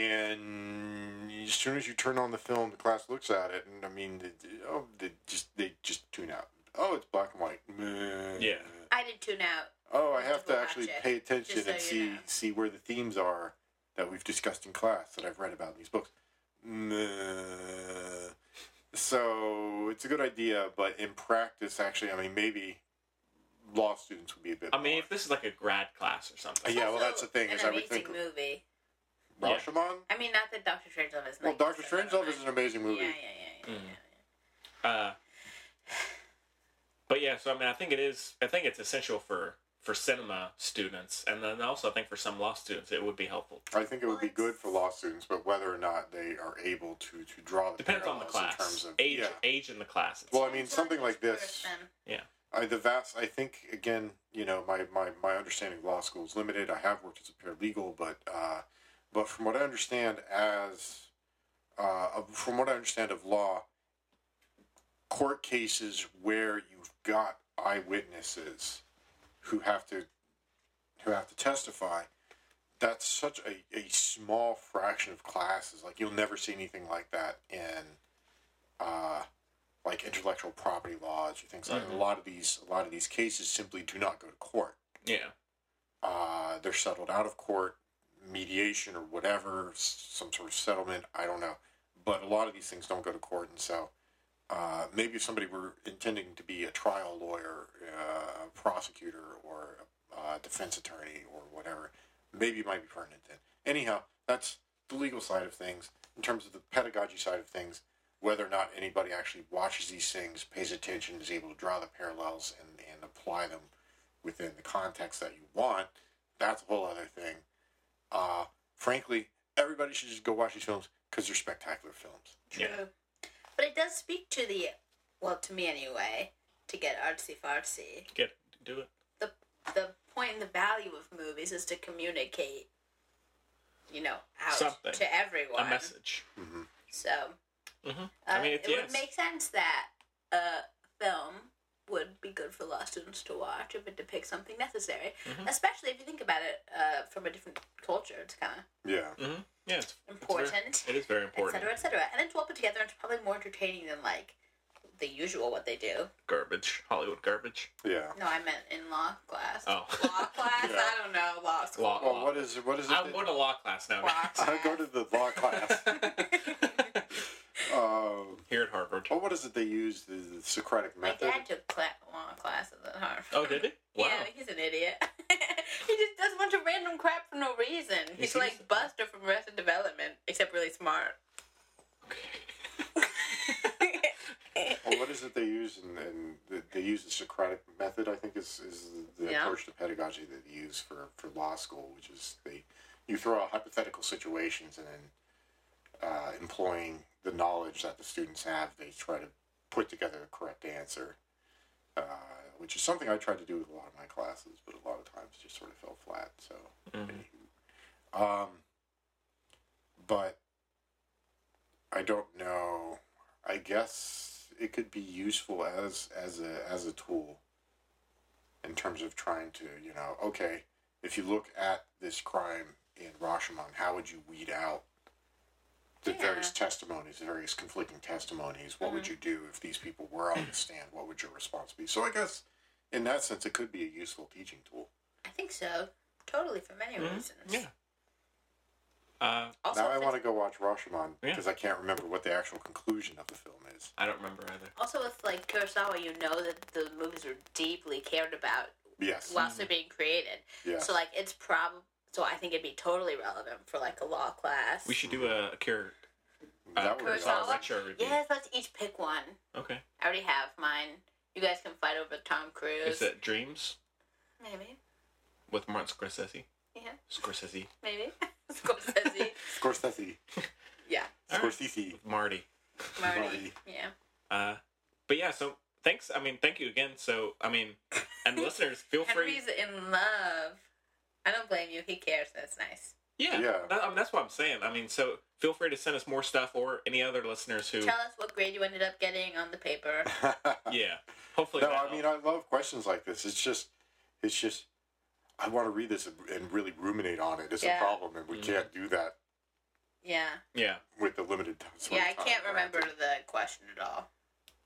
S3: And as soon as you turn on the film, the class looks at it, and I mean, they, oh, they just they just tune out. Oh, it's black and white. Meh.
S1: Yeah.
S2: I did tune out.
S3: Oh, I have to
S2: Watch
S3: actually
S2: it,
S3: pay attention
S2: just so
S3: and
S2: you
S3: see
S2: know.
S3: see where the themes are that that we've discussed in class that I've read about in these books. Nah. So it's a good idea, but in practice, actually, I mean, maybe law students would be a bit.
S1: I mean,
S3: more.
S1: if this is like a grad class or something.
S3: Yeah, well,
S2: Also
S3: that's the thing,
S2: An
S3: is I would
S2: amazing
S3: think-
S2: movie.
S1: yeah.
S3: Rashomon.
S2: I mean, not that Doctor Strangelove is.
S3: Well,
S2: like
S3: Doctor
S2: this, but
S3: Strangelove is an amazing
S2: Yeah,
S3: movie.
S2: yeah, yeah, yeah.
S1: Mm. Uh, but yeah, so I mean, I think it is. I think it's essential for for cinema students, and then also I think for some law students it would be helpful.
S3: I think it would be good for law students, but whether or not they are able to to draw the
S1: Depends on the
S3: parallels
S1: class,
S3: in terms of
S1: age,
S3: yeah.
S1: age in the class.
S3: Well, I mean, something like
S2: It's worse
S3: this.
S2: than-
S3: I, the vast, I think, again, you know, my, my, my understanding of law school is limited. I have worked as a paralegal, but uh, but from what I understand, as uh, of- from what I understand of law, court cases where you've got eyewitnesses who have to who have to testify, that's such a, a small fraction of classes. Like you'll never see anything like that in. Uh, like intellectual property laws or things like that.
S1: Mhm.
S3: a lot of these a lot of these cases simply do not go to court.
S1: yeah,
S3: Uh, they're settled out of court, mediation or whatever, s- some sort of settlement. I don't know, but a lot of these things don't go to court, and so uh, maybe if somebody were intending to be a trial lawyer, uh, prosecutor, or uh, defense attorney or whatever, maybe it might be pertinent then. Anyhow, that's the legal side of things. In terms of the pedagogy side of things, whether or not anybody actually watches these things, pays attention, is able to draw the parallels and, and apply them within the context that you want, that's a whole other thing. Uh, frankly, everybody should just go watch these films because they're spectacular films.
S1: yeah.
S2: True. But it does speak to the, well, to me anyway, to get artsy fartsy.
S1: Get do it.
S2: The the point and the value of movies is to communicate, you know, out
S1: Something.
S2: to everyone.
S1: A message.
S2: So
S1: hmm
S2: uh,
S1: I mean, it's,
S2: it
S1: yes.
S2: would make sense that a film would be good for law students to watch if it depicts something necessary,
S1: Mm-hmm.
S2: especially if you think about it uh, from a different culture. It's kind of
S3: Yeah.
S1: hmm Yeah, it's it's
S2: Important.
S1: very, it is very
S2: et
S1: important.
S2: cetera, et cetera. And it's well put together. and It's probably more entertaining than like the usual what they do.
S1: Garbage, Hollywood garbage.
S3: Yeah.
S2: No, I meant in law class.
S1: Oh.
S2: Law class?
S3: Yeah.
S2: I don't know. Law school.
S1: Law.
S3: Well, Oh, what is what is it?
S1: I'm
S3: that-
S1: going to law class now.
S2: Law
S3: I go to the law class. Um,
S1: Here at Harvard.
S3: well, what is it they use? The, the Socratic
S2: My
S3: method?
S2: dad took cla- law classes at Harvard.
S1: Oh, did it? Wow.
S2: Yeah, he's an idiot. he just does a bunch of random crap for no reason.
S1: He
S2: He's
S1: seems-
S2: like Buster from Arrested Development, except really smart.
S3: Well, what is it they use? And in, the, they use the Socratic method. I think is is the, the
S2: Yeah.
S3: approach to pedagogy that they use for for law school, which is they you throw out hypothetical situations and then uh, employing the knowledge that the students have, they try to put together the correct answer. Uh, which is something I tried to do with a lot of my classes, but a lot of times just sort of fell flat. So,
S1: Mhm.
S3: um, but I don't know. I guess it could be useful as as a as a tool in terms of trying to you know okay if you look at this crime in Rashomon, how would you weed out the
S2: Yeah.
S3: various testimonies, the various conflicting testimonies? What would you do if these people were on the stand? What would your response be? So I guess in that sense, it could be a useful teaching tool.
S2: I think so. Totally for many reasons.
S1: Mm-hmm. Yeah. Uh,
S2: Also,
S3: now
S2: if
S3: I
S2: it's-
S3: want to go watch Rashomon
S1: Yeah.
S3: because I can't remember what the actual conclusion of the film is.
S1: I don't remember either.
S2: also with like Kurosawa, you know that the movies are deeply cared about
S3: Yes.
S1: Hmm.
S2: whilst they're being created.
S3: yeah.
S2: So like it's prob so I think it'd be totally relevant for like a law class.
S1: We should do a, a cure. Uh,
S3: that would be
S2: Kurosawa?
S1: a
S3: awesome.
S1: retro review.
S2: Yes, let's each pick one.
S1: Okay.
S2: I already have mine. You guys can fight over Tom Cruise.
S1: Is it Dreams
S2: Maybe.
S1: with Martin Scorsese?
S2: Yeah.
S1: Scorsese.
S2: Maybe. Scorsese.
S3: Scorsese.
S2: yeah.
S1: All right.
S3: Scorsese.
S1: Marty.
S2: Marty.
S3: Marty.
S2: Yeah.
S1: Uh, but yeah, so thanks. I mean, thank you again. So, I mean, and listeners, feel free.
S2: Henry's in love. I don't blame you. He cares. That's nice.
S1: Yeah.
S3: Yeah.
S1: That- I mean, that's what I'm saying. I mean, so feel free to send us more stuff or any other listeners who.
S2: Tell us what grade you ended up getting on the paper.
S1: Yeah. Hopefully.
S3: no,
S1: that
S3: I mean I love questions like this. It's just, it's just, I want to read this and- and really ruminate on it. It's
S2: Yeah.
S3: a problem, and we
S1: Mhm.
S3: can't do that
S2: Yeah.
S1: yeah.
S3: with the limited time. sort
S2: yeah,
S3: of
S2: I
S3: time
S2: can't
S3: we're
S2: remember
S3: at.
S2: the question at all.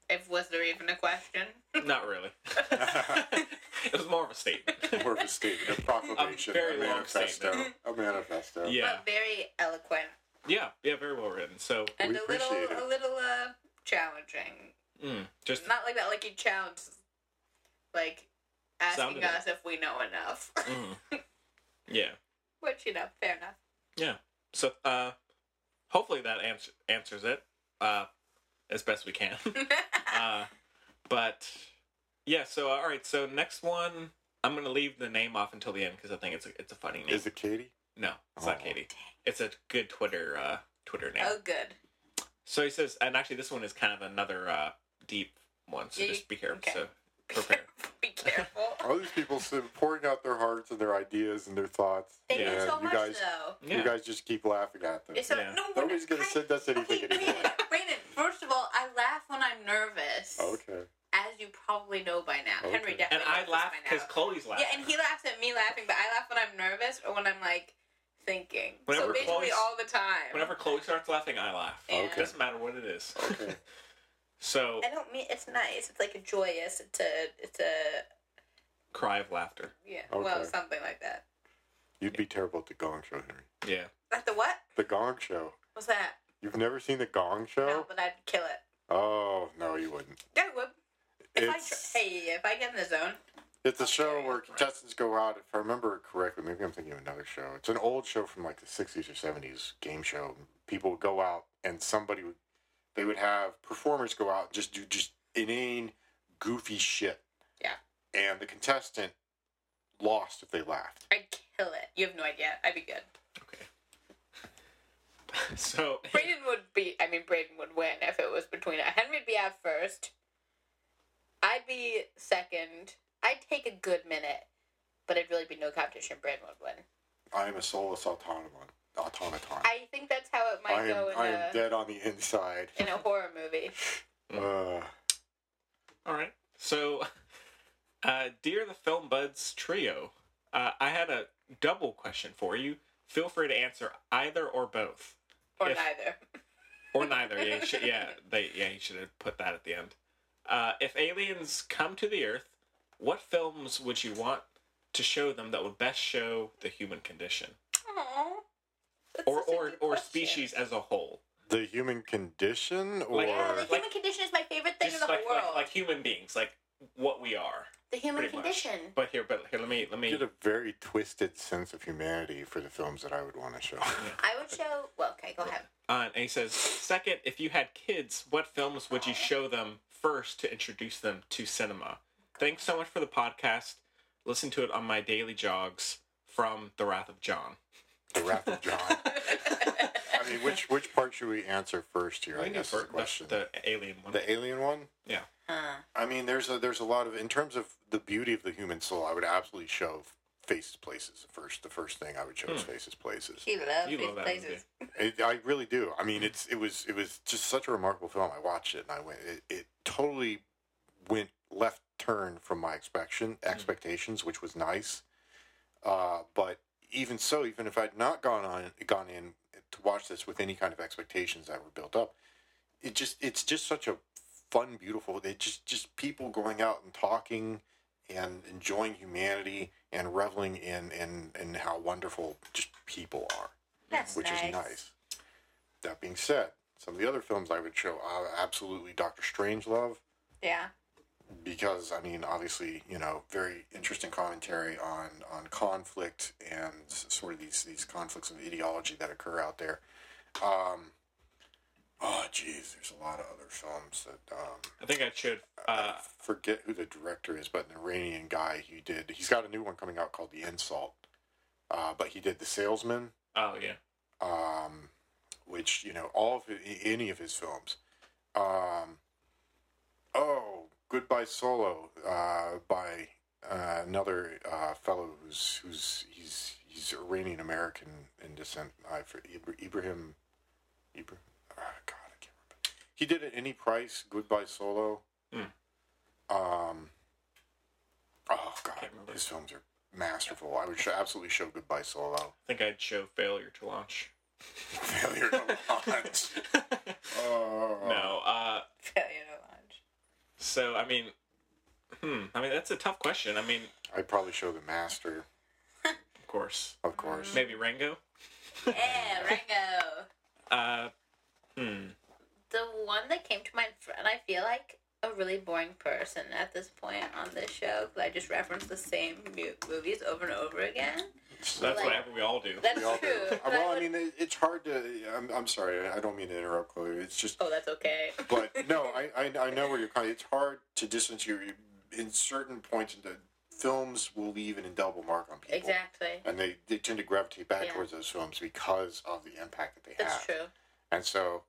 S2: If was there even a question?
S1: Not really. It was more of a statement.
S3: More of a statement, a proclamation,
S1: A very
S3: a
S1: long
S3: manifesto,
S1: statement.
S3: a manifesto.
S1: yeah,
S2: But very eloquent
S1: yeah, yeah. Very well written. So,
S2: and
S3: We
S2: a little,
S3: appreciate it.
S2: a little uh, challenging.
S1: mm, just
S2: Not like that. Like you challenge, like asking
S1: Sounded
S2: us if we know enough.
S1: mm, yeah,
S2: Which you know, fair enough.
S1: yeah. So, uh, hopefully that ans- answers it uh, as best we can. uh, but yeah. So, all right. So next one, I'm gonna leave the name off until the end because I think it's a, it's a funny name.
S3: Is it Katie?
S1: No, it's
S3: Oh.
S1: not Katie. It's a good Twitter uh, Twitter name.
S2: Oh, good.
S1: So he says, and actually, this one is kind of another uh, deep one. So
S2: Yeah,
S1: just be careful.
S2: okay.
S1: So prepare.
S2: Be careful.
S3: All these people s- pouring out their hearts and their ideas and their thoughts.
S2: Thank
S1: Yeah,
S2: you so
S3: you
S2: much,
S3: guys-
S2: though.
S1: Yeah.
S3: You guys just keep laughing at them.
S2: It's so,
S1: Yeah.
S2: no, we're
S3: Nobody's
S2: not-
S3: gonna
S2: I-
S3: send us anything
S2: okay,
S3: anymore.
S2: wait, wait a minute. First of all, I laugh when I'm nervous,
S3: Oh, Okay. Oh,
S2: as you probably know by now.
S3: Okay.
S2: Henry
S1: and
S2: definitely knows
S1: I
S2: this
S1: laugh
S2: by
S1: because
S2: now.
S1: Chloe's laughing.
S2: Yeah, and he laughs at me laughing, but I laugh when I'm nervous or when I'm like thinking.
S1: Whenever
S2: so basically
S1: Chloe's-
S2: all the time.
S1: Whenever Chloe starts laughing, I laugh.
S2: Yeah.
S1: It doesn't matter what it is.
S3: Okay.
S1: so
S2: I don't mean it's nice. It's like a joyous. It's a. It's a.
S1: cry of laughter.
S2: Yeah.
S3: Okay.
S2: Well, something like that.
S3: You'd be terrible at the Gong Show, Henry.
S1: Yeah.
S2: Like the what?
S3: The Gong Show.
S2: What's that?
S3: You've never seen the Gong
S2: No,
S3: Show?
S2: but I'd kill it.
S3: Oh no, you wouldn't.
S2: Yeah, I would. If I
S3: It's-
S2: tr- hey, if I get in the zone,
S3: It's a show where contestants go out. If I remember correctly, maybe I'm thinking of another show. It's an old show from like the 60s or 70s game show. People would go out and somebody would, they would have performers go out and just do just inane, goofy shit.
S2: Yeah.
S3: And the contestant lost if they laughed.
S2: I'd kill it. You have no idea. I'd be good.
S1: Okay. so
S2: Braden would be. I mean, Braden would win if it was between Henry'd be out first. I'd be second. I'd take a good minute, but it'd really be no competition. Braden would win.
S3: I am a soulless automaton. Automaton. I,
S2: I think that's how it might go in
S3: am. I
S2: a
S3: am dead on the inside.
S2: in a horror movie.
S3: Uh,
S1: All right. So, uh, dear the Film Buds trio, uh, I had a double question for you. Feel free to answer either or both,
S2: Or
S1: If-
S2: neither.
S1: or neither. yeah, you should, yeah, they, yeah, you should have put that at the end. Uh, if aliens come to the Earth, what films would you want to show them that would best show the human condition,
S2: Aww.
S1: or or or species as a whole?
S3: the human condition, or
S1: Like-
S2: Yeah, the
S1: Like-
S2: human condition is my favorite thing in the
S1: like,
S2: whole world.
S1: like like human beings, like what we are.
S2: the human
S1: pretty much.
S2: condition.
S1: But here, but here, let me let me.
S3: you get a very twisted sense of humanity for the films that I would want to show.
S2: I would show. Well, okay, go ahead.
S1: Uh, and he says, second, if you had kids, what films would you show them first to introduce them to cinema? Thanks so much for the podcast. Listen to it on my daily jogs from The Wrath of John.
S3: The Wrath of John. I mean, which which part should we answer first here? I
S1: We can
S3: guess is the
S1: fir- that's
S3: question. The,
S1: the alien one.
S3: alien one.
S1: yeah.
S2: Huh.
S3: I mean, there's a there's a lot of in terms of the beauty of the human soul. I would absolutely show Faces Places first. The first thing I would show is
S1: Hmm.
S3: Faces Places.
S2: She loves
S1: You
S2: these
S1: love that
S2: places.
S1: movie.
S3: It, I really do. I mean, it's it was it was just such a remarkable film. I watched it and I went. It, it totally went left turn from my expectation expectations, which was nice. Uh, but even so, even if I'd not gone on gone in to watch this with any kind of expectations that were built up, it just it's just such a fun, beautiful. They just just people going out and talking and enjoying humanity and reveling in in in how wonderful just people are
S2: That's
S3: which is nice. That being said, some of the other films I would show uh, absolutely Doctor Strangelove
S2: Yeah.
S3: because I mean obviously you know very interesting commentary on on conflict and sort of these these conflicts of ideology that occur out there. Um, oh geez, there's a lot of other films that um,
S1: I think I should. Uh,
S3: I forget who the director is, but an Iranian guy who did he's got a new one coming out called The Insult, uh, but he did The Salesman
S1: oh, yeah.
S3: um, which you know all of hi- any of his films. Um, oh, Goodbye Solo uh, by uh, another uh, fellow who's who's he's he's Iranian American in descent. I for Ibra- Ibrahim, Ibrahim. Oh, God, I can't remember. He did at any price. Goodbye Solo.
S1: Hmm.
S3: Um. Oh God,
S1: Can't remember.
S3: his films are masterful. I would sh- absolutely show Goodbye Solo.
S1: I think I'd show Failure to Launch.
S3: Failure to launch. Oh.
S1: No. Uh,
S2: Failure to launch.
S1: so, I mean, Hmm. I mean, that's a tough question. I mean,
S3: I'd probably show the master,
S1: of course.
S3: of course.
S1: Maybe Rango?
S2: Yeah, Rango.
S1: Uh, hmm.
S2: The one that came to mind, fr- and I feel like a really boring person at this point on this show because I just reference the same mu- movies over and over again.
S1: That's
S2: Like-
S1: whatever we all do.
S2: That's
S3: We all do.
S2: true.
S3: Uh,
S2: but
S3: Well, I
S2: would-
S3: mean, it, it's hard to. I'm, I'm sorry. I don't mean to interrupt, Chloe. It's just.
S2: oh, that's okay.
S3: But no, I, I, I know where you're coming. It's hard to distance you in certain points. In the films will leave an indelible mark on people.
S2: exactly.
S3: And they, they tend to gravitate back
S2: Yeah.
S3: towards those films because of the impact that they have.
S2: That's true.
S3: And so,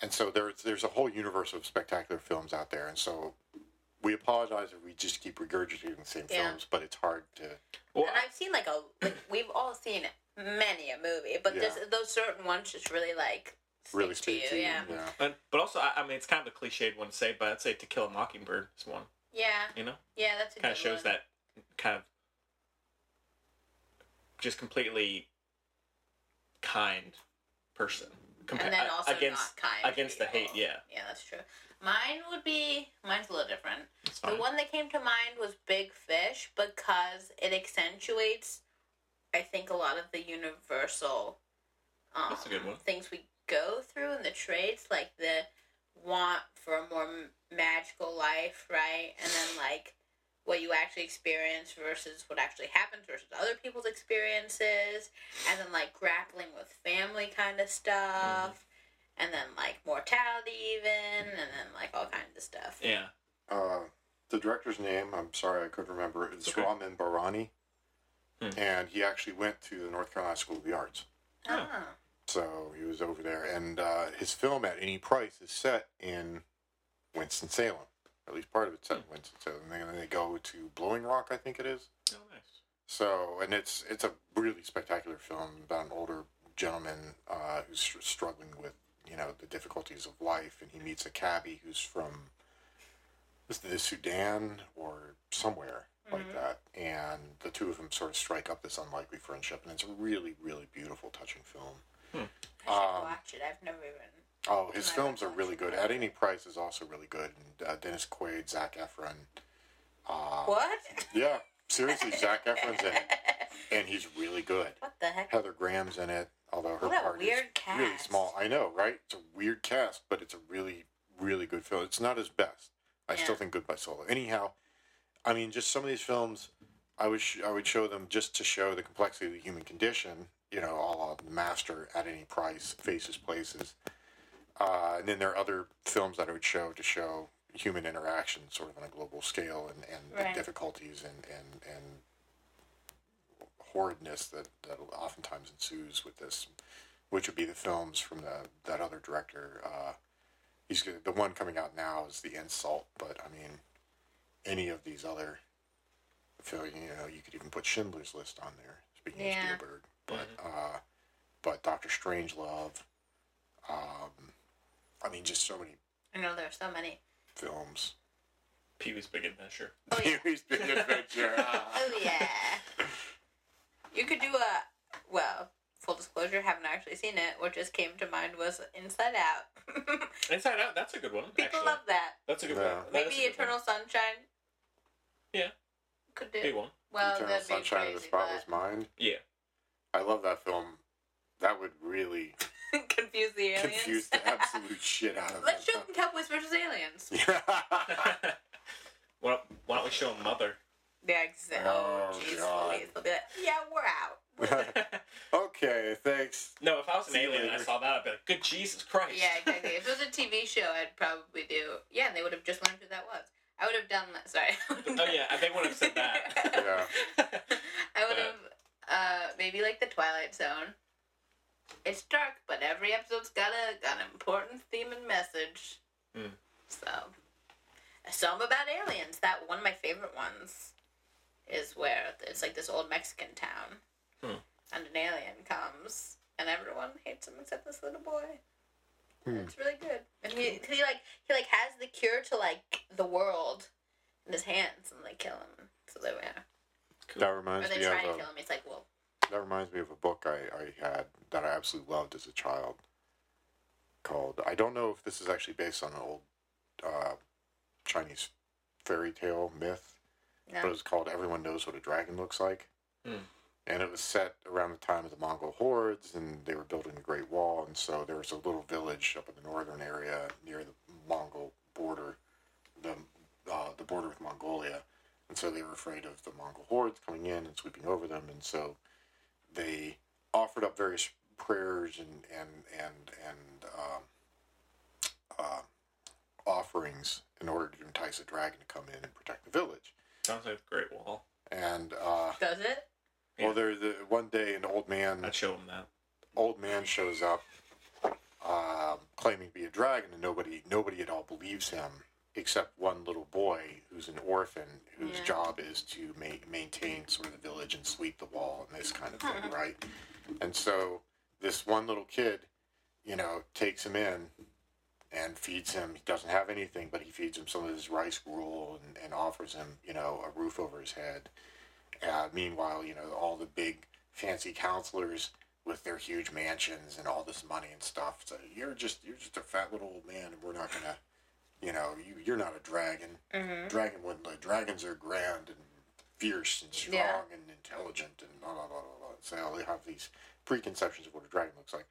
S3: and so there's there's a whole universe of spectacular films out there. And so, we apologize if we just keep regurgitating the same
S2: Yeah.
S3: films, but it's hard to.
S1: Well,
S2: and I've seen like a like we've all seen many a movie, but
S3: Yeah.
S2: there's those certain ones just really like stick
S3: Really
S2: to you.
S3: speak to you,
S2: Yeah.
S3: yeah.
S1: but, but also, I, I mean, it's kind of a cliched one to say, but I'd say To Kill a Mockingbird is one,
S2: yeah,
S1: you know?
S2: yeah, that's a
S1: kind of
S2: good
S1: shows
S2: one.
S1: that kind of just completely kind person Compa-
S2: and then
S1: uh,
S2: also
S1: against
S2: not kind
S1: against the hate.
S2: people.
S1: Yeah,
S2: yeah, that's true. Mine would be mine's a little different.
S1: it's fine.
S2: The one that came to mind was Big Fish because it accentuates, I think, a lot of the universal um,
S1: That's a good one.
S2: things we go through and the traits, like the want for a more m- magical life, right? And then, like, what you actually experience versus what actually happens versus other people's experiences, and then, like, grappling with family kind of stuff.
S1: Mm-hmm.
S2: And then like mortality, even, and then like all kinds of stuff.
S1: yeah,
S3: uh, the director's name, I'm sorry, I couldn't remember. It's
S1: Okay.
S3: Ramin Barani,
S1: Hmm.
S3: and he actually went to the North Carolina School of the Arts.
S1: Yeah.
S2: Ah.
S3: So he was over there, and uh, his film at any price is set in Winston Salem. At least part of it's set
S1: Hmm.
S3: in Winston Salem. And then they go to Blowing Rock, I think it is.
S1: oh nice.
S3: So, and it's it's a really spectacular film about an older gentleman uh, who's str- struggling with you know the difficulties of life, and he meets a cabbie who's from is it the Sudan or somewhere
S2: Mm-hmm.
S3: like that, and the two of them sort of strike up this unlikely friendship, and it's a really really beautiful, touching film.
S2: I should
S3: Um,
S2: watch it. I've never even.
S3: Oh, his
S2: And I
S3: films are
S2: would watch
S3: really
S2: it.
S3: good. At Any Price is also really good, and uh, Dennis Quaid, Zach Efron. Uh,
S2: What?
S3: Yeah, seriously, Zach Efron's in it, and he's really good.
S2: What the heck?
S3: Heather Graham's in it, although her
S2: What a
S3: part is
S2: weird
S3: really
S2: cast.
S3: small. I know, right? It's a weird cast, but it's a really, really good film. It's not his best. I still
S2: Yeah.
S3: think Goodbye Solo. Anyhow, I mean, just some of these films, I would sh- I would show them just to show the complexity of the human condition. You know, all of the Master at any price, Faces Places, uh, and then there are other films that I would show to show human interaction, sort of on a global scale, and and
S2: Right.
S3: the difficulties and and and horridness that, that oftentimes ensues with this, which would be the films from the that other director. Uh, he's gonna- the one coming out now is the insult, but I mean, any of these other, fil- you know, you could even put Schindler's List on there. Speaking
S2: Yeah.
S3: of Spielberg, but uh, but Doctor Strangelove, um, I mean, just so many
S2: I know there are so many.
S3: films.
S1: Pee Wee's Big Adventure.
S2: Oh yeah.
S3: Pee-wee's Big Adventure.
S2: oh yeah. You could do a well. Full disclosure, haven't actually seen it. What just came to mind was Inside Out. People
S1: Inside Out. That's a good one. actually.
S2: love that.
S1: That's a good
S3: Yeah.
S1: one. That
S2: Maybe
S1: is a good
S2: Eternal
S1: One.
S2: Sunshine.
S1: Yeah.
S2: Could do.
S1: Big one.
S2: Well,
S3: Eternal
S2: that'd be
S3: Sunshine
S2: crazy,
S3: of the Spotless Mind.
S1: Yeah.
S3: I love that film. That would really
S2: but confuse the aliens.
S3: confuse the absolute shit out of
S2: Let's
S3: that
S2: show them Cowboys versus aliens.
S3: film.
S1: why, don't, why don't we show Mother?
S2: Yeah, exactly.
S3: Oh,
S2: jeez,
S3: God.
S2: Louise. They'll be like, yeah, we're out.
S3: okay, thanks.
S1: no, if I was an
S3: See you
S1: alien and I
S3: later.
S1: saw that, I'd be like, "Good Jesus Christ!"
S2: Yeah, exactly. if it was a TV show, I'd probably do. Yeah, and they would have just learned who that was. I would have done that. Sorry.
S1: Oh yeah, they wouldn't have said that.
S3: Yeah.
S2: I would have uh, maybe like the Twilight Zone. It's dark, but every episode's got a got an important theme and message.
S1: Hmm.
S2: So, a song about aliens. That one of my favorite ones is where it's like this old Mexican town,
S1: Hmm.
S2: and an alien comes, and everyone hates him except this little boy.
S3: Hmm.
S2: It's really good, and he 'cause he like he like has the cure to like the world in his hands, and they kill him. So there we are.
S3: That
S2: Or
S3: reminds
S2: they
S3: me of
S2: try and
S3: a,
S2: kill him. It's like, well,
S3: that reminds me of a book I, I had that I absolutely loved as a child called I don't know if this is actually based on an old uh, Chinese fairy tale myth, but it
S2: No.
S3: was called Everyone Knows What a Dragon Looks Like.
S1: Hmm.
S3: And it was set around the time of the Mongol hordes, and they were building the Great Wall. And so there was a little village up in the northern area near the Mongol border, the, uh, the border with Mongolia. And so they were afraid of the Mongol hordes coming in and sweeping over them. And so they offered up various prayers and, and, and, and um, uh, offerings in order to entice a dragon to come in and protect the village.
S1: Sounds like the Great Wall.
S3: And uh,
S2: Does it?
S1: Yeah.
S3: well, there the one day an old man
S1: I'd show him that.
S3: old man shows up, um, claiming to be a dragon, and nobody nobody at all believes him except one little boy who's an orphan whose
S2: Yeah.
S3: job is to ma- maintain sort of the village and sweep the wall and this kind of thing, right? And so this one little kid, you know, takes him in and feeds him. He doesn't have anything, but he feeds him some of his rice gruel and, and offers him, you know, a roof over his head. Uh, meanwhile, you know, all the big fancy counselors with their huge mansions and all this money and stuff. So you're just you're just a fat little old man, and we're not gonna, you know, you you're not a dragon. Dragon wouldn't. Like, dragons are grand and fierce and strong
S2: Yeah.
S3: and intelligent and blah blah blah blah. blah. So they have these preconceptions of what a dragon looks like.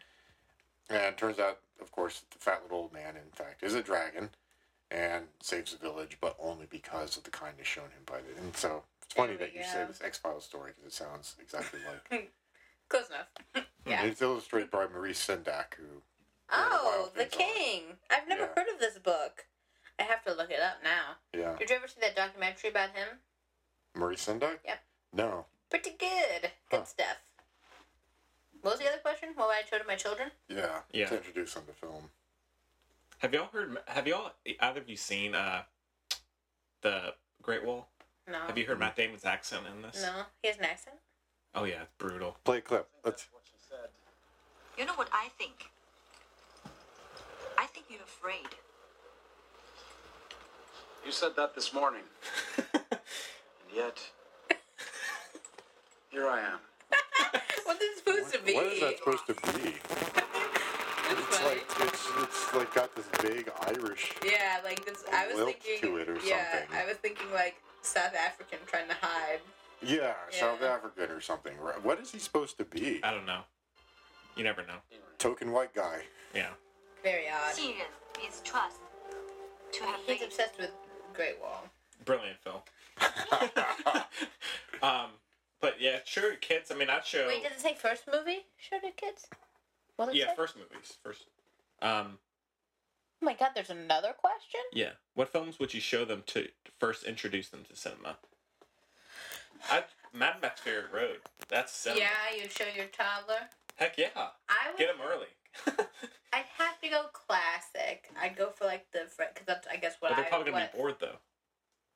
S3: And it turns out, of course, the fat little old man, in fact, is a dragon and saves the village, but only because of the kindness shown him by the. And so it's funny
S2: There
S3: that
S2: we
S3: you say
S2: go.
S3: this X Files story because it sounds exactly like.
S2: Close enough. yeah.
S3: It's illustrated by Maurice Sendak, who.
S2: Oh,
S3: Wild
S2: The
S3: Things are.
S2: King. I've never
S3: Yeah.
S2: heard of this book. I have to look it up now.
S3: Yeah.
S2: Did you ever see that documentary about him?
S3: Maurice Sendak?
S2: Yep.
S3: No.
S2: Pretty good. Good
S3: Huh.
S2: stuff. What was the other question? What would I show to my children?
S3: Yeah.
S1: Yeah.
S3: To introduce him to film.
S1: Have y'all heard? Have y'all either of you seen uh, the Great Wall?
S2: No.
S1: Have you
S3: Um,
S1: heard Matt Damon's accent in this?
S2: No. He has an accent?
S1: Oh yeah, it's brutal.
S3: Play a clip. Let's.
S6: You know what I think? I think you're afraid.
S7: You said that this morning. and yet, here I am.
S2: What is it supposed to be?
S3: What is that supposed to be?
S2: That's
S3: It's
S2: funny.
S3: like it's it's like got this vague Irish.
S2: yeah, like this. I was
S3: lilt
S2: thinking.
S3: to it or
S2: yeah,
S3: something.
S2: I was thinking like South African trying to hide.
S3: Yeah, South
S2: Yeah.
S3: African or something. right? What is he supposed to be?
S1: I don't know. You never know.
S3: Token white guy.
S1: Yeah.
S2: Very odd.
S6: Serious means trust. To have
S2: He's
S6: faith.
S2: obsessed with Great Wall.
S1: Brilliant, Phil. um, but yeah, sure, kids. I mean, I'd show.
S2: Wait, does it say first movie? Show to kids? What does it
S1: yeah,
S2: say?
S1: first movies. First. Um,
S2: Oh my god, there's another question?
S1: yeah. What films would you show them to, to first introduce them to cinema? I Mad Max Fury Road. That's cinema.
S2: Yeah, you show your toddler.
S1: Heck yeah.
S2: I would.
S1: Get them early.
S2: I'd have to go classic. I'd go for like the because that's I guess what
S1: but they're
S2: I.
S1: probably gonna
S2: what-
S1: be bored though,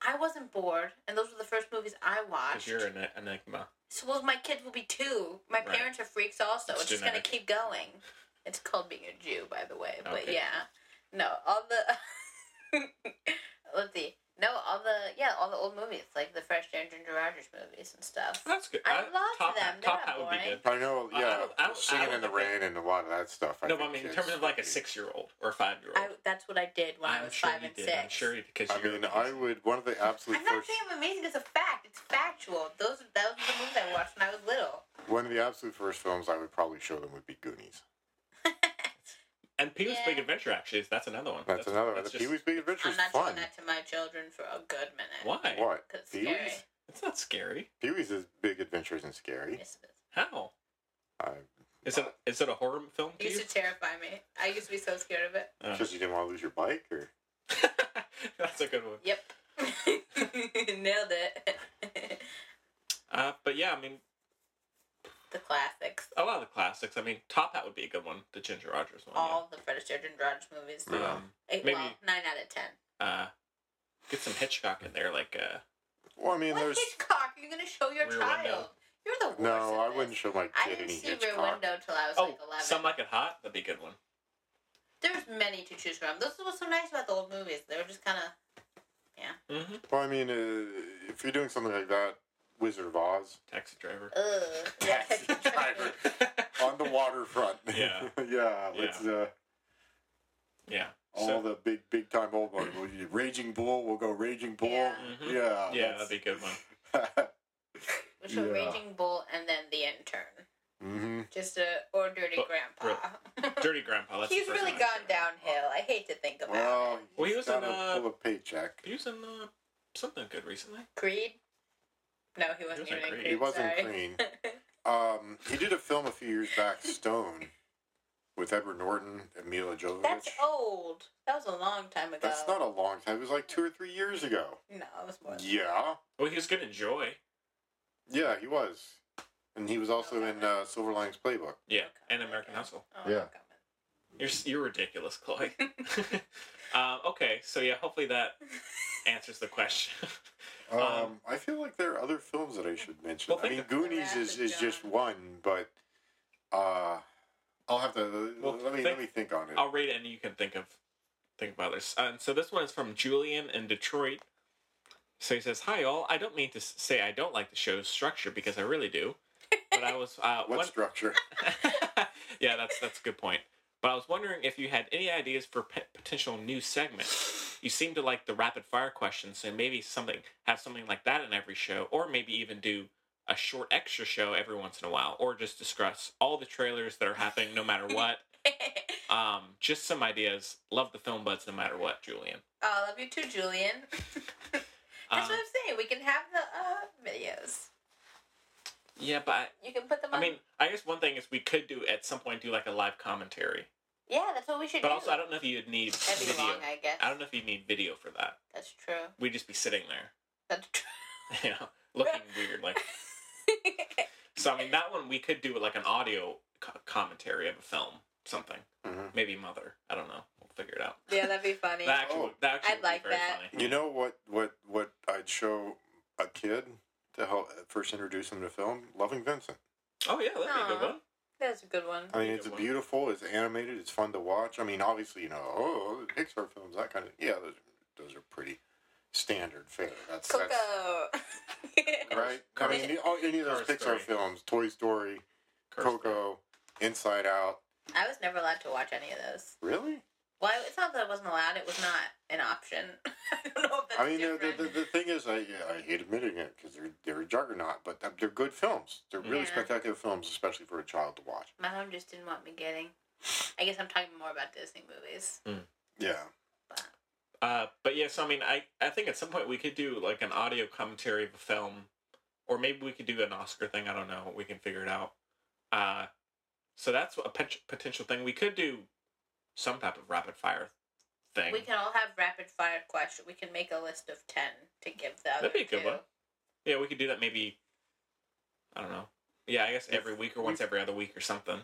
S2: I wasn't bored, and those were the first movies I
S1: because
S2: watched.
S1: you're an enigma.
S2: So well, my kids will be too. My
S1: Right.
S2: parents are freaks also.
S1: It's
S2: It's, just gonna
S1: genetic.
S2: keep going. It's called being a Jew, by the way. But
S1: Okay.
S2: yeah, no, all the. Let's see. No, all the yeah, all the old movies like the Fresh Air and Ginger Rogers movies and stuff.
S1: That's good.
S2: I love
S1: Top
S2: them.
S1: Hat,
S2: They're
S1: Top
S2: not
S1: Hat would be
S2: boring.
S1: good.
S3: I know.
S1: I
S3: Yeah,
S1: don't- I don't- I
S3: singing
S1: don't
S3: in the
S1: think
S3: rain and a lot of that stuff. I
S1: No, but I
S3: think
S1: mean in
S3: kids
S1: terms of like a
S3: would be-
S1: six-year-old or a five-year-old.
S2: I, that's what I did when i
S1: I'm
S2: was
S1: sure
S2: five
S1: you
S2: and
S1: did.
S2: six.
S1: I'm sure you because
S3: I
S1: you're
S3: mean, I would one of the absolute
S2: I'm not
S3: first
S2: saying I'm amazing. It's a fact. It's factual. Those that was the movies I watched when I was little.
S3: one of the absolute first films I would probably show them would be Goonies.
S1: and Pee Wee's
S2: Yeah.
S1: Big Adventure actually is that's another one.
S3: That's, another one.
S1: that's
S3: The
S1: just-
S3: Pee Wee's Big Adventure
S2: I'm
S3: is
S2: not
S3: fun.
S2: showing that to my children for a good minute.
S1: Why?
S3: What?
S2: 'Cause it's
S3: Pee Wee's?
S2: scary.
S1: It's not scary.
S3: Pee Wee's is Big Adventure isn't scary.
S2: Yes, it is.
S1: How?
S3: I
S1: Is it is it a horror film
S2: It
S1: to you?
S2: used to terrify me. I used to be so scared of it.
S1: Oh.
S3: just you didn't want to lose your bike, or
S1: that's a good one.
S2: Yep. Nailed it.
S1: Uh, but yeah, I mean
S2: the classics.
S1: a lot of the classics. I mean Top Hat would be a good one. The Ginger Rogers one.
S2: All the Fred Astaire and Rogers movies.
S1: Yeah.
S3: Yeah.
S1: Um,
S2: Eight,
S1: Maybe-
S2: well, nine out of ten.
S1: uh, get some Hitchcock in there, like uh,
S3: well, I mean,
S2: what
S3: there's
S2: Hitchcock are you going to show your
S1: Rear
S2: child?
S1: Window.
S2: You're the worst.
S3: no.
S2: at
S3: I
S2: this.
S3: wouldn't show my
S2: I
S3: kid
S2: didn't
S3: any
S2: see Rear
S3: Hitchcock.
S2: Window till I was
S1: oh,
S2: like 11.
S1: Some Like It Hot. That'd be a good one.
S2: There's many to choose from. This is what's so nice about the old movies. They were just kind of.
S1: Mm-hmm.
S3: Well, I mean, uh, if you're doing something like that, Wizard of Oz
S1: Taxi Driver.
S2: Ugh.
S3: Taxi driver. on the waterfront.
S1: Yeah.
S3: yeah.
S1: Yeah.
S3: It's uh,
S1: yeah.
S3: All
S1: So-
S3: the big, big time old ones. We'll do Raging Bull. We'll go Raging Bull.
S2: Yeah.
S1: Mhm.
S3: Yeah.
S1: Yeah, that'd be a good one.
S2: Which were
S3: Yeah.
S2: Raging Bull and then The Intern.
S3: hmm
S2: Just a or Dirty
S1: Oh,
S2: Grandpa.
S1: Dirty Grandpa. That's the
S2: He's
S1: first
S2: really
S1: one I
S2: gone
S1: said.
S2: downhill. I hate to think about
S3: Well,
S2: it.
S1: Well, he
S3: he's
S1: was in,
S3: gotta
S1: uh,
S3: pull a paycheck.
S1: He was in uh, something good recently.
S2: Creed? No, he wasn't
S1: He was in
S2: even in
S1: Creed.
S2: Creed.
S3: He wasn't
S2: sorry.
S3: Creed. Um, he did a film a few years back, Stone, with Edward Norton and Mila Jovovich.
S2: That's old. That was a long time ago.
S3: That's not a long time. It was like two or three years ago.
S2: No, it was more. than-
S3: Yeah.
S1: Well, he was good in Joy.
S3: Yeah, he was. And he was also in uh, Silver Linings Playbook.
S1: Yeah, and American Hustle.
S2: Oh,
S3: Yeah.
S2: come on.
S1: You're s- you're ridiculous, Chloe. um, okay, so yeah, hopefully that answers the question.
S3: Um,
S1: Um,
S3: I feel like there are other films that I should mention.
S1: Well,
S3: I
S1: think
S3: mean,
S1: of-
S3: Goonies
S2: Wrath
S3: is,
S2: of
S3: is just
S2: John.
S3: one, but uh, I'll have to
S1: Well,
S3: let me
S1: think-
S3: let me think on it.
S1: I'll read it and you can think of think of others. And so this one is from Julian in Detroit. So he says, "Hi all. I don't mean to s- say I don't like the show's structure because I really do, but I was uh,
S3: what
S1: one-
S3: structure?
S1: yeah, that's that's a good point. But I was wondering if you had any ideas for p- potential new segments. You seem to like the rapid fire questions, so maybe something have something like that in every show, or maybe even do a short extra show every once in a while, or just discuss all the trailers that are happening no matter what. Um, just some ideas. Love the film buds no matter what, Julian.
S2: oh, I love you too, Julian. That's
S1: Um,
S2: what I'm saying. We can have the uh, videos.
S1: yeah, but I,
S2: You can put them on.
S1: I mean, I guess one thing is we could do at some point do like a live commentary,
S2: yeah, that's what we should
S1: but
S2: do.
S1: also I don't know if you'd need
S2: That'd be
S1: video.
S2: long, I guess.
S1: I don't know if you need video for that.
S2: That's true.
S1: We'd just be sitting there.
S2: That's true.
S1: you know, looking weird. Like, so I mean, that one we could do like an audio co- commentary of a film, something.
S3: Mhm.
S1: Maybe Mother. I don't know. We'll figure it out.
S2: yeah, that'd be funny.
S1: That actually,
S3: Oh.
S1: that actually
S2: I'd
S1: would
S2: like
S1: be very
S2: that.
S1: funny.
S3: You know what what what I'd show a kid to help uh, first introduce them to film? Loving Vincent.
S1: Oh yeah, that'd be a
S2: Aw.
S1: good one.
S2: That's a good one.
S3: I mean,
S1: Think
S3: it's
S1: of one.
S3: beautiful. It's animated. It's fun to watch. I mean, obviously, you know, oh, Pixar films, that kind of. Yeah, those, those are pretty standard fare. That's, that's
S2: Coco.
S3: right. I mean, the- all, any of those
S1: Car
S3: Pixar
S1: Story.
S3: films, Toy Story,
S1: Curse word.
S3: Coco, Inside Out.
S2: I was never allowed to watch any of those.
S3: Really?
S2: Well, it's not that I wasn't allowed. It was not an option. I don't know if that's
S3: I mean, the,
S2: different.
S3: the, the, the thing is, I yeah, I hate admitting it because they're they're a juggernaut, but they're- they're good films. They're really
S2: Yeah.
S3: spectacular films, especially for a child to watch.
S2: My mom just didn't want me getting. I guess I'm talking more about Disney movies.
S3: Yeah.
S1: Uh, but yeah, so I mean, I I think at some point we could do like an audio commentary of a film, or maybe we could do an Oscar thing. I don't know. We can figure it out. Uh, so that's a pot- potential thing. We could do some type of rapid fire thing.
S2: We can all have rapid fire questions. We can make a list of ten to give the other
S1: That'd be a good
S2: two.
S1: one. Yeah, we could do that maybe. I don't know. Yeah, I guess every week or once every other week or something.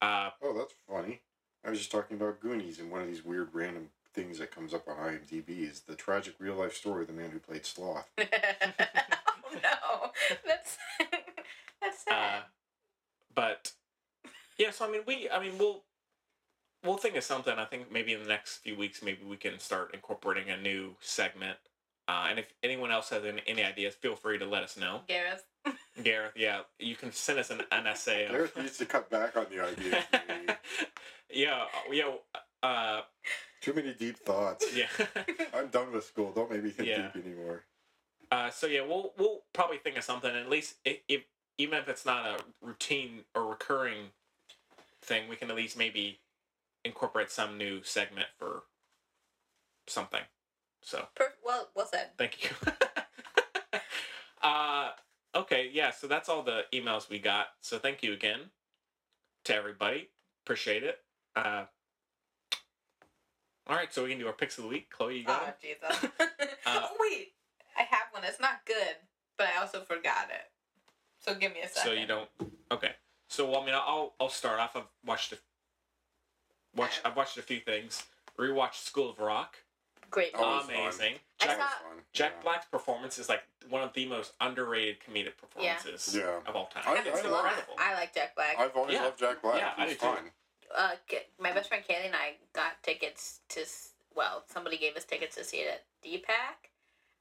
S1: Uh,
S3: Oh, that's funny. I was just talking about Goonies, and one of these weird random things that comes up on IMDb is the tragic real life story of the man who played Sloth.
S2: oh no, that's that's
S1: uh,
S2: sad.
S1: but yeah, so I mean, we, I mean, we'll we'll think of something. I think maybe in the next few weeks, maybe we can start incorporating a new segment. Uh, and if anyone else has any, any ideas, feel free to let us know.
S2: Gareth,
S1: Gareth, yeah, you can send us an, an essay. Of,
S3: Eric needs to cut back on the idea. maybe.
S1: yeah, yeah, uh,
S3: Too many deep thoughts.
S1: yeah.
S3: I'm done with school. Don't make me think
S1: Yeah.
S3: deep anymore.
S1: Uh, so yeah, we'll we'll probably think of something. At least if, if even if it's not a routine or recurring thing, we can at least maybe incorporate some new segment for something. So
S2: per- well, well said.
S1: thank you. uh, okay, yeah. So that's all the emails we got. So thank you again to everybody. Appreciate it. Uh, all right, so we can do our picks of the week. Chloe, you got
S2: Oh
S1: it?
S2: Jesus!
S1: Uh,
S2: oh, wait, I have one. It's not good, but I also forgot it. So give me a second.
S1: So you don't. Okay. So well, I mean, I'll I'll start off. I've watched a watch. I've watched a few things. Rewatched School of Rock.
S2: Great.
S3: Oh, Always fun.
S1: Amazing.
S2: I
S1: Jack,
S2: saw-
S1: Jack
S3: yeah.
S1: Black's performance is like one of the most underrated comedic performances
S3: Yeah.
S1: of all time.
S3: I-
S1: it's
S3: I love-
S1: incredible.
S2: I like Jack Black.
S3: I've always
S1: Yeah.
S3: loved Jack Black.
S1: Yeah, I
S3: He's
S1: do too.
S3: fun.
S2: uh, get, my best friend Kaylee and I got tickets to. s- Well, somebody gave us tickets to see it at DPAC,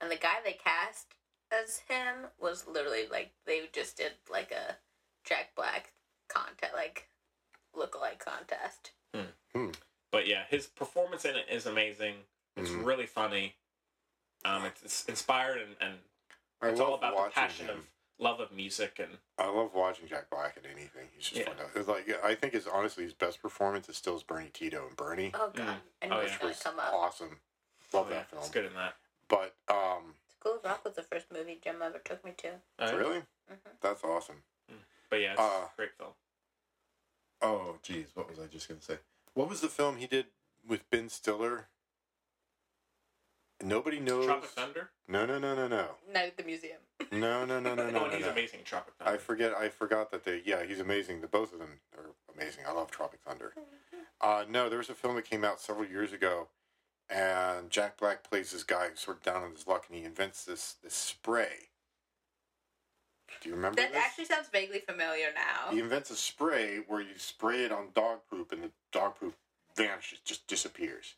S2: and the guy they cast as him was literally like they just did like a Jack Black contest, like look-alike contest.
S1: But yeah, his performance in it is amazing. It's
S3: Mhm.
S1: really funny. Um, it's, it's inspired and, and
S3: I
S1: it's all
S3: love
S1: about the
S3: watching
S1: passion
S3: him.
S1: of love of music and
S3: I love watching Jack Black in anything. He's just
S1: Yeah.
S3: fun. To, it's like yeah, I think his honestly his best performance is still his Bernie Tito and Bernie,
S2: Oh god,
S1: Mm.
S2: and
S1: Oh,
S2: it's
S1: yeah.
S3: which
S2: gonna
S3: was
S2: come up.
S3: awesome. Love
S1: Oh, yeah,
S3: that film.
S1: It's good in that.
S3: But um,
S2: School of Rock was the first movie Jim ever took me to.
S1: Uh,
S3: really,
S2: Mhm.
S3: that's awesome.
S1: But yeah, it's
S3: Uh,
S1: a great film.
S3: Oh, geez, what was I just gonna say? What was the film he did with Ben Stiller? Nobody knows.
S1: Tropic Thunder.
S3: No, no, no, no, no,
S2: Night at the museum.
S3: no, no, no, no,
S1: No,
S3: no.
S1: Oh, and he's
S3: no.
S1: amazing. in Tropic Thunder.
S3: I forget. I forgot that they. Yeah, he's amazing. The both of them are amazing. I love Tropic Thunder. Uh, no, there was a film that came out several years ago, and Jack Black plays this guy who's sort of down on his luck, and he invents this this spray. Do you remember
S2: That
S3: this?
S2: actually sounds vaguely familiar now.
S3: He invents a spray where you spray it on dog poop, and the dog poop vanishes, just disappears,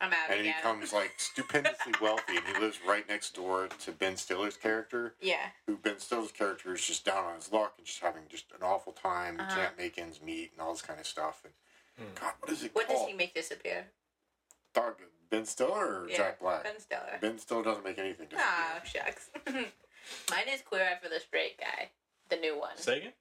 S2: I'm out
S3: and he
S2: again.
S3: becomes like stupendously wealthy, and he lives right next door to Ben Stiller's character.
S2: yeah.
S3: who Ben Stiller's character is just down on his luck and just having just an awful time. He
S2: Uh-huh.
S3: can't make ends meet and all this kind of stuff. And
S1: Hmm.
S3: God, what is it
S2: What
S3: called?
S2: does he make disappear?
S3: Dog, ben Stiller or
S2: Yeah,
S3: Jack Black? Ben,
S2: Ben Stiller.
S3: Stiller doesn't make anything. disappear.
S2: Ah, shucks. Mine is Queer Eye for the Straight Guy, the new one.
S1: Say again?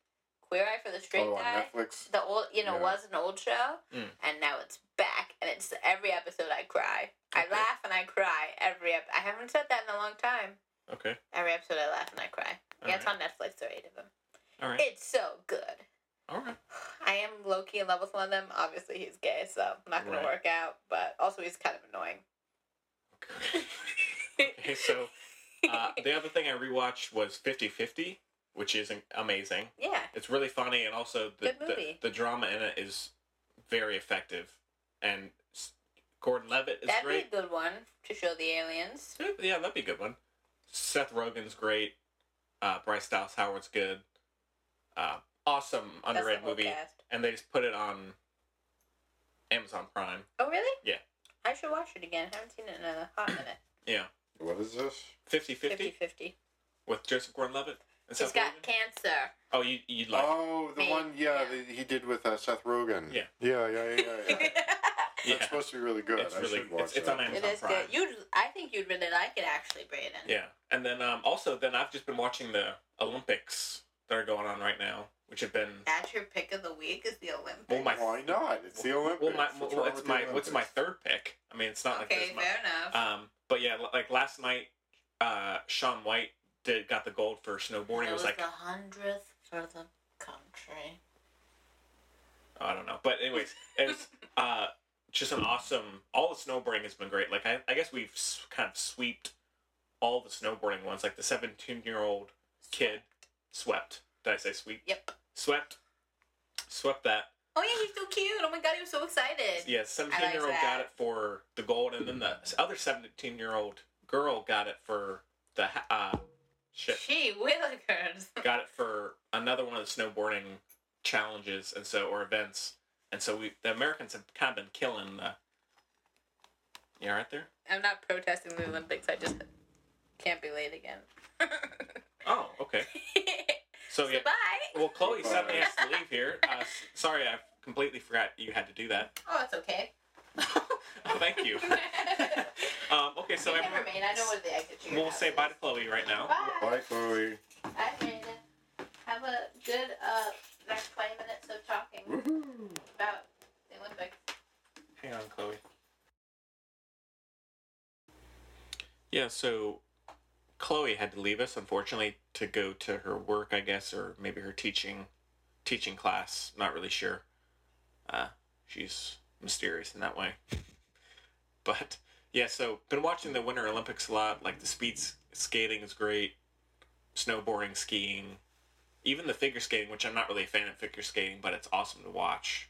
S2: Queer Eye for the Straight
S3: oh, on
S2: Guy.
S3: Netflix.
S2: The old, you know,
S3: Yeah.
S2: was an old show,
S1: Mm.
S2: and now it's back, and it's every episode I cry. I
S1: Okay.
S2: laugh and I cry every. Ep- I haven't said that in a long time.
S1: Okay.
S2: Every episode I laugh and I cry. yeah, it's on Netflix. There are eight of them.
S1: All right.
S2: It's so good.
S1: All right.
S2: I am low key in love with one of them. Obviously, he's gay, so not gonna
S1: Right.
S2: work out. But also, he's kind of annoying.
S1: Okay. okay so uh, the other thing I rewatched was 50 50, which is an- amazing.
S2: yeah,
S1: It's really funny, and also the,
S2: Good
S1: the,
S2: movie.
S1: the drama in it is very effective. And s- Gordon Levitt is
S2: that'd
S1: great.
S2: be a good one to show the aliens.
S1: Yeah, that'd be a good one. Seth Rogen's great. Uh, Bryce Dallas Howard's good. Uh, awesome
S2: That's the
S1: underrated
S2: whole
S1: movie,
S2: cast.
S1: and they just put it on Amazon Prime.
S2: Oh, really?
S1: Yeah.
S2: I should watch it again. I haven't seen it in a hot minute.
S1: Yeah,
S3: What is this?
S1: 50-50
S2: 50-50.
S1: with Joseph Gordon-Levitt. And
S2: He's
S1: Seth
S2: got
S1: Rogen.
S2: cancer.
S1: Oh, you you'd like? it.
S3: Oh, the
S2: Me.
S3: one, yeah,
S2: Yeah.
S3: that he did with uh, Seth Rogen.
S1: Yeah.
S3: yeah, yeah, yeah. yeah, yeah.
S1: yeah,
S3: That's supposed to be really good.
S1: it's
S3: I
S1: really
S3: should watch
S1: it's, it's
S3: that.
S1: on Amazon
S2: it is
S1: Prime.
S2: good. You, I think you'd really like it, actually, Brayden.
S1: Yeah, and then um, also then I've just been watching the Olympics that are going on right now, which have been
S2: That's your pick of the week is the Olympics.
S1: well my
S3: Why not? It's the Olympics.
S1: well my
S3: What's
S1: well,
S3: wrong
S1: it's
S3: with the
S1: my what's my
S3: Olympics?
S1: third pick. I mean, it's not like
S2: okay,
S1: there's much.
S2: fair enough.
S1: Um, but yeah, li- like last night, uh, Sean White did got the gold for snowboarding. It was like
S2: the hundredth for the country.
S1: I don't know, but anyways, it's uh, just an awesome. All the snowboarding has been great. Like I, I guess we've s- kind of sweeped all the snowboarding ones. Like the seventeen-year-old kid swept. Did I say sweep?
S2: Yep.
S1: Swept. Swept that.
S2: Oh yeah, he's so cute. Oh my god, he was so excited.
S1: Yeah, seventeen-year-old got
S2: that.
S1: it for the gold, and then the other seventeen-year-old girl got it for the ha- uh, shit.
S2: She willikers.
S1: got it for another one of the snowboarding challenges and so or events and so we the americans have kind of been killing the you all right there
S2: I'm not protesting the Olympics. I just can't be late again.
S1: oh okay so yeah
S2: Goodbye.
S1: well chloe suddenly
S3: Bye.
S1: has to leave here uh, s- sorry i completely forgot you had to do that
S2: Oh, it's okay.
S1: thank you um, okay so
S2: Never
S1: everyone,
S2: mind. I know where the exit to your
S1: we'll
S2: house
S1: say
S2: is.
S1: bye to chloe right now
S2: Bye.
S3: Bye, Chloe.
S2: Bye, Miranda. Have a good uh, next 20 minutes of talking about the Olympics.
S1: Hang on, Chloe. Yeah, so Chloe had to leave us, unfortunately, to go to her work, I guess, or maybe her teaching teaching class. Not really sure. Uh, she's mysterious in that way. But yeah, so been watching the Winter Olympics a lot. Like the speed s- skating is great, snowboarding, skiing, even the figure skating, which I'm not really a fan of figure skating, but it's awesome to watch.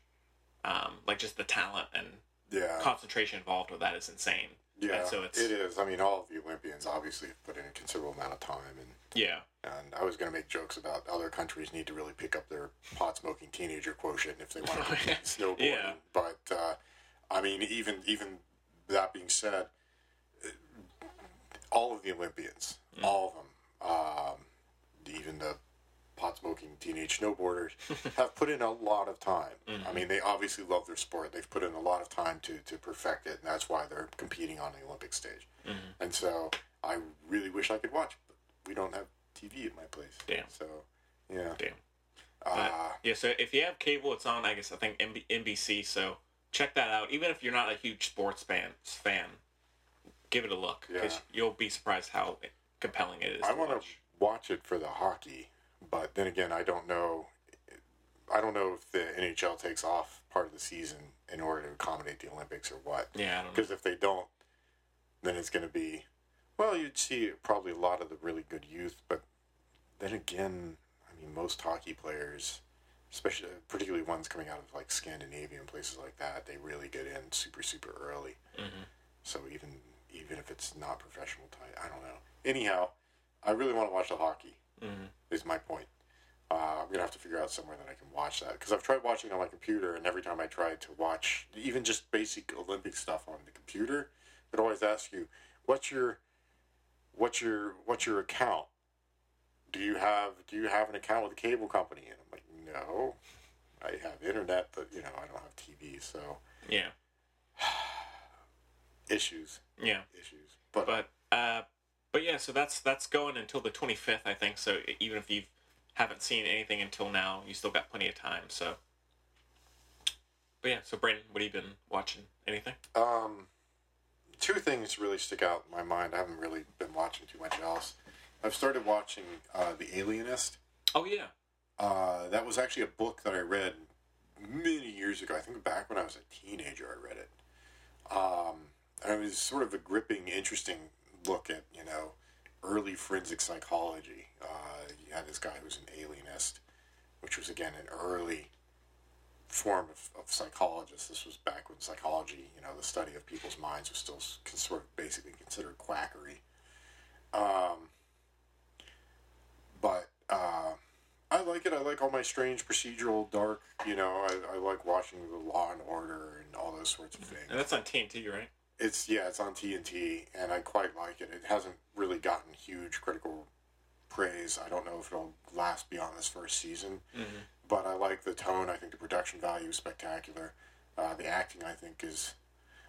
S1: Um, like just the talent and
S3: Yeah.
S1: concentration involved with that is insane.
S3: Yeah,
S1: And so it's
S3: it is. I mean, all of the Olympians obviously have put in a considerable amount of time, and
S1: yeah,
S3: and I was going to make jokes about other countries need to really pick up their pot smoking teenager quotient if they want to compete in snowboarding.
S1: Oh, Yeah.
S3: But uh, I mean, even even that being said,
S1: Mm.
S3: all of the Olympians, all of them, um, even the pot smoking teenage snowboarders have put in a lot of time.
S1: Mm-hmm.
S3: I mean, they obviously love their sport. They've put in a lot of time to, to perfect it, and that's why they're competing on the Olympic stage.
S1: Mm-hmm.
S3: And so I really wish I could watch, but we don't have TV at my place.
S1: Damn.
S3: So, yeah.
S1: Damn.
S3: Uh,
S1: yeah, so if you have cable, it's on. I guess I think MB- NBC. So check that out. Even if you're not a huge sports fan, fan, give it a look because
S3: Yeah.
S1: you'll be surprised how compelling it is.
S3: I
S1: to
S3: want to
S1: watch.
S3: watch it for the hockey, but then again, I don't know. I don't know if the NHL takes off part of the season in order to accommodate the Olympics or what.
S1: Yeah, I don't know.
S3: Because if they don't, then it's going to be. Well, you'd see probably a lot of the really good youth, but then again, I mean, most hockey players, especially particularly ones coming out of like Scandinavia and places like that, they really get in super super early.
S1: Mm-hmm.
S3: So even even if it's not professional time, I don't know. Anyhow, I really want to watch the hockey.
S1: Mm-hmm.
S3: Is my point. Uh, I'm gonna have to figure out somewhere that I can watch that because I've tried watching on my computer, and every time I tried to watch even just basic Olympic stuff on the computer, it always asks you, "What's your, what's your, what's your account? Do you have, do you have an account with a cable company?" And I'm like, "No, I have internet, but you know, I don't have TV, so
S1: Yeah,
S3: issues,
S1: yeah.
S3: issues." But,
S1: but uh, but yeah, so that's that's going until the twenty fifth, I think. So e, even if you haven't seen anything until now, you still got plenty of time. So, but yeah, so Brandon, what have you been watching? Anything?
S3: um, two things really stick out in my mind. I haven't really been watching too much else. I've started watching uh, The Alienist.
S1: Oh yeah,
S3: Uh, that was actually a book that I read many years ago. I think back when I was a teenager, I read it. Um, and it was sort of a gripping, interesting look at you know early forensic psychology. Uh, you had this guy who was an alienist, which was again an early form of, of psychologist. This was back when psychology, you know, the study of people's minds was still s- sort of basically considered quackery. Um, but uh, I like it. I like all my strange procedural dark. You know, I, I like watching the Law and Order and all those sorts of things.
S1: and that's on TNT, right?
S3: It's yeah, it's on TNT, and I quite like it. It hasn't really gotten huge critical praise. I don't know if it'll last beyond this first season, but I like the tone. I think the production value is spectacular. Uh, the acting, I think, is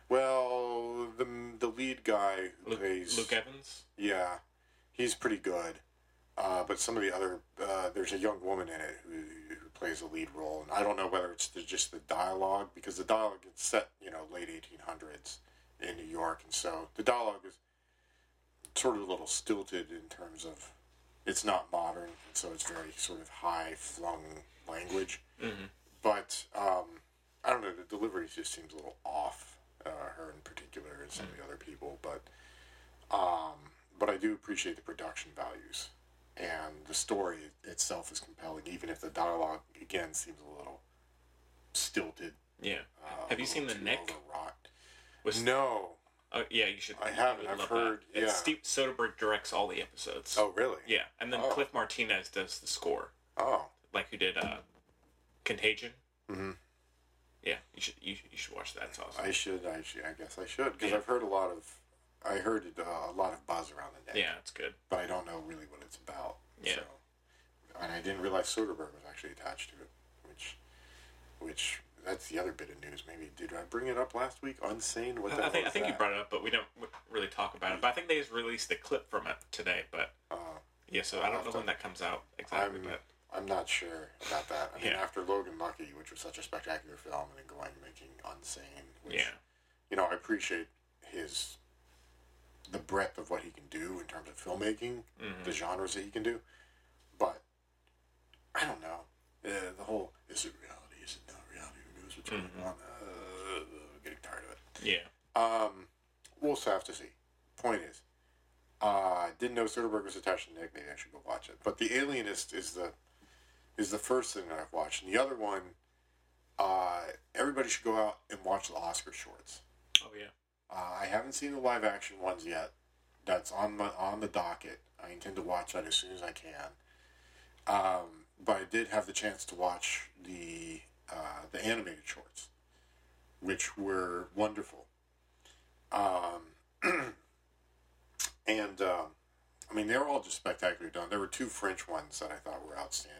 S3: well. The the lead guy who
S1: Luke,
S3: plays
S1: Luke Evans.
S3: yeah, he's pretty good. Uh, but some of the other, uh, there's a young woman in it who, who plays the lead role, and I don't know whether it's the, just the dialogue because the dialogue is set, you know, late 1800s in New York, and so the dialogue is sort of a little stilted in terms of it's not modern, and so it's very sort of high flung language. But um, I don't know, the delivery just seems a little off. Uh, her in particular, and some of the other people, but um, but I do appreciate the production values, and the story itself is compelling, even if the dialogue again seems a little stilted.
S1: Yeah.
S3: uh, a
S1: have you
S3: little
S1: seen the
S3: too
S1: Nick?
S3: overwrought.
S1: Was-
S3: no.
S1: Oh yeah, you should.
S3: I
S1: you
S3: haven't.
S1: would
S3: I've
S1: love
S3: heard-
S1: That.
S3: yeah.
S1: It's Steve Soderbergh directs all the episodes.
S3: Oh really?
S1: Yeah, and then
S3: Oh.
S1: Cliff Martinez does the score,
S3: Oh.
S1: like who did uh, Contagion.
S3: Mhm.
S1: Yeah, you should you, should- you should watch that. It's awesome.
S3: I should. I should. I guess I should because
S1: Yeah.
S3: I've heard a lot of. I heard it, uh, a lot of buzz around the net,
S1: yeah, it's good.
S3: but I don't know really what it's about.
S1: Yeah.
S3: So, and I didn't realize Soderbergh was actually attached to it, which, which that's the other bit of news. Maybe did I bring it up last week? Unsane. What the
S1: I think
S3: hell
S1: I
S3: is
S1: think you
S3: that?
S1: brought it up, but we don't w- really talk about it. But I think they just released the clip from it today. But
S3: Uh,
S1: yeah, so I
S3: I'll
S1: don't know
S3: have
S1: when
S3: to-
S1: that comes out exactly.
S3: I'm,
S1: But
S3: I'm not sure about that. I mean,
S1: Yeah.
S3: after Logan Lucky, which was such a spectacular film, and then going and making Unsane, which,
S1: yeah,
S3: you know, I appreciate his, the breadth of what he can do in terms of filmmaking, the genres that he can do, but I don't know. Uh, the whole, is it reality? Is it not reality? Who knows what's going on? Uh, I'm getting tired of it.
S1: yeah,
S3: Um, we'll still have to see. Point is, uh, didn't know Soderbergh was attached to Nick. Maybe I should go watch it. But The Alienist is the is the first thing that I've watched, and the other one, uh, everybody should go out and watch the Oscar shorts.
S1: oh yeah,
S3: Uh, I haven't seen the live action ones yet. That's on my on the docket. I intend to watch that as soon as I can. Um, but I did have the chance to watch the uh, the animated shorts, which were wonderful. Um, and um, I mean, they were all just spectacularly done. There were two French ones that I thought were outstanding.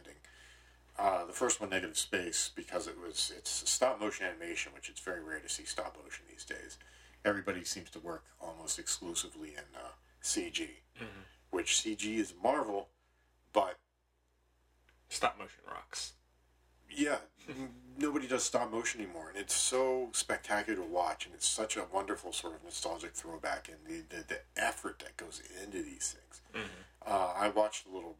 S3: Uh, the first one, Negative Space, because it was it's stop motion animation, which it's very rare to see stop motion these days. Everybody seems to work almost exclusively in uh, CG, which CG is Marvel, but
S1: Stop motion rocks.
S3: yeah, n- nobody does stop motion anymore, and it's so spectacular to watch, and it's such a wonderful sort of nostalgic throwback, and the the, the effort that goes into these things. Uh, I watched a little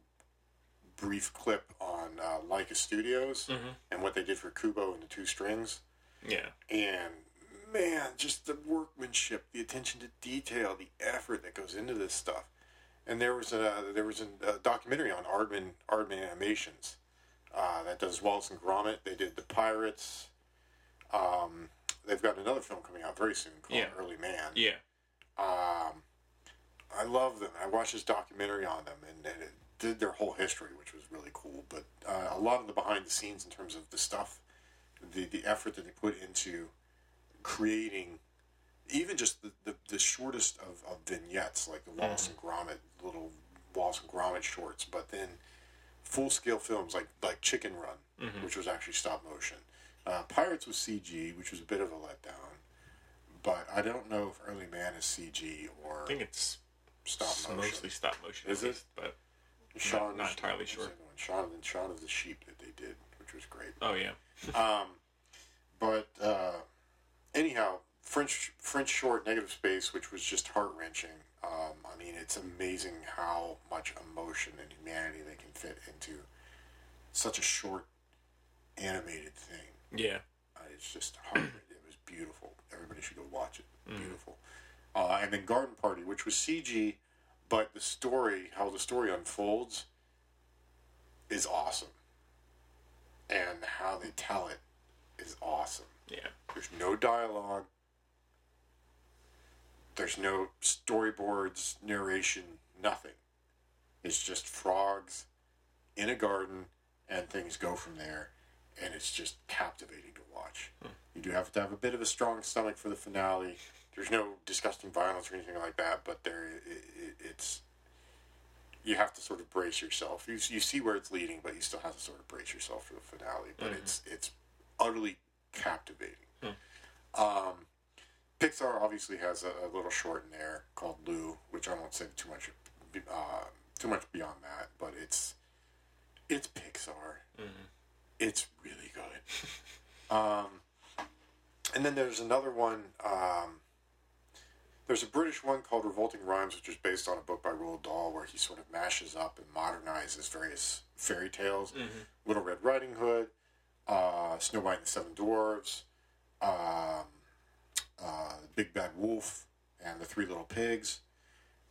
S3: brief clip on uh, Leica Studios and what they did for Kubo and the Two Strings,
S1: Yeah.
S3: and man, just the workmanship, the attention to detail, the effort that goes into this stuff. And there was a there was a, a documentary on Aardman Aardman Animations uh, that does Wallace and Gromit. They did The Pirates. Um, they've got another film coming out very soon called
S1: Yeah.
S3: Early Man.
S1: Yeah.
S3: Um, I love them. I watched this documentary on them, and, and it did their whole history, which was really cool. But uh, a lot of the behind the scenes in terms of the stuff, the the effort that they put into creating, even just the, the, the shortest of, of vignettes, like the
S1: Mm.
S3: Wallace and Gromit little Wallace and Gromit shorts, but then full scale films like like Chicken Run,
S1: Mm-hmm.
S3: which was actually stop motion. Uh, Pirates was CG, which was a bit of a letdown. But I don't know if Early Man is CG or
S1: I think it's
S3: stop motion.
S1: mostly stop motion.
S3: Is
S1: at
S3: it?
S1: least, But
S3: Shaun,
S1: not entirely
S3: what's the
S1: sure.
S3: other one? Shaun, and Shaun of the Sheep that they did, which was great.
S1: oh yeah.
S3: Um, but uh, anyhow, French French short negative space, which was just heart wrenching. Um, I mean, it's amazing how much emotion and humanity they can fit into such a short animated thing.
S1: Yeah.
S3: Uh, it's just hard. it was beautiful. Everybody should go watch it. Beautiful. Uh, and then Garden Party, which was CG, but the story, how the story unfolds, is awesome. And how they tell it is awesome.
S1: Yeah.
S3: There's no dialogue. There's no storyboards, narration, nothing. It's just frogs in a garden, and things go from there. And it's just captivating to watch. You do have to have a bit of a strong stomach for the finale. There's no disgusting violence or anything like that, but there, it, it, it's you have to sort of brace yourself. You, you see where it's leading, but you still have to sort of brace yourself for the finale. But it's it's utterly captivating. Um, Pixar obviously has a, a little short in there called Lou, which I won't say too much uh, too much beyond that, but it's it's Pixar. It's really good. um, and then there's another one. Um, there's a British one called Revolting Rhymes, which is based on a book by Roald Dahl, where he sort of mashes up and modernizes various fairy tales. Little Red Riding Hood, uh, Snow White and the Seven Dwarves, um, uh, Big Bad Wolf, and the Three Little Pigs.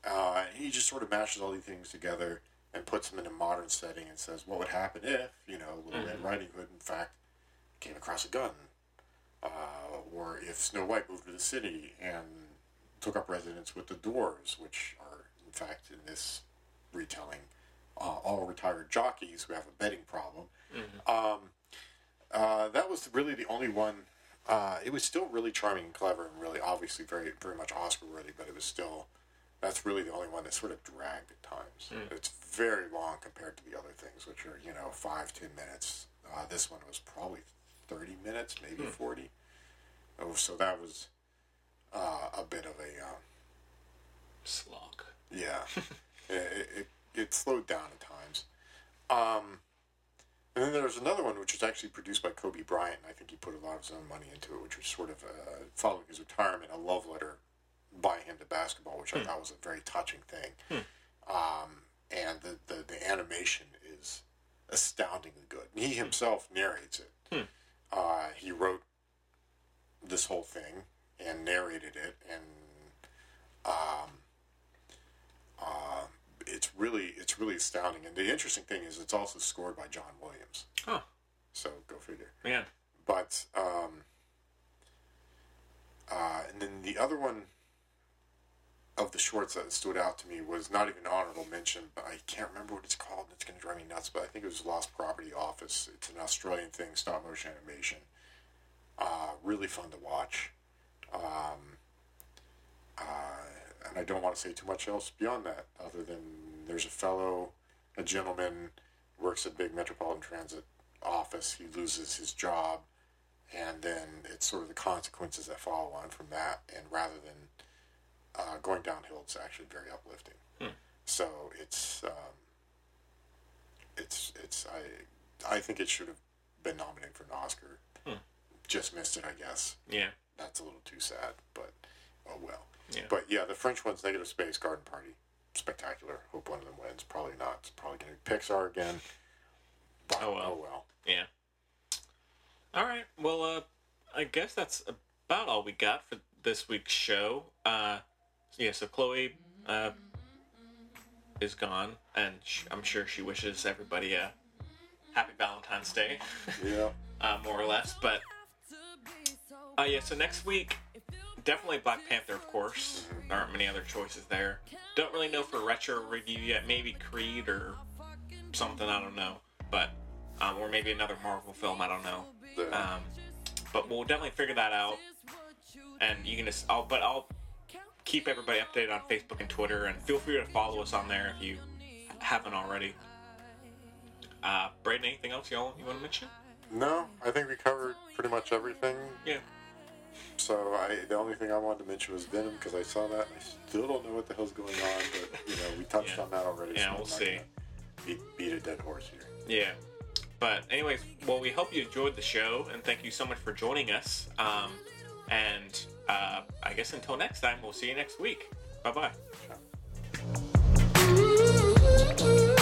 S3: Uh, and he just sort of mashes all these things together and puts them in a modern setting and says, what would happen if, you know, Little Red Riding Hood, in fact, came across a gun? Uh, or if Snow White moved to the city and took up residence with the dwarves, which are, in fact, in this retelling, uh, all retired jockeys who have a betting problem. Um, uh, that was really the only one. Uh, it was still really charming and clever, and really obviously very very much Oscar worthy. But it was still that's really the only one that sort of dragged at times. It's very long compared to the other things, which are you know five ten minutes. Uh, this one was probably thirty minutes, maybe forty. Oh, so that was uh, a bit of a um,
S1: Slog.
S3: yeah, it, it, it slowed down at times. Um, and then there was another one which was actually produced by Kobe Bryant. and I think he put a lot of his own money into it, which was sort of uh, following his retirement, a love letter by him to basketball, which I thought was a very touching thing. Um, and the, the, the animation is astoundingly good. And he himself narrates it. Uh, he wrote this whole thing and narrated it, and um, uh, it's really it's really astounding. And the interesting thing is, it's also scored by John Williams.
S1: Oh
S3: So go figure.
S1: yeah.
S3: But um, uh, and then the other one of the shorts that stood out to me was not even honorable mention, but I can't remember what it's called. and It's going to drive me nuts. But I think it was Lost Property Office. It's an Australian thing, stop motion animation. Uh, really fun to watch. Um, uh, and I don't want to say too much else beyond that, other than there's a fellow, a gentleman, works at big metropolitan transit office. He loses his job, and then it's sort of the consequences that follow on from that. And rather than uh, going downhill, it's actually very uplifting.
S1: Hmm.
S3: So it's um, it's it's I I think it should have been nominated for an Oscar.
S1: Hmm.
S3: Just missed it, I guess.
S1: Yeah.
S3: That's a little too sad, but oh well.
S1: Yeah.
S3: But yeah, the French one's Negative Space Garden Party. Spectacular. Hope one of them wins. Probably not. It's probably going to be Pixar again. But,
S1: Oh, well.
S3: Oh well.
S1: Yeah. All right. Well, uh, I guess that's about all we got for this week's show. Uh, yeah. So Chloe uh, is gone, and sh- I'm sure she wishes everybody a happy Valentine's Day,
S3: Yeah.
S1: uh, more or less. But uh, yeah. So next week, definitely Black Panther, of course. There aren't many other choices there. Don't really know for retro review yet. Maybe Creed or something. I don't know. But um, or maybe another Marvel film. I don't know.
S3: The-
S1: Um, but we'll definitely figure that out. And you can just, I'll, but I'll keep everybody updated on Facebook and Twitter, and feel free to follow us on there if you haven't already. Uh, Braden, anything else y'all you want to mention?
S3: no, I think we covered pretty much everything.
S1: Yeah.
S3: So I the only thing I wanted to mention was Venom because I saw that. And I still don't know what the hell's going on, but you know we touched
S1: Yeah.
S3: on that already.
S1: Yeah,
S3: I'm
S1: we'll
S3: not
S1: see.
S3: gonna Beat, beat a dead horse here.
S1: Yeah. But anyways, well, we hope you enjoyed the show, and thank you so much for joining us. Um, and uh, I guess until next time, we'll see you next week. Bye bye.
S3: Sure.
S8: ooh, ooh, ooh.